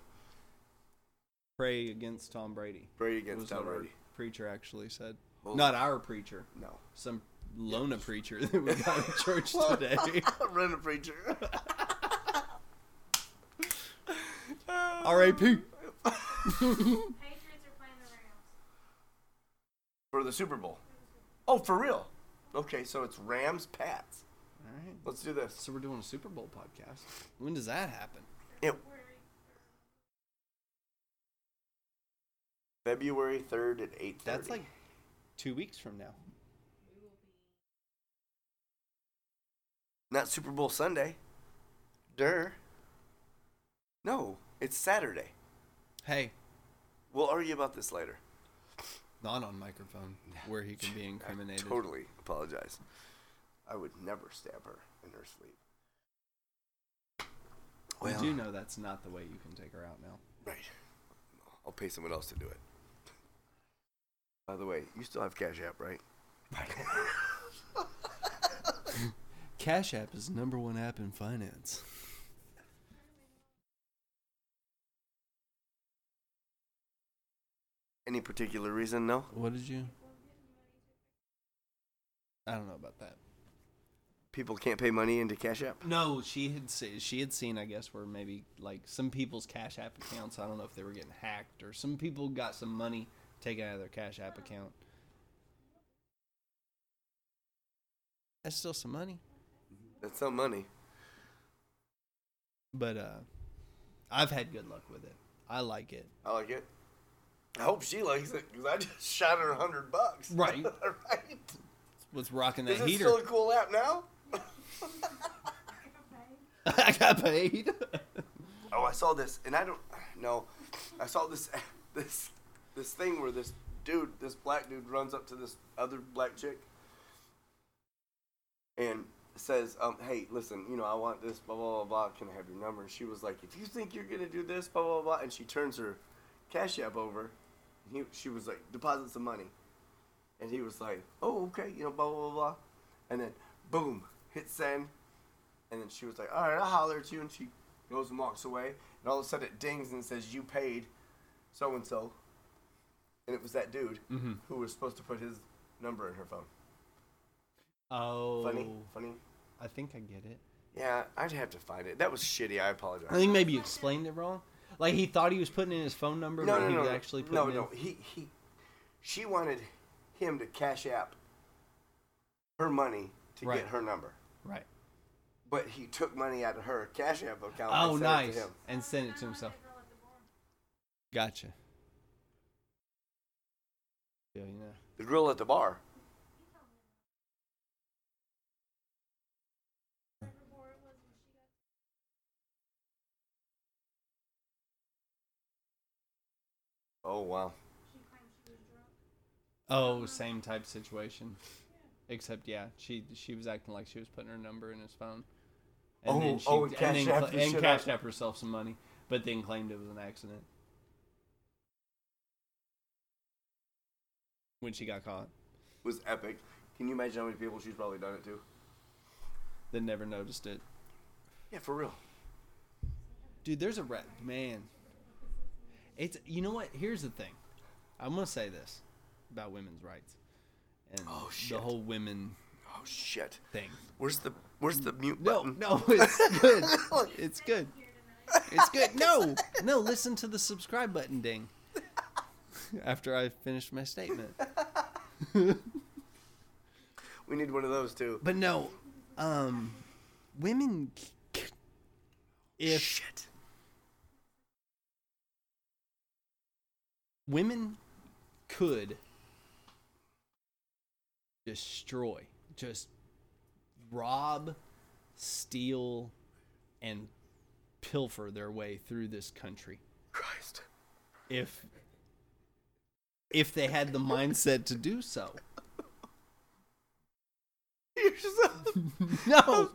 Pray against Tom Brady. pray was against what Tom our Brady. Preacher actually said, Oh. not our preacher, No. some Lona preacher that we got at church today. Run a preacher. R.A.P. Patriots are playing the Rams. For the Super Bowl. Oh, for real? Okay, so it's Rams Pats. All right. Let's do this. So we're doing a Super Bowl podcast. When does that happen? It, We're- February third at eight thirty. That's like two weeks from now. not Super Bowl Sunday. Durr. No, it's Saturday. Hey, We'll argue about this later. not on microphone where he can be I incriminated. totally apologize. I would never stab her in her sleep. We Well, do know that's not the way you can take her out now. right. I'll pay someone else to do it. By the way, you still have Cash App, right? Cash App is number one app in finance. Any particular reason? No. What did you? I don't know about that. People can't pay money into Cash App. No, she had se- she had seen I guess where maybe like some people's Cash App accounts. I don't know if they were getting hacked or some people got some money taken out of their Cash App account. That's still some money, That's some money. but uh, I've had good luck with it. I like it. I like it. I hope she likes it because I just shot her a hundred bucks. Right. right. With rocking that Is it heater, still a cool app now? I got paid. Oh, I saw this, and I don't know. I saw this this this thing where this dude, this black dude, runs up to this other black chick and says, um, "Hey, listen, you know, I want this, blah blah blah blah. Can I have your number?" And she was like, "If you think you're gonna do this, blah blah blah," and she turns her cash app over. And he, she was like, "Deposit some money," and he was like, "Oh, okay, you know, blah blah blah,", blah. and then boom, hit send. And then she was like, all right, I'll holler at you. And she goes and walks away. And all of a sudden it dings and says, you paid so and so. And it was that dude Mm-hmm. who was supposed to put his number in her phone. oh, Funny? Funny? I think I get it. Yeah, I'd have to find it. That was shitty. I I apologize. think maybe you explained it wrong. Like he thought he was putting in his phone number, No, but no, he no. was No, actually putting no, in. no. He, he, she wanted him to cash app her money to Right. get her number. Right. But he took money out of her cash app account. and Oh, sent it to nice. him. And send it to himself. Gotcha. Yeah, you know. The girl at the bar. Oh wow. Oh, same type situation. Except yeah, she she was acting like she was putting her number in his phone. And Oh, then she oh, and and cashed then out cla- the and shit cashed out. out herself some money, but then claimed it was an accident. When she got caught. was epic. Can you imagine how many people she's probably done it to? Then never noticed it. Yeah, for real. Dude, there's a rat man. It's you know what? Here's the thing. I'm gonna say this about women's rights and Oh, the shit. whole women Oh shit. thing. Where's the where's the mute No, button? no, it's good. It's good. It's good. No, no. Listen to the subscribe button ding. After I finished my statement, We need one of those too. but no, um, women. c- c- If shit. women could destroy, just rob, steal, and pilfer their way through this country Christ. if if they had the mindset to do so. You're so- No,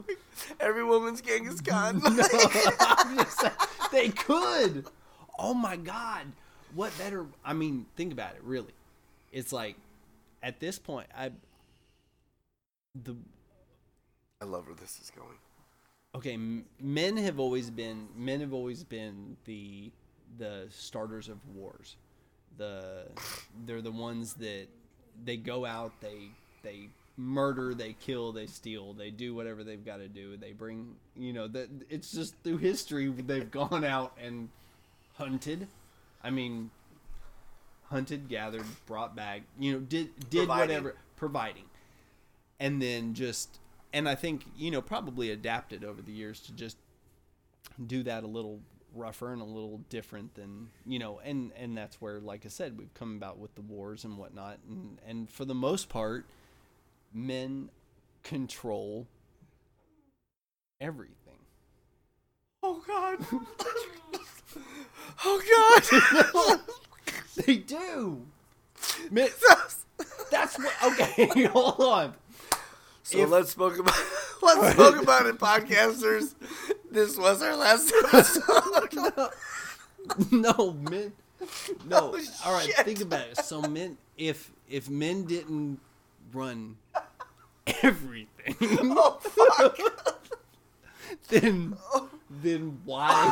Every woman's Genghis Khan. I'm just saying, they could. Oh my God, what better? I mean, think about it. Really, it's like at this point, I the I love where this is going. okay, m- men have always been men have always been the the starters of wars. The they're the ones that they go out, they they murder, they kill, they steal, they do whatever they've got to do. They bring, you know, that it's just through history they've gone out and hunted. I mean, hunted, gathered, brought back, you know, did did Providing. whatever providing. And then just and I think, you know, probably adapted over the years to just do that a little rougher and a little different than you know and and that's where like i said we've come about with the wars and whatnot and and for the most part men control everything Oh God. oh God. they do Men- that's what okay hold on so let's spoke about let's spoke about it, podcasters. This was our last episode. no men no Oh, all right shit. think about it so men if if men didn't run everything oh fuck. Oh. then then why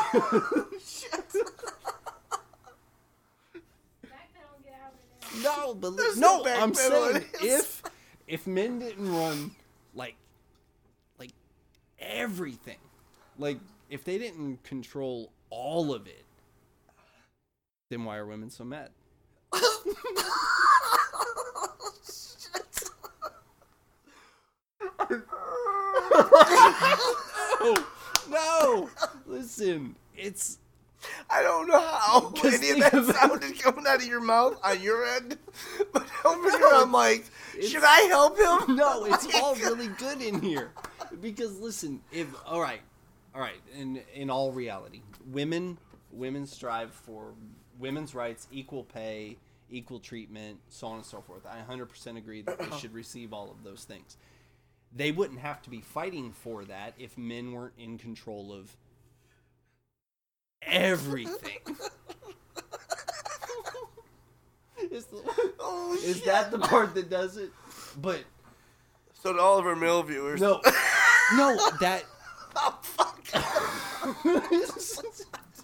Backpedal, get out of it. No, but li- There's no, no back I'm pedal in saying this. if if men didn't run like like everything, like if they didn't control all of it, then why are women so mad? No, no. Listen, it's I don't know how Just any of think that about- sound is coming out of your mouth on your end, but over here I'm like, should I help him? no, it's all really good in here. Because listen, if all right, all right, in in all reality, women women strive for women's rights, equal pay, equal treatment, so on and so forth. I 100% agree that they should receive all of those things. They wouldn't have to be fighting for that if men weren't in control of everything. Is the- Oh, is shit. that the part that does it? But so to all of our male viewers? no, no, that. Oh, fuck.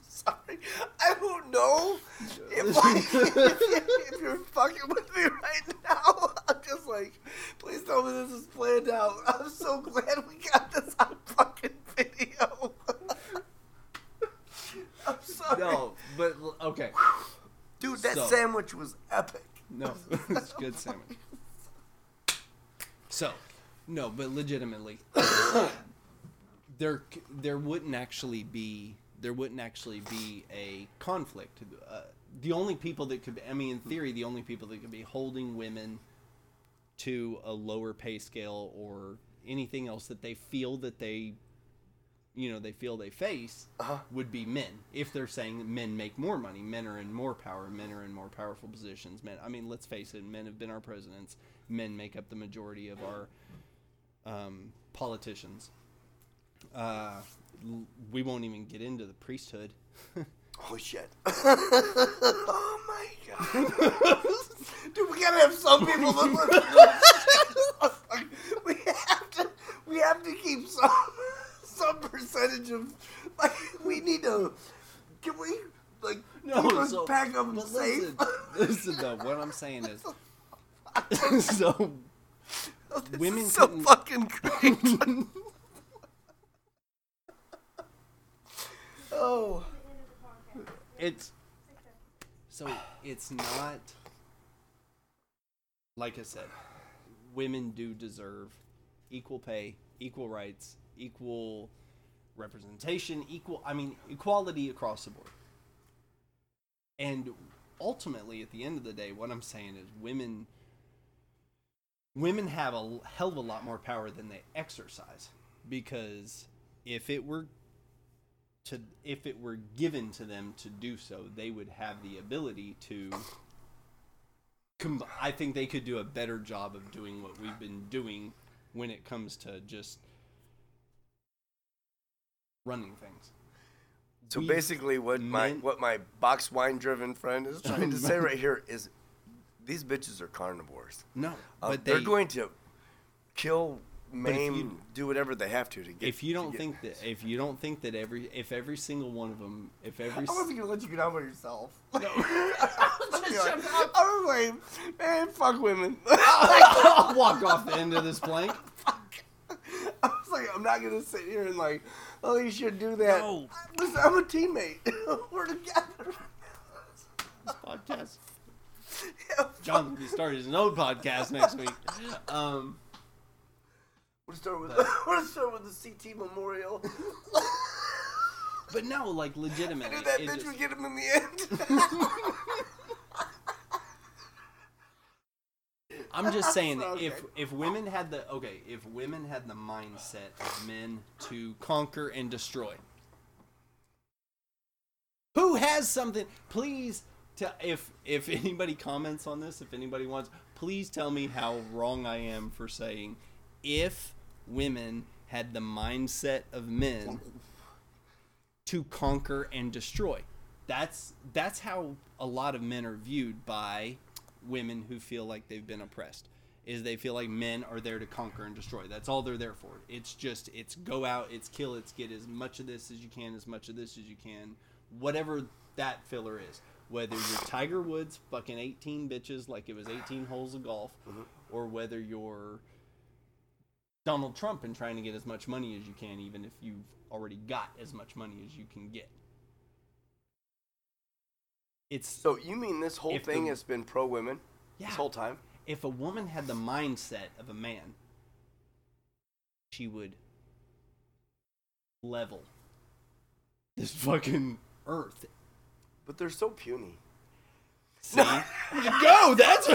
Sorry, I don't know if, I, if you're fucking with me right now. I'm just like, please tell me this is planned out. I'm so glad we got this on fucking video. I'm sorry. no, but okay. Dude, that So- sandwich was epic. No, it's good sandwich. So, no, but legitimately, there c- there wouldn't actually be there wouldn't actually be a conflict. Uh, the only people that could, I mean, in theory, the only people that could be holding women to a lower pay scale or anything else that they feel that they you know they feel they face Uh-huh. would be men if they're saying that men make more money men are in more power men are in more powerful positions men i mean let's face it men have been our presidents men make up the majority of our um, politicians uh, l- we won't even get into the priesthood Oh shit. oh my god. Dude, we gotta have some people that listen to this. we have to we have to keep some some percentage of like we need to can we like no keep a so, pack of them but safe? listen, listen though what i'm saying is so This women is so couldn't- fucking great. oh it's so it's not like I said, women do deserve equal pay, equal rights, equal representation, equal I mean equality across the board. And ultimately at the end of the day what I'm saying is women women have a l- hell of a lot more power than they exercise because if it were to if it were given to them to do so, they would have the ability to. Com- I think they could do a better job of doing what we've been doing when it comes to just running things. So We- basically, what my meant- what my box wine driven friend is trying to say right here is, these bitches are carnivores. no, Uh, but they're they going to kill maim, you- do whatever they have to to get. If you to don't get- think that, if you don't think that every, if every single one of them, if every, I s- wasn't gonna let you get out by yourself. No. shut I up. was like, man, fuck women. walk off the end of this plank. I was like, I'm not gonna sit here and like, oh, you should do that. No. I- Listen, I'm a teammate. We're together. This podcast. Yeah, John will be starting his own podcast next week. Um, We're start with But- we're start with the CT memorial. but no, like I legitimately, knew that it bitch just- would get him in the I'm just saying that Okay. if if women had the okay, if women had the mindset of men to conquer and destroy. Who has something? Please tell if if anybody comments on this, if anybody wants, please tell me how wrong I am for saying if women had the mindset of men to conquer and destroy. That's that's how a lot of men are viewed by women who feel like they've been oppressed. Is they feel like men are there to conquer and destroy. That's all they're there for. It's just it's go out, it's kill, it's get as much of this as you can, as much of this as you can, whatever that filler is. Whether you're Tiger Woods fucking 18 bitches like it was 18 holes of golf, or whether you're Donald Trump and trying to get as much money as you can, even if you've already got as much money as you can get. It's So you mean this whole If thing the- has been pro women yeah. this whole time? If a woman had the mindset of a man, she would level this fucking earth. But they're so puny. See? Go! That's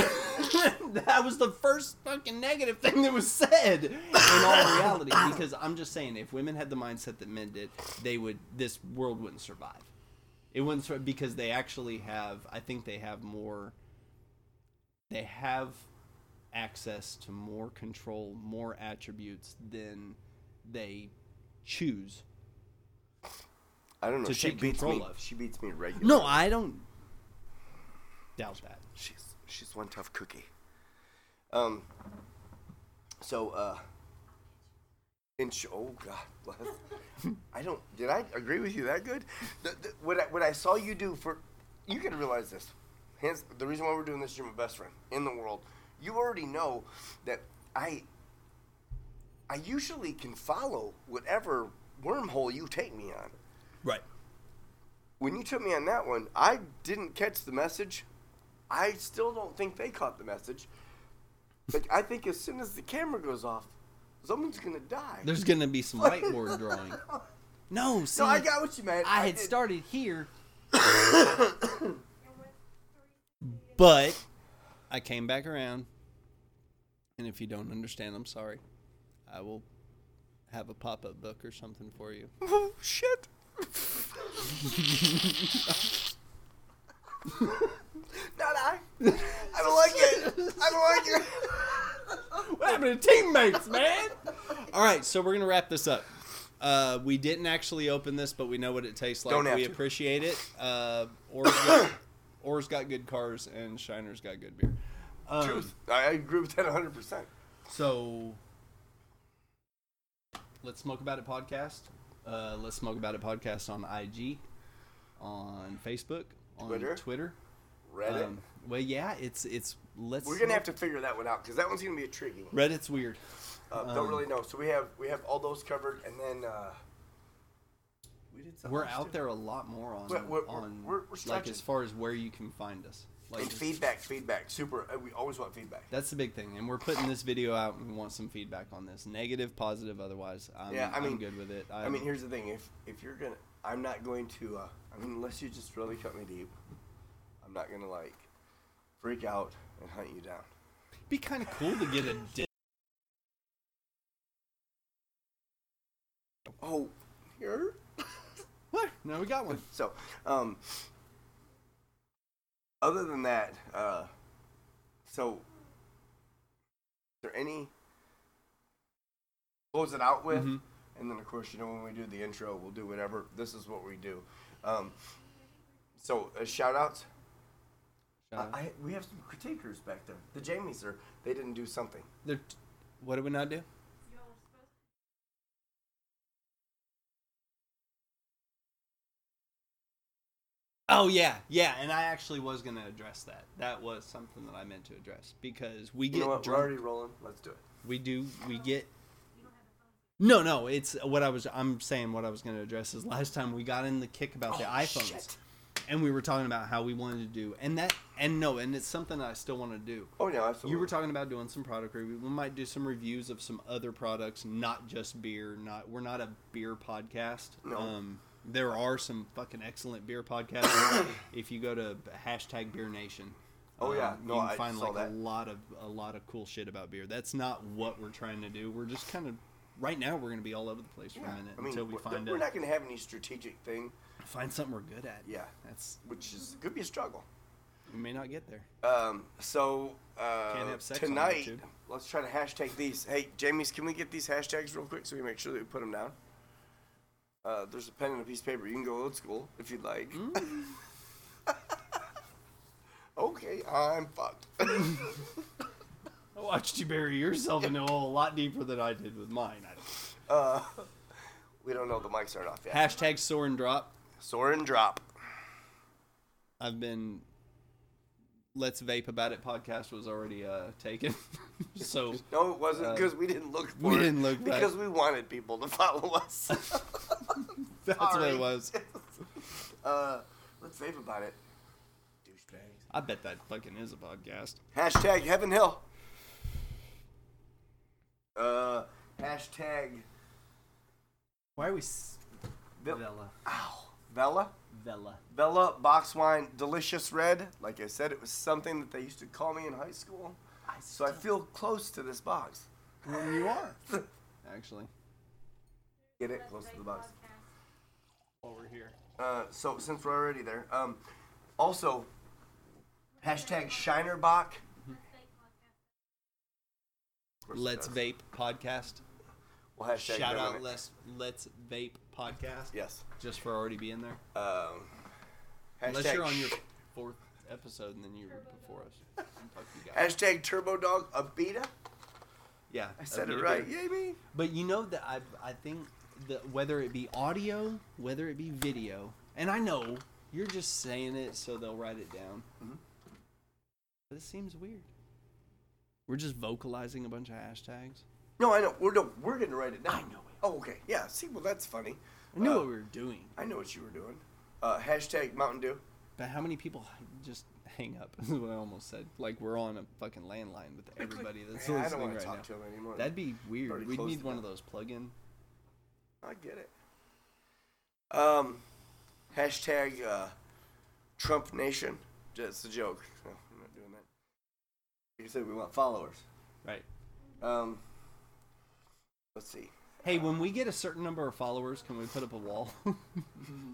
that was the first fucking negative thing that was said in all reality. Because I'm just saying, if women had the mindset that men did, they would. This world wouldn't survive. It wouldn't sur- because they actually have. I think they have more. They have access to more control, more attributes than they choose. I don't know. To She take beats control me. of. She beats me regularly. No, I don't doubt that. She's she's one tough cookie. Um. So uh. In sh- oh God, bless. I don't. Did I agree with you that good? The, the, what I, what I saw you do for, you can realize this. Hence the reason why we're doing this. You're my best friend in the world. You already know that I. I usually can follow whatever wormhole you take me on. Right. when you took me on that one, I didn't catch the message. I still don't think they caught the message. Like I think as soon as the camera goes off, someone's gonna die. There's gonna be some whiteboard drawing. No, see, no, I got what you meant. I had did. started here, but I came back around. And if you don't understand, I'm sorry. I will have a pop up book or something for you. Oh shit! Not I. I don't like it. I don't like it. What happened to teammates, man? All right, so we're gonna wrap this up. Uh, we didn't actually open this, but we know what it tastes like. Don't have we to. appreciate it. Uh, Orr's got, Orr's got good cars, and Shiner's got good beer. Um, Truth. I I agree with that 100. percent So, let's smoke about it podcast. Uh, let's smoke about it podcast on IG, on Facebook, on Twitter? Twitter. Reddit. Um, well, yeah, it's it's let's. We're gonna have to figure that one out because that one's gonna be a tricky one. Reddit's weird. Uh, don't really know. So we have we have all those covered, and then uh, we did something We're else, out too. there a lot more on We're- we're- on we're- we're like stretching. as far as where you can find us. Like And feedback, feedback, super. uh, We always want feedback. that's the big thing, and we're putting this video out, and we want some feedback on this, negative, positive, otherwise. I'm, Yeah, I I'm mean- good with it. I mean, here's the thing: if if you're gonna, I'm not going to. Uh, I mean, unless you just really cut me deep, I'm not gonna like freak out and hunt you down. it'd be kind of cool to get a. Di- Oh, here. what? No, we got one. So, um, other than that, uh, so is there any close it out with? Mhm. And then, of course, you know, when we do the intro, we'll do whatever. This is what we do. Um, so, uh, shout outs. Shout out. I, I- we have some critiquers back there. The Jamies are, they didn't do something. They're t- what did we not do? Oh yeah, yeah, and I actually was gonna address that. That was something that I meant to address because we get You know what? We're drunk. already rolling. Let's do it. We do. We get. No, no. It's what I was. I'm saying what I was going to address is last time we got in the kick about the iPhones, Oh, shit. and we were talking about how we wanted to do, and that, and no, and it's something I still want to do. Oh no, absolutely. You were talking about doing some product review. We might do some reviews of some other products, not just beer. Not we're not a beer podcast. No. Um, there are some fucking excellent beer podcasts. if you go to hashtag Beer Nation, Oh, yeah. um, No, you can I find saw like a that. lot of a lot of cool shit about beer. That's not what we're trying to do. We're just kind of right now. We're going to be all over the place for a Yeah. minute I mean, until we we're, find we're a, not going to have any strategic thing, find something we're good at. Yeah. that's which is could be a struggle. we may not get there. Um, so uh, Can't have sex on tonight, YouTube. let's try to hashtag these. Hey, Jamies, can we get these hashtags real quick so we make sure that we put them down? Uh, there's a pen and a piece of paper. You can go old school if you'd like. okay, I'm fucked. I watched you bury yourself in a hole a lot deeper than I did with mine. I uh, we don't know the mics aren't off yet. Hashtag soar and drop. Soren drop. I've been Let's Vape About It podcast was already uh, taken. so No, it wasn't Uh, because we didn't look. For we it, didn't look back. because we wanted people to follow us. that's what Sorry. it was. uh, let's vape about it. Douchebags. I bet that fucking is a podcast. Hashtag Heaven Hill. Uh, hashtag Why are we Vel- Vela? ow, Vela. Vela. Vela box wine, delicious red. Like I said, it was something that they used to call me in high school. So I feel close to this box. Well, you are. Actually. Get it close to the box. Over here. Uh, so since we're already there, um, also hashtag Shinerbach. Let's Vape podcast. Well, hashtag Shout them out in it. Let's Let's Vape podcast. Yes. Just for already being there. Um, Unless hashtag you're on your sh- fourth episode and then you were before us. Fuck you guys. hashtag Turbo Dog Abita. Yeah, I said that'd it be right. good. Yay me! But you know that I I think that whether it be audio, whether it be video, and I know you're just saying it so they'll write it down. Mhm. But it seems weird. We're just vocalizing a bunch of hashtags. No, I know. We're no, we're gonna write it down. I know it. Oh, okay. Yeah. See, well, that's funny. I knew Uh, what we were doing, I know what you were doing. Uh, hashtag Mountain Dew. but how many people h- just hang up? Is what I almost said. Like we're on a fucking landline with everybody that's Yeah, I don't listening want right to talk now. to him anymore. That'd be Already weird. We'd closed need it one up. of those plug-in. I get it. Um, hashtag uh, Trump Nation. Just a joke. No, I'm not doing that. You said we want followers. Right. Um, let's see. Hey, when we get a certain number of followers, can we put up a wall? So we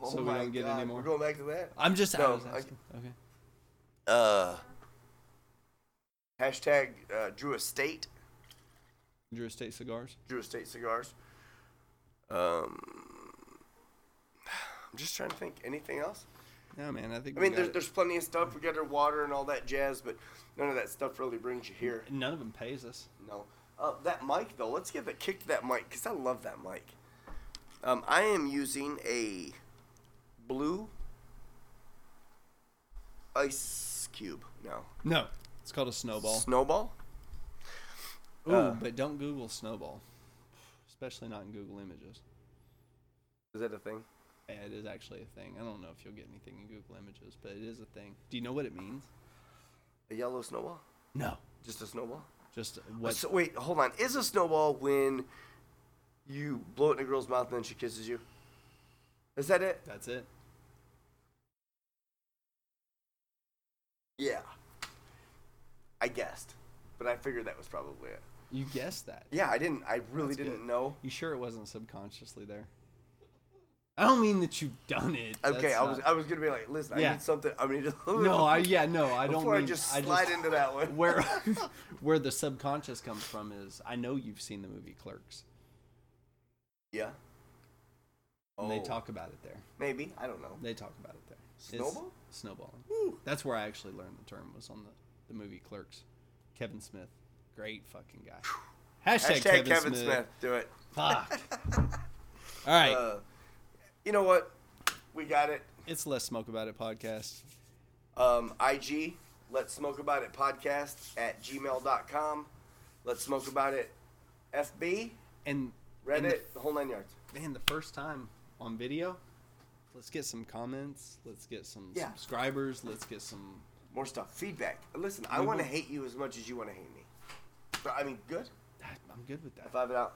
Oh my don't get any more? We're going back to that. I'm just I No, was I- asking. okay. Uh, hashtag uh, Drew Estate. Drew Estate Cigars. Drew Estate Cigars. Um, I'm just trying to think. Anything else? No, man, I think. I we mean, got there's, it. there's plenty of stuff. We got our water and all that jazz, but none of that stuff really brings you here. none of them pays us. No. Uh, that mic, though, let's give a kick to that mic because I love that mic. Um, I am using a blue ice cube now. No, it's called a snowball. Snowball? Ooh, uh, but don't Google snowball, especially not in Google Images. Is that a thing? Yeah, It is actually a thing. I don't know if you'll get anything in Google Images, but it is a thing. Do you know what it means? A yellow snowball? No. Just a snowball? Just what? So, wait, hold on. Is a snowball when you blow it in a girl's mouth and then she kisses you? Is that it? That's it. Yeah. I guessed, but I figured that was probably it. You guessed that. Yeah, I didn't. I really That's didn't good. know. You sure it wasn't subconsciously there? I don't mean that you've done it. Okay, That's I was not- I was gonna be like, listen, Yeah. I need something. I mean, no, I yeah, no, I don't. before mean, I just slide into that one. where where the subconscious comes from is I know you've seen the movie Clerks. yeah. And Oh. they talk about it there. Maybe I don't know. They talk about it there. It's Snowball? snowballing. Woo. That's where I actually learned the term was on the, the movie Clerks. Kevin Smith, great fucking guy. Hashtag, Hashtag Kevin, Smith. Do it. Fuck. All right. Uh, you know what? We got it. It's Let's Smoke About It podcast. Um, IG, Let's Smoke About It podcast at gmail.com. Let's Smoke About It FB, And Reddit, and the- the whole nine yards. man, the first time on video, let's get some comments. Let's get some Yeah. subscribers. Let's get some. More stuff. Feedback. Listen, I We want to will- hate you as much as you want to hate me. But, I mean, good. I'm good with that. Five it out.